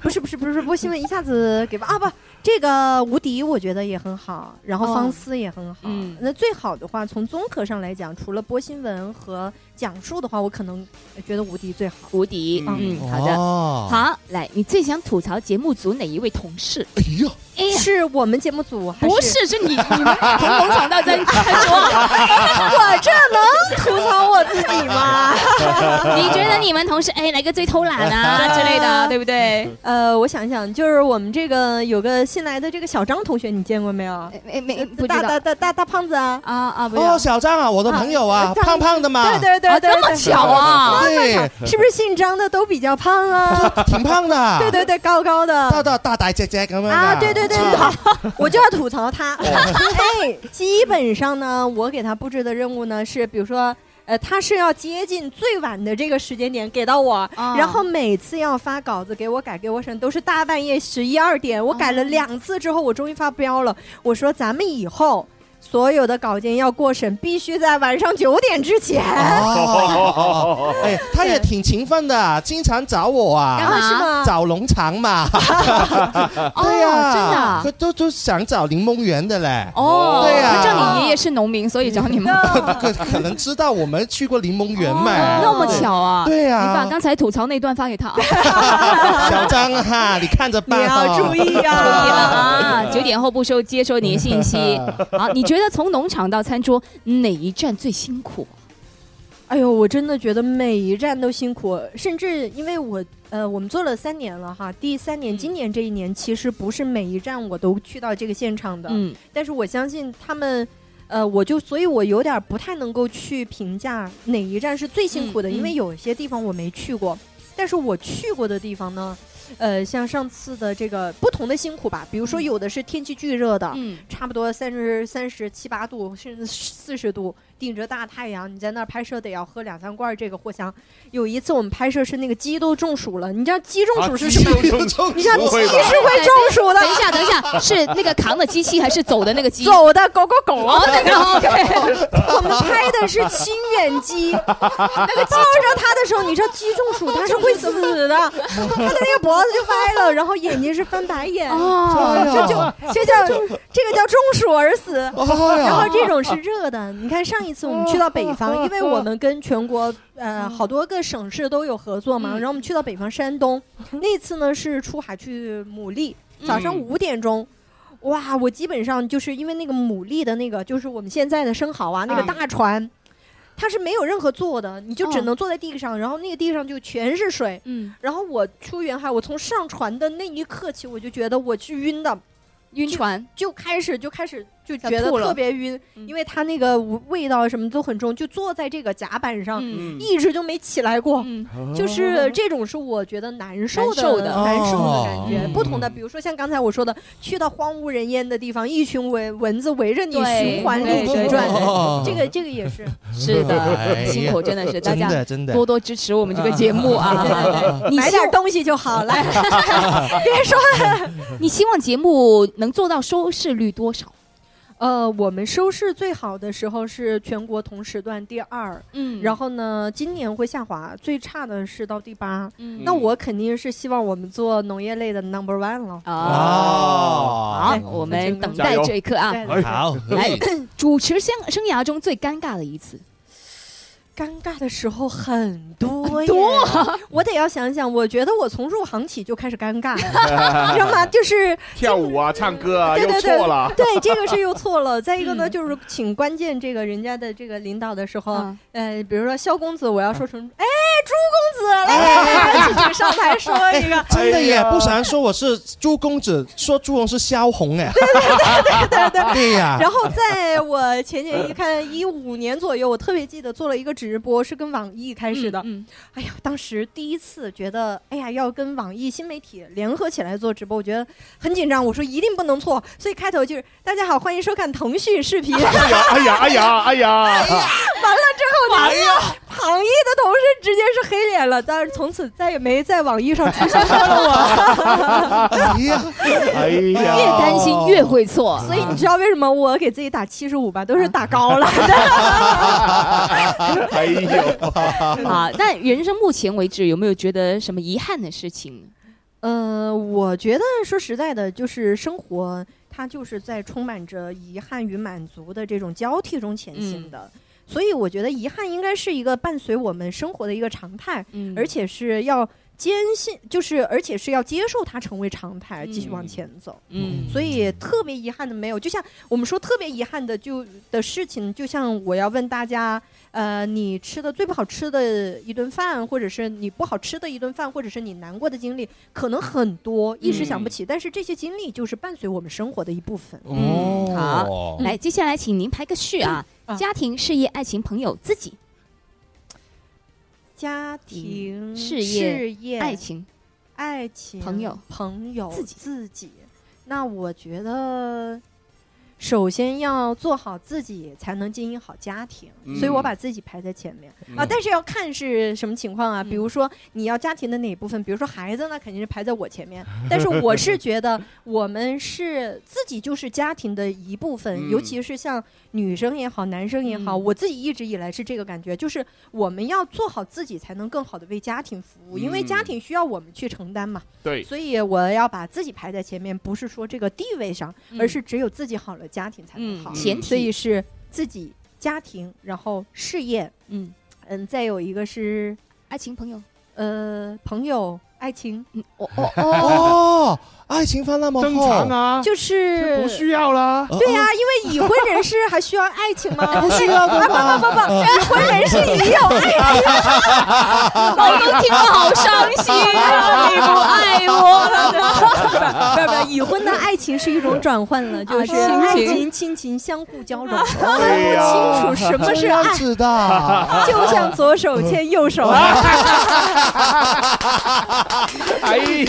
S11: 不是不是不是不是，新闻一下子给忘啊，不，这个吴迪我觉得也很好，然后方思也很好。
S9: 嗯
S11: 那最好的话，从综合上来讲，除了播新闻和讲述的话，我可能呃觉得吴迪最好。
S9: 无敌，嗯，
S11: 嗯
S9: 好的，
S7: 哦
S9: 好，来，你最想吐槽节目组哪一位同事？
S7: 哎呀，
S9: 哎呀，
S11: 是我们节目组还
S9: 不是，是你，你们从农场到餐餐 (laughs) 桌，
S11: 我啊这能吐槽我自己吗？
S9: 你觉得你们同事哎哪个最偷懒 (laughs) 啊之类的，对不对？
S11: 呃，我想想，就是我们这个有个新来的这个小张同学，你见过没有？呃
S9: 没没哎不知
S11: 大大
S9: 道
S11: 大大大胖子啊！
S9: 啊啊，不
S7: 哦，
S9: 要。
S7: 小张啊，我的朋友啊，
S11: 张
S7: 胖胖的嘛，
S11: 对对对对，
S9: 啊这么
S11: 对
S9: 巧啊
S7: 对
S11: 这么 (laughs) 巧是不是姓张的都比较胖啊？
S9: (laughs)
S7: 挺胖的。
S11: 对对对，高高
S7: 大
S11: 的。
S7: 大大大只只咁样的
S11: 啊，对对对，对 (laughs) 我就要吐槽他。
S9: 哦
S11: (laughs) 哎，基本上呢，我给他布置的任务呢是，比如说，呃，他是要接近最晚的这个时间点给到我，
S9: 啊
S11: 然后每次要发稿子给我改给我审，都是大半夜十一二点。我改了两次之后，我终于发飙了，我说咱们以后所有的稿件要过审，必须在晚上九点之前。
S7: 啊哦，哎，他也挺勤奋的，经常找我
S9: 干
S7: 啊，
S11: 啊，是吗？
S7: 找农场嘛。
S9: 哦，
S7: 对呀，
S9: 真的啊
S7: 他都都想找柠檬园的嘞。
S9: 哦，
S7: 对呀
S9: 我知道你爷爷是 (laughs)
S7: (laughs)
S9: 农民，所以找你们。
S7: 可可能知道我们去过柠檬园嘛？
S9: 那么巧啊！
S7: 对对啊
S9: 你把刚才吐槽那段发给他啊。
S7: 小张哈， (laughs) 你看着办哈。
S9: 注意了啊！九点后不收接收你的信息。
S7: 啊
S9: 好，你觉得从农场到餐桌哪一站最辛苦？
S11: 哎呦，我真的觉得每一站都辛苦，甚至因为我呃，我们做了三年了哈，第三年，今年这一年其实不是每一站我都去到这个现场的，
S9: 嗯，
S11: 但是我相信他们。呃，我就所以，我有点不太能够去评价哪一站是最辛苦的，
S9: 嗯嗯
S11: 因为有些地方我没去过，但是我去过的地方呢，呃，像上次的这个不同的辛苦吧，比如说有的是天气巨热的，
S9: 嗯
S11: 差不多三十三十七八度，甚至四十度，顶着大太阳，你在那儿拍摄得要喝两三罐这个藿香。有一次我们拍摄是那个鸡都中暑了，你知道鸡中暑是什么？
S9: 鸡都
S11: 你
S9: 中暑
S11: 知道鸡
S9: 不会吧
S11: 是会中暑的。
S9: 等
S7: (laughs)
S9: 一下等一下是那个扛的机器还是走的那个机
S11: 走的狗狗狗。
S9: 哦那个 (laughs) OK
S11: 我们拍的是清远鸡，那个抱着它的时候，你知道鸡中暑它是会死的，它的那个脖子就歪了，然后眼睛是翻白眼，
S9: 哦
S11: 这就这叫这个叫中暑而死。
S9: 哦
S11: (laughs)
S9: 哦
S11: 然后这种是热的，你看上一次我们去到北方，因为我们跟全国呃
S9: 嗯
S11: 好多个省市都有合作嘛，然后我们去到北方山东，那次呢是出海去牡蛎，早上
S9: 嗯
S11: 五点钟。哇！我基本上就是因为那个牡蛎的那个，就是我们现在的生蚝啊，那
S9: 嗯
S11: 个
S9: 哦
S11: 大船，它是没有任何座的，你就只能坐在地上，然后那个地上就全是水。
S9: 嗯，
S11: 然后我出远海，我从上船的那一刻起，我就觉得我是晕的，
S9: 晕船
S11: 就就开始就开始就
S9: 想
S11: 觉得
S9: 吐了嗯
S11: 特别晕，因为它那个味道什么都很重，就坐在这个甲板上，
S9: 嗯
S11: 一直就没起来过。就是
S9: 哦
S11: 这种是我觉得难受的
S9: 难受的
S11: 难受的感觉。
S9: 哦
S11: 不同的，比如说像刚才我说的，去到荒无人烟的地方，一群蚊蚊子围着你
S9: 对
S11: 循环
S9: 对
S11: 路
S9: 对
S11: 旋转
S9: 哦
S7: 对，
S11: 这个这个也是。
S9: 是
S7: 哎
S9: 的，
S7: 呀
S9: 辛苦真的是，大
S7: 真
S9: 家
S7: 的真的
S9: 多多支持我们这个节
S7: (laughs)
S9: 目啊！你
S11: 买
S9: 希
S11: 点东西就
S9: (laughs)
S11: 好了，别说了。
S9: 你希望节目能做到收视率多少？
S11: 呃，我们收视最好的时候是全国同时段第二，
S9: 嗯
S11: 然后呢，今年会下滑，最差的是到第八。
S9: 嗯
S11: 那我肯定是希望我们做农业类的 number one 了。
S9: 啊
S7: 啊
S9: 好
S7: 哦，
S9: 我们等待这一刻啊！
S4: 哎
S7: 好，
S9: 来， (coughs) 主持生生涯中最尴尬的一次，
S11: 尴尬的时候很多耶
S9: 多啊
S11: 我得要想想。我觉得我从入行起就开始尴尬
S9: (laughs)
S11: 了，你知道吗？就是
S4: 跳舞啊、唱歌啊，
S11: 对
S4: 又
S11: 对
S4: 错了
S11: 对，。对这个是又错了。再一个呢，
S9: 嗯
S11: 就是请关键这个人家的这个领导的时
S9: 哦
S11: 候，
S9: 啊
S11: 呃，比如说萧公子，我要说成
S9: 嗯
S11: 哎朱公子
S9: 哎 (laughs)
S11: 来，请请上台说一个
S7: 哎，真的耶，不想说我是朱公子，说朱红是萧红哎，
S11: 对对
S7: 对呀
S11: 然后在我前年一看一五年左右，我特别记得做了一个直播，是跟网易开
S9: 嗯
S11: 始的。哎呀，当时第一次觉得，哎呀，要跟网易新媒体联合起来做直播，我觉得很紧张。我说一定不能错，所以开头就是大家好，欢迎收看腾讯视频。 (laughs)
S4: 哎呀，哎呀，哎呀，哎呀！
S11: 完了之后，
S4: 完了，
S11: 行业的同事直接是黑脸了，但是从此再也没在网易上出现过了我。
S7: 哎呀，
S4: 哎呀，
S9: 越担心越会错，
S11: 所以你知道为什么我给自己打七十五吧，都是打高了。
S4: 哎呦，
S9: 啊，那人生目前为止有没有觉得什么遗憾的事情呢？
S11: 呃，我觉得说实在的，就是生活它就是在充满着遗憾与满足的这种交替中前行的。所以我觉得遗憾应该是一个伴随我们生活的一个常态，
S9: 嗯
S11: 而且是要坚信，就是而且是要接受它成为常态，继续往前走。
S9: 嗯
S11: 所以特别遗憾的没有，就像我们说特别遗憾的就的事情，就像我要问大家，呃，你吃的最不好吃的一顿饭，或者是你不好吃的一顿饭，或者是你难过的经历，可能很多，一时想不起，但是这些经历就是伴随我们生活的一部分。
S7: 哦
S9: 嗯，好，来，接下来请您排个序啊，家庭、事业、爱情、朋友、自己、
S11: 家庭、
S9: 事
S11: 业、
S9: 爱、情，
S11: 爱情、
S9: 朋友
S11: 朋友、自己、自己。那我觉得，首先要做好自己，才能经营好家庭。
S9: 嗯
S11: 所以我把自己排在前面、啊
S9: 嗯，
S11: 但是要看是什么情况啊。比如说你要家庭的哪一部分，比如说孩子，那肯定是排在我前面。 (laughs) 但是我是觉得，我们是自己就是家庭的一部分，
S9: 嗯
S11: 尤其是像女生也好，男生也好，我自己一直以来是这个感觉，就是我们要做好自己，才能更好的为家庭服务，因为
S9: 嗯
S11: 家庭需要我们去承担嘛。
S4: 对
S11: 所以我要把自己排在前面，不是说这个地位上，
S9: 嗯
S11: 而是只有自己好了，家庭才能好。
S9: 嗯前提
S11: 所以是自己、家庭，然后事业，
S9: 嗯
S11: 嗯，再有一个是
S9: 爱情朋友，
S11: 呃，朋友，爱情，
S9: 哦
S11: 哦
S7: 哦，爱情泛滥吗？
S11: 正
S7: 常
S4: 啊
S11: 就是
S4: 不需要啦。
S7: 哦
S11: 对呀、因为已婚人士还需要爱情吗？
S7: 不需要的
S11: 啊！不不不不，已婚人士也有爱情。
S9: 老公听了好伤心啊！你不爱我了，
S11: 不不不，已婚的爱情是一种转换了，就是
S9: 亲
S11: 爱
S9: 情
S11: 情、亲情相互交融，
S7: 哎呀
S11: 分不清楚什么是
S7: 这
S11: 爱
S7: 样，子的
S11: 就像左手牵右手。
S4: 哎
S7: 呀，
S9: 呀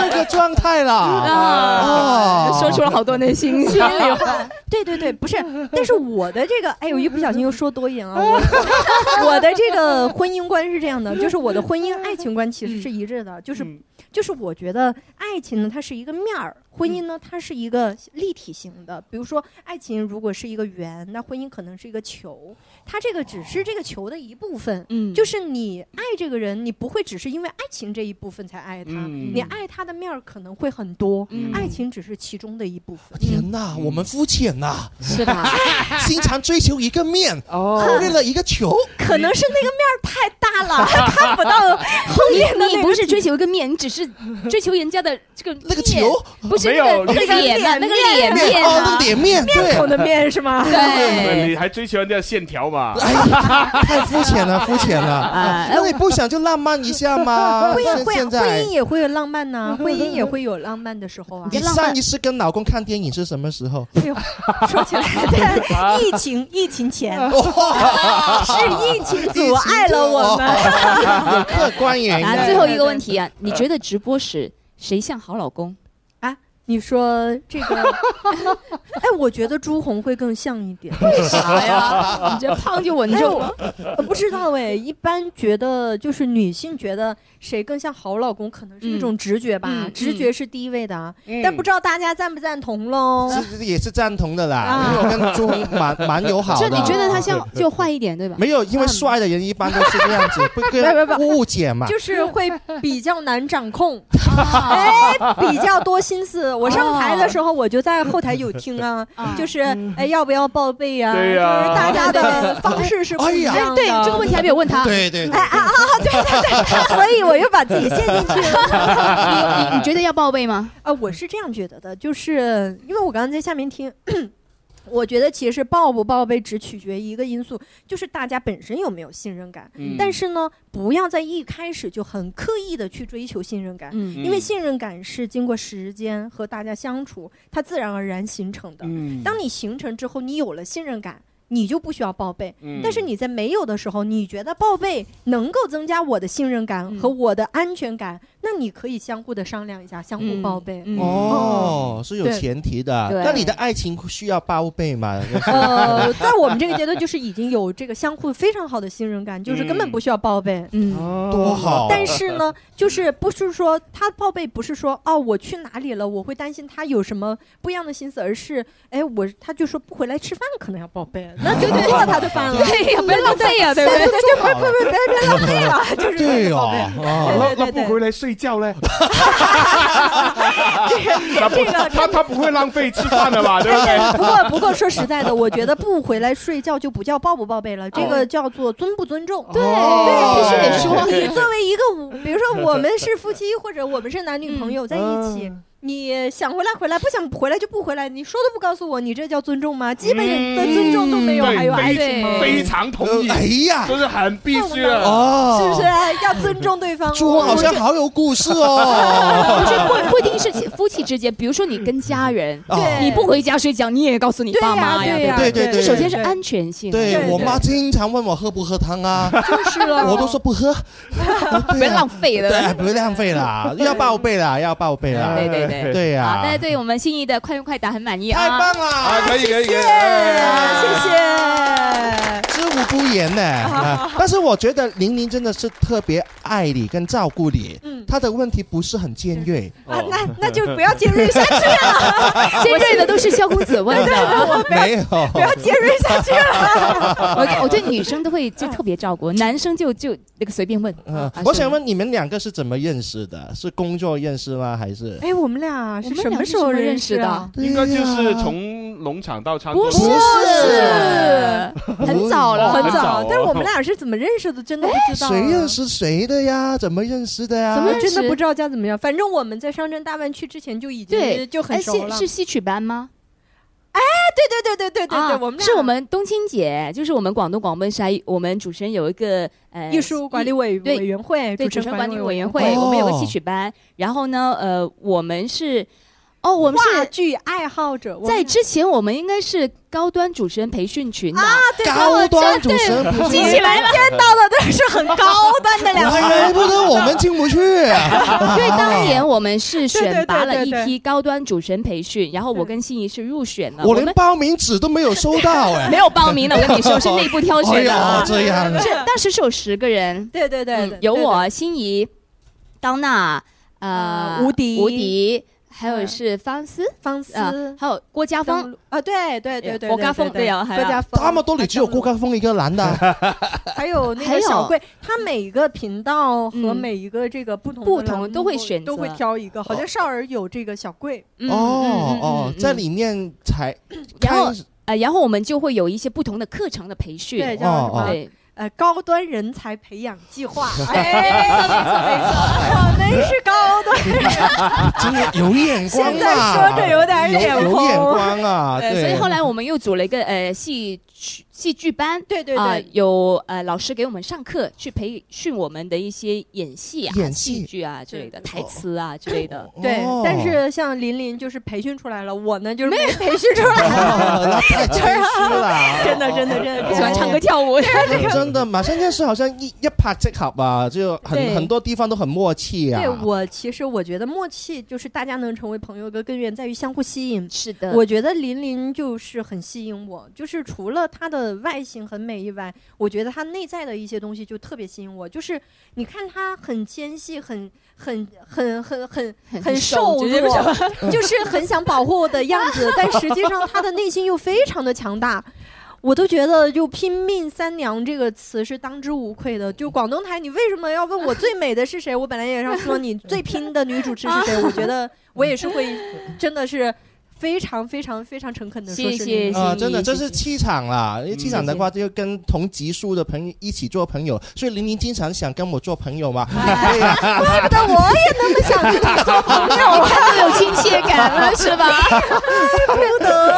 S9: 嗯
S7: 是这个状态啦！
S9: 啊
S7: 哦
S9: 说出了好多内 (laughs) 心心里话。
S11: (laughs) 对对对，不是，但是我的这个，哎呦，一不小心又说多言啊！我我的这个婚姻观是这样的，就是我的婚姻爱情观其实是一致
S7: 嗯
S11: 的，就是就是我觉得爱情呢，它是一个面儿，婚姻呢，它是一个立体型的。比如说，爱情如果是一个圆，那婚姻可能是一个球，它这个只是这个球的一部分。
S9: 嗯
S11: 就是你爱这个人，你不会只是因为爱情这一部分才爱他，
S7: 嗯
S11: 你爱他的面儿可能会很多，
S7: 嗯
S11: 爱情只是其中的一部分。
S7: 天呐，我们肤浅呐，
S9: (laughs) 是 (laughs) 吧？
S7: 经常追求一个面，
S4: 哦
S11: 哦
S7: 忽略了一个球，
S11: 可能是那个面儿太大
S9: (laughs)
S11: 了，他看不到后面的那
S9: 你
S11: 个
S9: 你不是追求一个面，你只是追求人家的这个 (laughs) 那个
S7: 球，
S9: 不是
S4: 没
S9: 那
S4: 有
S9: 个那个
S4: 你
S9: 脸呐，那个啊
S11: 面
S9: 面
S7: 哦，
S9: 呐
S7: 那脸面，对，
S11: 孔的面是吗？
S9: 对。
S4: 你还追求人家线条嘛？
S7: 哎太肤浅
S11: (laughs)
S7: 了，肤浅了
S9: 哎。
S7: 那你不想就浪漫一下吗？
S11: 啊呃会啊
S7: 现
S11: 会啊，
S7: 现
S11: 婚
S7: 在
S11: 姻也会有浪漫
S7: (laughs)
S11: 呐，婚姻也会有浪漫的时候啊。
S7: 你上一次跟老公看电影是什么时
S11: (laughs)
S7: 候？
S11: 哎呦，说起来，
S7: (laughs)
S11: 对，疫情疫情前，是疫情阻碍了我们。
S7: 哦有
S11: (laughs)
S7: 客观原因。
S9: 啊，最后一个问题啊，你觉得直播时谁像好老公？
S11: 啊，你说这个，
S7: (laughs)
S11: 哎，我觉得朱红会更像一
S7: (laughs)
S11: 点。
S9: 为啥呀？你这胖就稳重了。
S11: 我不知道哎，一般觉得就是女性觉得谁更像好老公，可能是一种直觉吧，
S7: 嗯嗯嗯
S11: 直觉是第一位的啊。但不知道大家赞不赞同喽？
S7: 是也是赞同的啦，
S11: 啊
S7: 因为我跟朱红蛮蛮友好
S9: 就
S7: 的。
S9: 你觉得他像
S7: 对
S9: 就坏一点对
S7: (laughs)
S9: 吧？
S7: 没有？
S11: 嗯
S7: 因为帅的人一般都是这样子，不
S11: (laughs) 不
S7: 跟
S11: 不
S7: 误解嘛。
S11: 就是会比较难掌控，
S9: 啊
S11: (laughs) 哎，比较多心思。我上台
S9: 哦
S11: 的时候，我就在后台有
S9: (laughs)
S11: 听啊，就是
S9: 嗯
S11: 哎，要不要报备啊？
S4: 对呀
S11: 就是大
S9: (laughs)
S11: 家的方式是不一样的。
S9: 哎对这个问题还没有问他
S7: 对对
S11: 哎啊啊！啊对
S9: (laughs)
S11: 对对，所以我又把自己陷进去了。
S9: 你你觉得要报备吗？
S11: 啊，我是这样觉得的，就是因为我刚刚在下面听。 (clears throat) 我觉得其实报不报备只取决于一个因素，就是大家本身有没有信任感。
S9: 嗯
S11: 但是呢，不要在一开始就很刻意的去追求信任感，
S9: 嗯
S11: 因为信任感是经过时间和大家相处，它自然而然形成的。
S4: 嗯
S11: 当你形成之后，你有了信任感。你就不需要报备，
S4: 嗯
S11: 但是你在没有的时候，你觉得报备能够增加我的信任感和我的安全感，那你可以相互的商量一下，相
S9: 嗯
S11: 互报备。
S7: 哦，是有
S11: 对
S7: 前提的。啊
S11: 对
S7: 那你的爱情需要报备吗？
S11: 呃，在我们这个阶段，就是已经有这个相互非常好的信任感，就是根本不需要报备。
S9: 嗯，
S7: 多
S4: 哦
S7: 好
S11: 但是呢，就是不是说他报备，不是说哦我去哪里了，我会担心他有什么不一样的心思，而是哎我他就说不回来吃饭，可能要报备，那就做他的饭了，
S9: 对呀不要浪费呀对不对
S11: 对对，不不不，别别浪费了，就是
S7: 对哦，哦
S4: 那那不回来睡觉嘞？
S11: (laughs) 这个这个
S4: 他他不会浪费吃饭的
S11: (laughs)
S4: 吧？对不
S11: 哎
S4: 对？
S11: 不过不过说实在的，我觉得不回来睡觉就不叫报不报备了，这个叫做尊不尊重。对
S9: 哦
S4: 哦
S9: 对必须得说
S11: 你作为一个，比如说我们是夫妻，或者我们是男女朋
S9: 嗯
S11: 友在一起。
S4: 嗯
S11: 你想回来回来，不想回来就不回来。你说都不告诉我，你这叫尊重吗？基本的尊重都没有，还有爱情吗？
S4: 嗯非常同意。
S7: 哎呀
S4: 就是很必须啊的。
S7: 哦，
S11: 是不是哎要尊重对方？
S7: 朱红好像好有故事哦。
S9: 不是不不一定是妻夫妻之间，比如说你跟家人
S7: 哦，
S9: 你不回家睡觉，你也告诉你爸妈
S11: 对
S9: 呀，
S11: 呀
S9: 不
S7: 对呀对
S9: 这
S7: 对
S9: 首先是安全性。
S7: 对我妈经常问我喝不喝汤啊，
S11: 就是了
S7: 我都说不喝，啊
S9: 别哦浪费了。
S7: 对，不浪费啦，要报备啦，要报备啦，
S9: 对对
S7: 对
S9: 对好，大家
S7: 呀，
S9: 对我们心仪的快问快答很满意啊！
S7: 太棒了
S4: 啊，可以可以可以。
S11: 哎谢谢。
S7: 知无不言呢。啊但是我觉得玲玲真的是特别爱你跟照顾你，她的问题不是很尖锐，
S4: 哦
S11: 啊，那那就不要尖锐下去了，
S9: 尖锐的都是萧公子问
S11: 对对对
S9: 的，
S11: 我不
S7: (laughs)
S11: 要
S7: 没有，
S11: (laughs) 不要尖锐下去了。
S9: 我我对女生都会就特别照顾，男生就就这个随便问。
S7: 嗯
S9: 啊，
S7: 我想问你们两个是怎么认识的？是工作认识吗？还是？
S11: 哎，我们俩是
S9: 我们
S11: 什
S9: 俩
S11: 么
S9: 是
S11: 时
S9: 什
S11: 候
S9: 么认
S11: 认
S9: 识
S11: 啊？
S4: 应该就是从农场到餐桌，
S11: 不是不
S9: 是
S11: 很早了，
S4: 哦很早
S11: 但是我们俩是怎么认识的，真的不
S9: 哎
S11: 知道啊。
S7: 谁认识谁的呀？怎么认识的呀？
S11: 怎么真的不知道该怎么样？反正我们在上镇大湾区之前就已
S9: 对，
S11: 经就很
S9: 哎
S11: 熟
S9: 戏
S11: 了。
S9: 是戏曲班吗？
S11: 对对对 (laughs) 对对对
S9: 啊
S11: 对，我们俩
S9: 是我们冬青姐，就是我们广东广播台，我们主持人有一个呃
S11: 艺术管理委
S9: 对
S11: 委员会，
S9: 对主
S11: 主持
S9: 持
S11: 人
S9: 人
S11: 管
S9: 管
S11: 理
S9: 理
S11: 委
S9: 委
S11: 员
S9: 员
S11: 会
S9: 会，
S11: 哦
S9: 我们有个戏曲班，然后呢，呃，我们是。哦，我们是
S11: 话剧爱好者，我们
S9: 在之前，我们应该是高端主持人培训群的。
S11: 啊，对高端主持人
S9: 对
S11: 培训
S9: 记起来了，
S11: 见到的都是
S9: (laughs)
S11: 很高端的两个
S7: 怪
S11: 人
S7: 不得我们进不去 (laughs) 啊。
S9: 对，当年我们是选拔了一
S11: 对对对
S9: 批高端主持人培训，然后我跟心仪是入选了。
S7: 我
S9: 们
S7: 连报名纸都没有收到哎，
S9: 没有报名的，我跟你说是内部挑选的
S7: (laughs)
S9: 啊。
S7: 哎呦这样啊
S9: 是当时是有十个人，
S11: 对对对
S9: 嗯
S11: 对
S9: 有
S11: 对
S9: 我、心仪、当娜、呃
S11: 呃吴迪
S9: 吴迪，还有是方思、
S11: 方思
S9: 呃还有郭家
S11: 登
S9: 峰
S11: 陆。啊，对对对对，
S9: 郭家峰
S11: 对
S9: 对啊还有
S11: 郭家峰，
S7: 他们都里只有郭家峰一个男的，啊
S9: (laughs)
S11: 还有那
S9: 还
S11: 个
S9: 有
S11: 小贵，他每一个频道和
S9: 嗯
S11: 每一个这个不同
S9: 不
S11: 的栏
S9: 同
S11: 目
S9: 都会选择哦
S11: 都会挑一个，好像少儿有这个小贵，
S9: 嗯
S7: 哦哦，在
S9: 嗯
S7: 里面才
S9: 然后
S7: 开始
S9: 呃，然后我们就会有一些不同的课程的培训。
S11: 对叫
S7: 哦
S11: 什么
S9: 对
S11: 呃高端人才培养
S9: (laughs)
S11: 计划，哎，没错没错没错，我们是高端人。
S7: 真的有眼光
S11: 现在
S7: 啊！
S11: 说着有点
S7: 有
S11: 眼
S7: 有
S11: 红
S7: 眼光啊！
S9: 呃，
S7: 对，
S9: 所以后来我们又组了一个呃戏曲戏剧班，
S11: 对对对
S9: 啊有呃老师给我们上课，去培训我们的一些演戏啊、
S11: 演戏
S9: 戏剧啊之类的、台词啊之类
S7: 哦
S9: 的。
S11: 对，但是像林林就是培训出来了，我呢就是没培训出来，
S7: 谦虚啦
S11: (laughs) 真
S9: (laughs)
S11: 的真的真的，
S9: 喜欢唱歌跳
S11: (laughs)
S9: 舞，
S7: 真的嘛，现在是好像一一拍即合啊，就
S11: 对
S7: 很很多地方都很默契啊
S11: 对。我其实我觉得默契就是大家能成为朋友的根源在于相互吸引。
S9: 是的
S11: 我觉得林林就是很吸引我，就是除了她的外形很美以外，我觉得她内在的一些东西就特别吸引我。就是你看她很纤细，很很很很很
S9: 很
S11: 很哦
S9: 瘦
S11: 瘦
S9: 直接不
S11: 弱
S9: 想，
S11: 就是很想保护我的样子，但实际上她的内心又非常的强大。我都觉得就“拼命三娘”这个词是当之无愧的。就广东台，你为什么要问我最美的是谁？我本来也想说你最拼的女主持是谁。我觉得我也是会，真的是非常非常非常诚恳的说是你
S7: 啊、真的，这是气场啦！因为气场的话，就跟同级数的朋友一起做朋友，所以玲玲经常想跟我做朋友嘛。哎呀，
S11: 怪不得我也那么想跟你做朋友，
S9: 你看都有亲切感了是吧？
S11: 怪不得。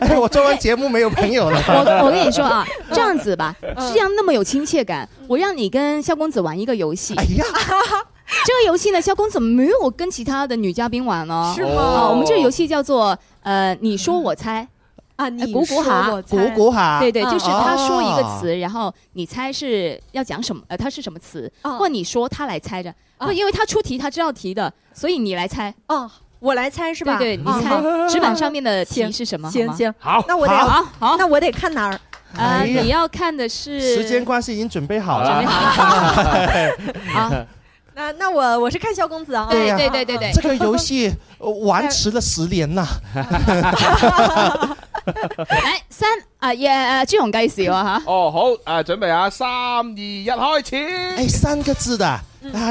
S7: 哎，我做完节目没有朋
S9: (laughs)
S7: 友了。
S9: 我我跟你说啊，这样子吧，这样那么有亲切感，我让你跟萧公子玩一个游戏。哎
S7: 呀，
S9: 这个游戏呢，萧公子没有跟其他的女嘉宾玩哦。
S11: 是吗
S9: 啊我们这个游戏叫做呃，你说我猜。
S11: 啊，你
S9: 古古哈
S11: 说我，猜
S7: 古古哈
S9: 对对，就是他说一个
S7: 嗯哦
S9: 词，然后你猜是要讲什么，呃，他是什么词，
S11: 哦
S9: 或你说他来猜着，不，因为他出题，他知道题的，所以你来猜。
S11: 哦，我来猜是吧？
S9: 对对，你
S11: 啊
S9: 猜纸板上面的题是什么？
S11: 行
S9: 吗
S11: 行，
S4: 好
S11: 那我得
S9: 好好，
S11: 那我得看哪儿？
S9: 呃，
S7: 哎呀
S9: 你要看的是
S7: 时间关系已经准备好
S9: 准
S7: 了
S9: 备。好
S7: 了
S11: 那那我我是看萧公子啊，
S9: 对
S11: 啊
S9: 对对对对
S7: 这个游戏呃玩迟了十年呐。
S9: 来三啊，耶，呃朱紅計時喎吓。
S4: 哦，好，诶，准备啊，三二一，开始。
S7: 哎，三个字的啊，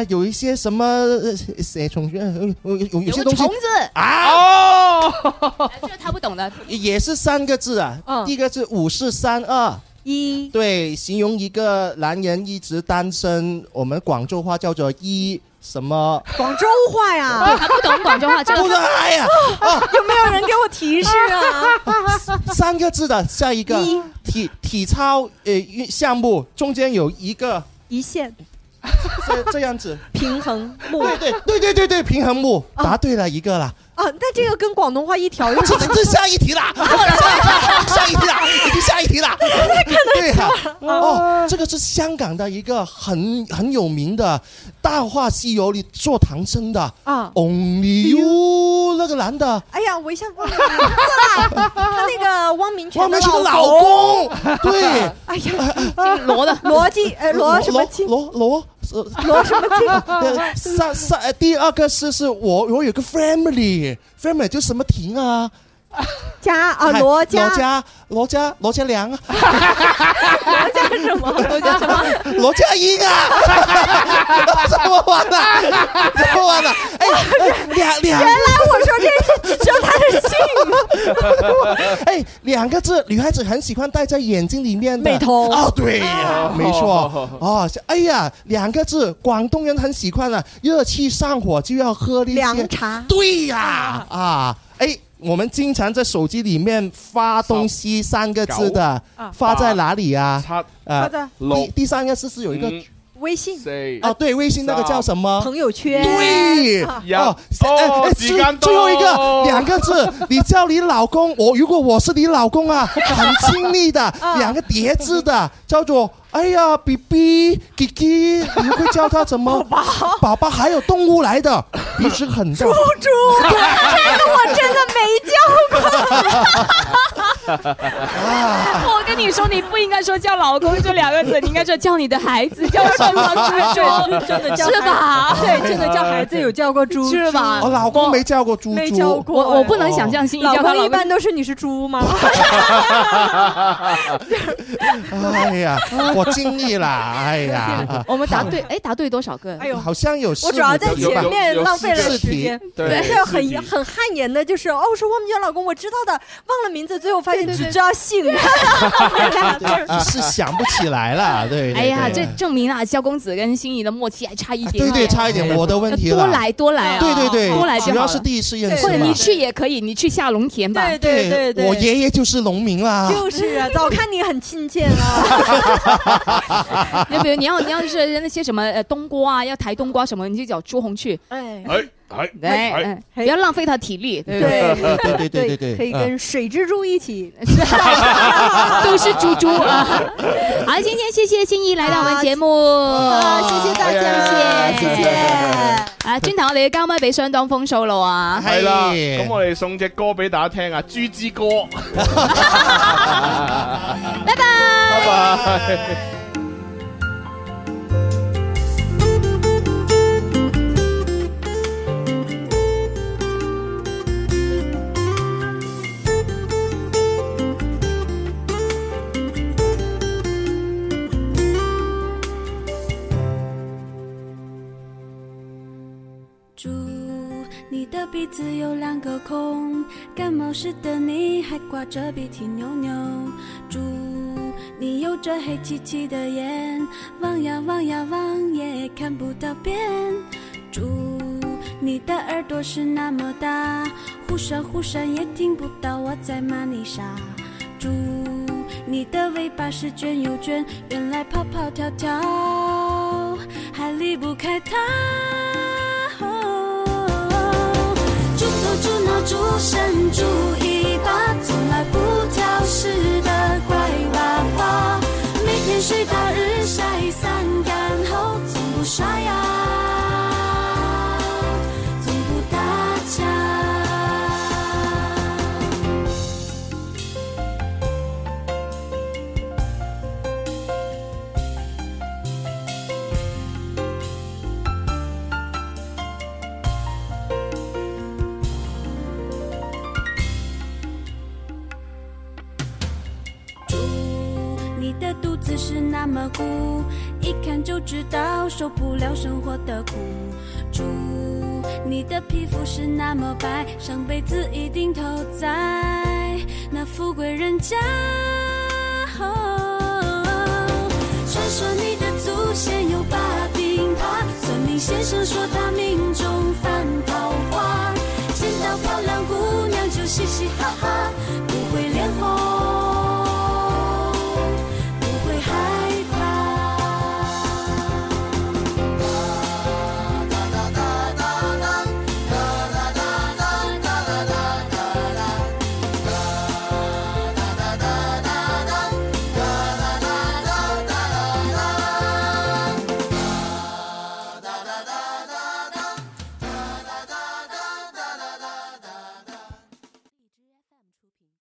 S7: 有一些什么呃蛇虫，呃有有有些东西
S9: 虫子
S7: 啊，
S4: 哦，
S9: 哎这个他
S7: (laughs)
S9: 不懂的。
S7: 也是三个字啊。
S9: 嗯
S7: 第一个字五四三二。
S11: 一
S7: 对，形容一个男人一直单身，我们广州话叫做一什么？
S11: 广州
S9: (laughs)
S11: 话呀，
S9: 他不懂广州话，这
S7: 不
S9: 个
S7: 是哎呀，
S11: 有没有人给我提示啊？ (laughs)
S7: 三个字的，下一个体体操呃运项目中间有一个
S11: 一线
S7: 这这样子，
S11: 平衡木
S7: 对对对对对对，平衡木，答对了一个了。
S11: 啊，那这个跟广东话
S7: (laughs)
S11: 一条又不
S7: 这
S11: 同
S7: 这这下一题
S11: (laughs)
S7: 啦，下一题啦，已经下一题啦。对
S11: 啊
S7: 呀，哦，这个是香港的一个很很有名的《大话西游》里做唐僧的
S11: 啊
S7: ，Only You 那个男的，
S11: 哎呀，我一下忘了名字了，他那个汪明
S7: 汪
S11: 荃
S7: 明荃的老
S11: 老
S7: 公，对，
S11: 哎呀，
S9: 罗的
S11: 罗辑，呃， (laughs) 罗什么
S7: 罗罗罗呃
S11: 罗什么
S7: (laughs) 呃
S11: 庆？
S7: 三三呃第二个是是我我有个 family family 就什么婷啊，
S11: 家啊，
S7: 嗨
S11: 罗家，
S7: 罗家，罗家，罗家
S11: (laughs)
S7: 良啊，
S11: 罗家什么？罗家什么？
S7: 罗家英啊， (laughs) 怎么完了？怎么完了？哎，哎两两，
S11: 原来我说这只有他的
S7: 姓。哎，两个字，女孩子很喜欢戴在眼睛里面的
S11: 美瞳
S7: 哦，对呀
S11: 哦，
S7: 没错。哦，哎呀，两个字，广东人很喜欢啊，热气上火就要喝那些
S11: 凉茶
S7: 对呀，啊，哎。我们经常在手机里面发东西三个字的
S11: 啊，
S7: 发在哪里啊？
S11: 发
S7: 呃
S11: 在
S7: 第第三个字是有一个
S4: 嗯
S11: 微信
S7: 哦，对，微信那个叫什么？
S11: 朋友圈。
S7: 啊对，
S11: 啊
S7: 哦，哎
S4: 哦
S7: 哎
S4: 时
S7: 最
S4: 间到
S7: 最后一个两个字，你叫你老公，我如果我是你老公
S11: (laughs)
S7: 啊，很亲密的，
S11: 啊
S7: 两个叠字的，叫做哎呀，B B 弟弟，你会叫他什么？宝宝，宝宝还有动物来的，鼻子很大，猪
S11: 猪，这个我真的没叫过。
S9: (laughs) 我跟你说，你不应该说叫老公这两个字，你应该说叫你的孩子
S7: (laughs)
S9: 叫什么？
S7: 哦
S15: 对
S9: 是
S15: 真的叫
S9: 是吧？
S15: 孩子对真的叫
S7: 哎
S15: 孩子有叫过猪
S9: 是吧？
S7: (laughs) 我老公没叫过猪猪，
S15: 没叫过
S9: 我我不能想象心仪
S15: 老
S9: 叫他
S15: 公一
S9: 老
S15: 般
S9: 公。
S15: 都是 (laughs) 你是猪吗？
S7: 哎呀，我尽力啦，哎
S15: (laughs)
S7: 呀，
S9: 我们答
S7: (laughs)
S9: 对，哎，答对多少个？哎
S7: 好像有四
S15: 我主要在前面浪费了
S7: 四
S15: 时
S7: 题
S15: 间，
S7: 对
S15: 对，
S7: 四
S15: 很
S7: 题
S15: 很汗颜的，就是哦，我说忘记了老公，我知道的，忘了名字，最后发现只知道姓。 (laughs)
S7: 啊是想不起来
S15: (laughs)
S7: 了，对。对
S9: 哎呀，
S7: 对哎
S9: 这证明啊，萧公子跟心仪的默契还差一点
S7: 对对，
S9: 点。
S7: 差一点我的问题了。
S9: 多来多来啊！
S7: 对对对，
S9: 多来就好
S7: 主要
S9: 了
S7: 是第一次认识
S9: 或
S7: 嘛。
S9: 者你去也可以，你去下龙田吧。
S7: 我爷爷就是农民啦。
S15: (laughs) 就是啊，早看你很亲切了。 (laughs)
S9: 就比如 (laughs) 你要你要是那些什么呃冬瓜啊，要抬冬瓜什么，你就叫朱红去。
S15: 哎
S4: 哎哎
S9: 哎哎，不要浪费他体力。对
S7: 对对对对对对
S15: 可以
S7: 嗯
S15: 跟水蜘蛛一起，
S9: (laughs) 都是猪猪 (laughs) 啊！好，今天谢谢心怡来到我们节目，啊
S15: 谢謝大
S9: 家，
S15: 哎
S9: 謝謝
S4: 謝謝
S9: 啊，轉頭你交咪俾相當風騷咯啊！
S4: 系啦，
S7: 哎
S4: 咁我哋送只歌俾大家聽啊，《豬之 (laughs) 歌》，
S9: 拜拜
S4: 拜拜。
S16: 猪，你的鼻子有两个孔，感冒时的你还挂着鼻涕扭扭。猪，你有着黑漆漆的眼，望呀望呀望也看不到边。猪，你的耳朵是那么大，忽闪忽闪也听不到我在骂你傻。猪，你的尾巴是卷又卷，原来跑跑跳跳还离不开它。猪头猪脑猪身猪尾巴，从来不挑食的乖娃娃，每天睡到日晒三竿后，从不刷牙，从不打架。你的肚子是那么鼓，一看就知道受不了生活的苦。猪，你的皮肤是那么白，上辈子一定投在那富贵人家。传说你的祖先有把柄耙，算命先生说他